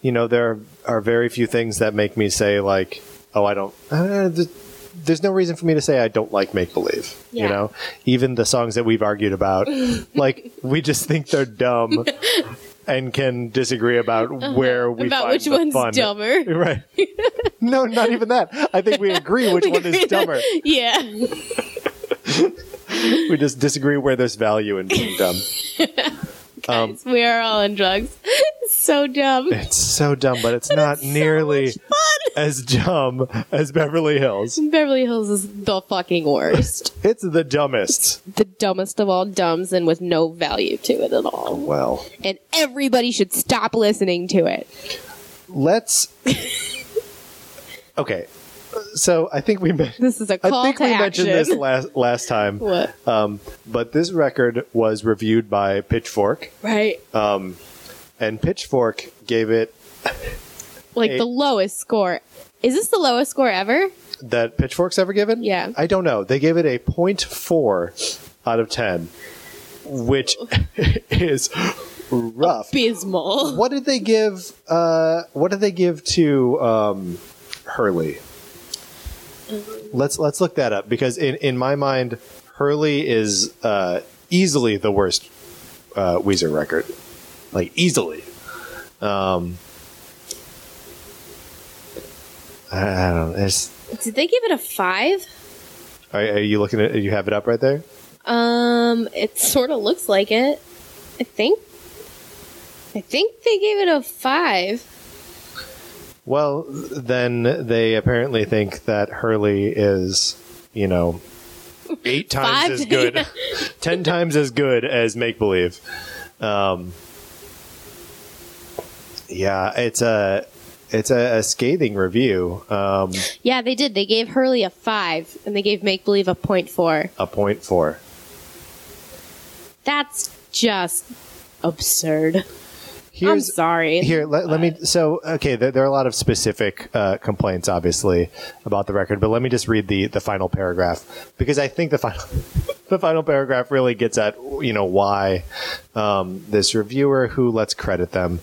you know, there are very few things that make me say like, "Oh, I don't." Uh, th- there's no reason for me to say I don't like make believe. You Yeah. know, even the songs that we've argued about, like we just think they're dumb and can disagree about where we about find which the one's fun. dumber. Right? no, not even that. I think we agree which one is dumber. yeah. We just disagree where there's value in being dumb. Um, Guys, we are all on drugs. so dumb. It's so dumb, but it's not nearly. as dumb as Beverly Hills. Beverly Hills is the fucking worst. It's the dumbest. the dumbest of all dumbs and with no value to it at all. Well, And everybody should stop listening to it. let's. Okay, so I think we. men- This is a I call think to we action. mentioned this last last time. What? Um, but this record was reviewed by Pitchfork, right. uh, and Pitchfork gave it like eight. the lowest score. Is this the lowest score ever? that Pitchfork's ever given? Yeah. I don't know. They gave it a 0.4 out of 10, which is rough. Abysmal. What did they give uh what did they give to um Hurley? Let's let's look that up because in in my mind Hurley is uh easily the worst uh Weezer record. Like easily. Um I I don't know. It's, Did they give it a five? Are, are you looking at? You have it up right there. Um, it sort of looks like it. I think. I think they gave it a five. Well, then they apparently think that Hurley is, you know, eight times Five- as good, ten times as good as Make Believe. Um, yeah, it's a it's a, a scathing review. Um, Yeah, they did. They gave Hurley a five, and they gave Make Believe a point four. a point four. That's just absurd. I'm Here's sorry. Here, let, let me. So, okay, there, there are a lot of specific uh, complaints, obviously, about the record, but let me just read the the final paragraph because I think the final the final paragraph really gets at you know why um, this reviewer, who let's credit them,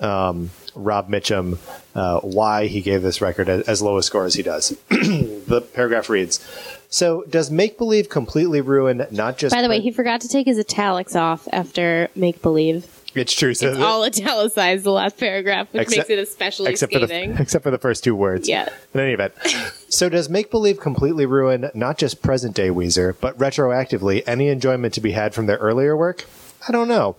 um, Rob Mitchum, uh, why he gave this record as, as low a score as he does. the paragraph reads. So, does make believe completely ruin not just? By the way, he forgot to take his italics off after Make Believe. it's true. So It's all italicized the last paragraph, which Except- makes it especially except for scathing. the except for the first two words. Yeah. In any event, so does make believe completely ruin not just present day Weezer, but retroactively any enjoyment to be had from their earlier work? I don't know.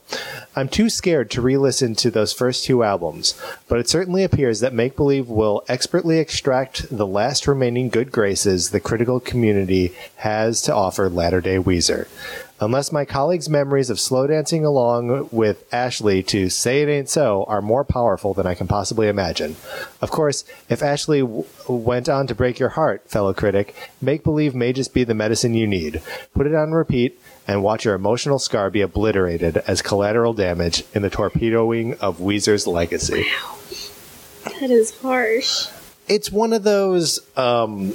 I'm too scared to re-listen to those first two albums, but it certainly appears that Make Believe will expertly extract the last remaining good graces the critical community has to offer latter-day Weezer. Unless my colleagues' memories of slow dancing along with Ashley to Say It Ain't So are more powerful than I can possibly imagine. Of course, if Ashley w- went on to break your heart, fellow critic, make believe may just be the medicine you need. Put it on repeat and watch your emotional scar be obliterated as collateral damage in the torpedoing of Weezer's legacy. That is harsh. It's one of those, um,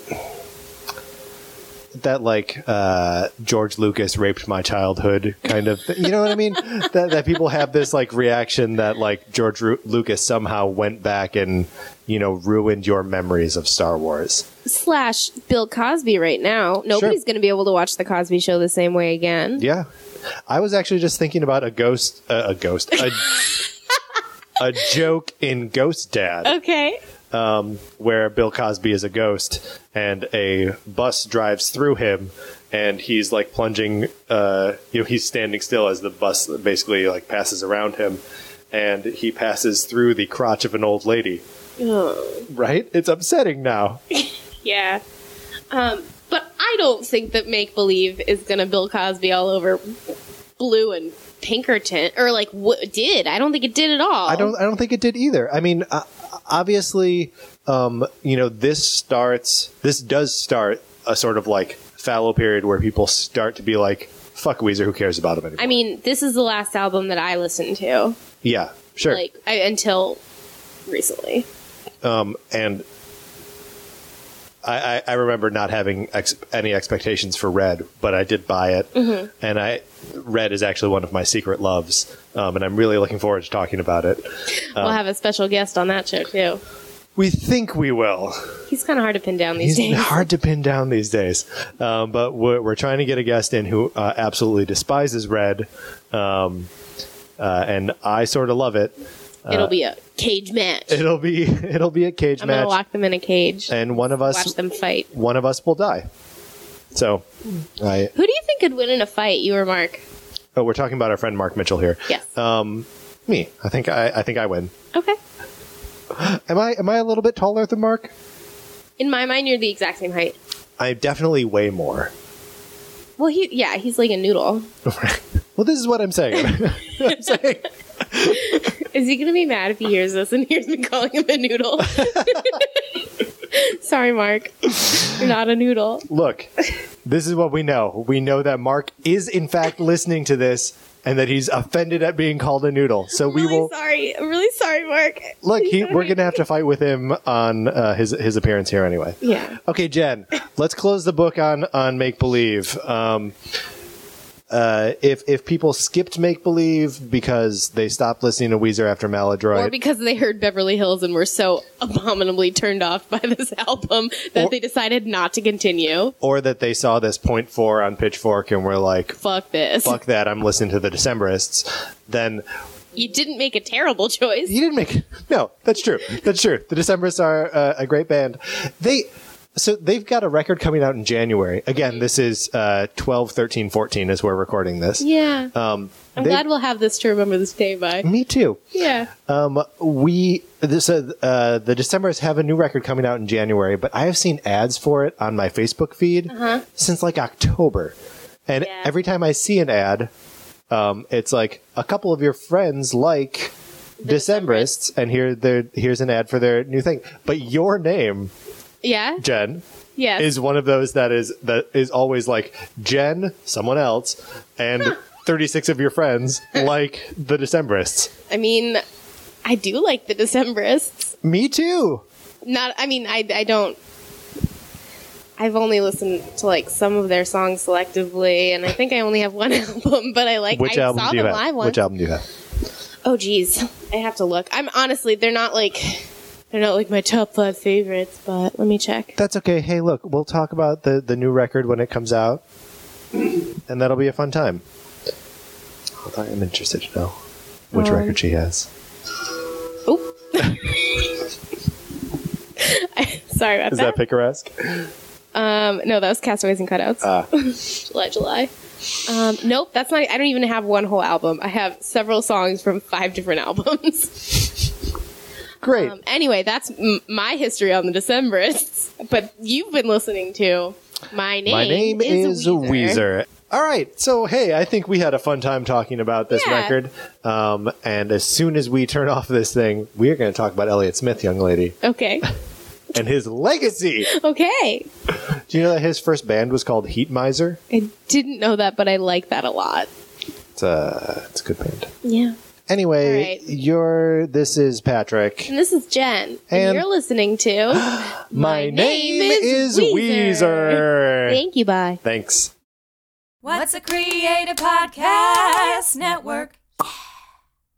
that like uh, George Lucas raped my childhood kind of thing. You know what I mean? that that people have this like reaction that like George Ru- Lucas somehow went back and you know ruined your memories of Star Wars. Slash Bill Cosby right now. Nobody's going to be able to watch the Cosby Show the same way again. Yeah, I was actually just thinking about a ghost, uh, a ghost, a, a joke in Ghost Dad. Okay. where Bill Cosby is a ghost and a bus drives through him and he's like plunging uh you know he's standing still as the bus basically like passes around him and he passes through the crotch of an old lady Oh. right it's upsetting now Yeah. Um, but I don't think that Make Believe is going to Bill Cosby all over Blue and Pinkerton, or like what did. I don't think it did at all. I don't. I don't think it did either. I mean, uh, obviously, um, you know, this starts. This does start a sort of like fallow period where people start to be like, "Fuck Weezer, who cares about him anymore?" I mean, this is the last album that I listened to, yeah, sure. like I, until recently. and I, I, I remember not having ex- any expectations for Red, but I did buy it, Mm-hmm. and I Red is actually one of my secret loves, um, and I'm really looking forward to talking about it. we'll have a special guest on that show too. We think we will. He's kind of hard to pin down these He's days. hard to pin down these days, um, but we're, we're trying to get a guest in who uh, absolutely despises Red, um, uh, and I sort of love it. It'll be a cage match. uh, It'll be it'll be a cage I'm match, gonna lock them in a cage. and one of us watch them fight. one of us will die. So, I Who do you think could win in a fight, you or Mark? Oh, we're Uh, Um, talking about our friend Mark Mitchell here. Yes. Me. I think I, I think I win. okay. Am I am I a little bit taller than Mark? In my mind, you're the exact same height. I definitely weigh more. Well, he yeah, he's like a noodle. Well, this is what I'm saying. I'm saying Is he gonna be mad if he hears this and hears me calling him a noodle? Sorry, Mark. You're not a noodle. look, this is what we know. We know that Mark is in fact listening to this and that he's offended at being called a noodle. So we I'm really will sorry. I'm really sorry, Mark. look. He, we're sorry. gonna have to fight with him on uh, his his appearance here anyway. Yeah. Okay, Jen, let's close the book on on make believe. Um, uh, if if people skipped make believe because they stopped listening to Weezer after Or Maladroit, because they heard Beverly Hills and were so abominably turned off by this album that Or- they decided not to continue. or that they saw this point four on Pitchfork and were like, Fuck this. "Fuck that, I'm listening to the Decemberists," then You didn't make a terrible choice. you didn't make no. That's true. That's true. The Decemberists are uh, a great band. They. So they've got a record coming out in January. Again, this is uh, 12, 13, 14 as we're recording this. Yeah. Um, I'm they- Mm. glad we'll have this to remember this day by. Me too. Yeah. Um, we this uh, uh, the Decemberists have a new record coming out in January, but I have seen ads for it on my Facebook feed since like October, and Uh-huh. Yeah. every time I see an ad, um, it's like a couple of your friends like Decemberists, and here there here's an ad for their new thing. But your name, Yeah. Jen, Yes. is one of those that is that is always like Jen, someone else, and. 36 of your friends like the Decemberists. I mean, I do like the Decemberists. Me too. not i mean i i don't i've only listened to like some of their songs selectively and i think i only have one album but i like Which i album saw do you them have? live once Which album do you have? oh geez i have to look i'm honestly they're not like they're not like my top five favorites but let me check That's okay. Hey, look, we'll talk about the the new record when it comes out, and that'll be a fun time. Hold on, I'm interested to know which Um, record she has. oh sorry about Is that, that picaresque? um no that was castaways and cutouts Ah. july july um, nope that's not i don't even have one whole album i have several songs from five different albums Great. Um, anyway, that's m- my history on the Decemberists. But you've been listening to my name. My name is, Weezer. Weezer. All right, so hey, I think we had a fun time talking about this Yeah. record. Um, and as soon as we turn off this thing, we are going to talk about Elliott Smith, young lady, Okay. and his legacy. Okay. Do you know that his first band was called Heat Miser? I didn't know that, but I like that a lot. It's a it's a good band. Yeah. Anyway, All right. you're this is Patrick. And this is Jen. And, And- you're listening to. My, name, is, Weezer. Thank you. Bye. Thanks. What's a creative podcast network?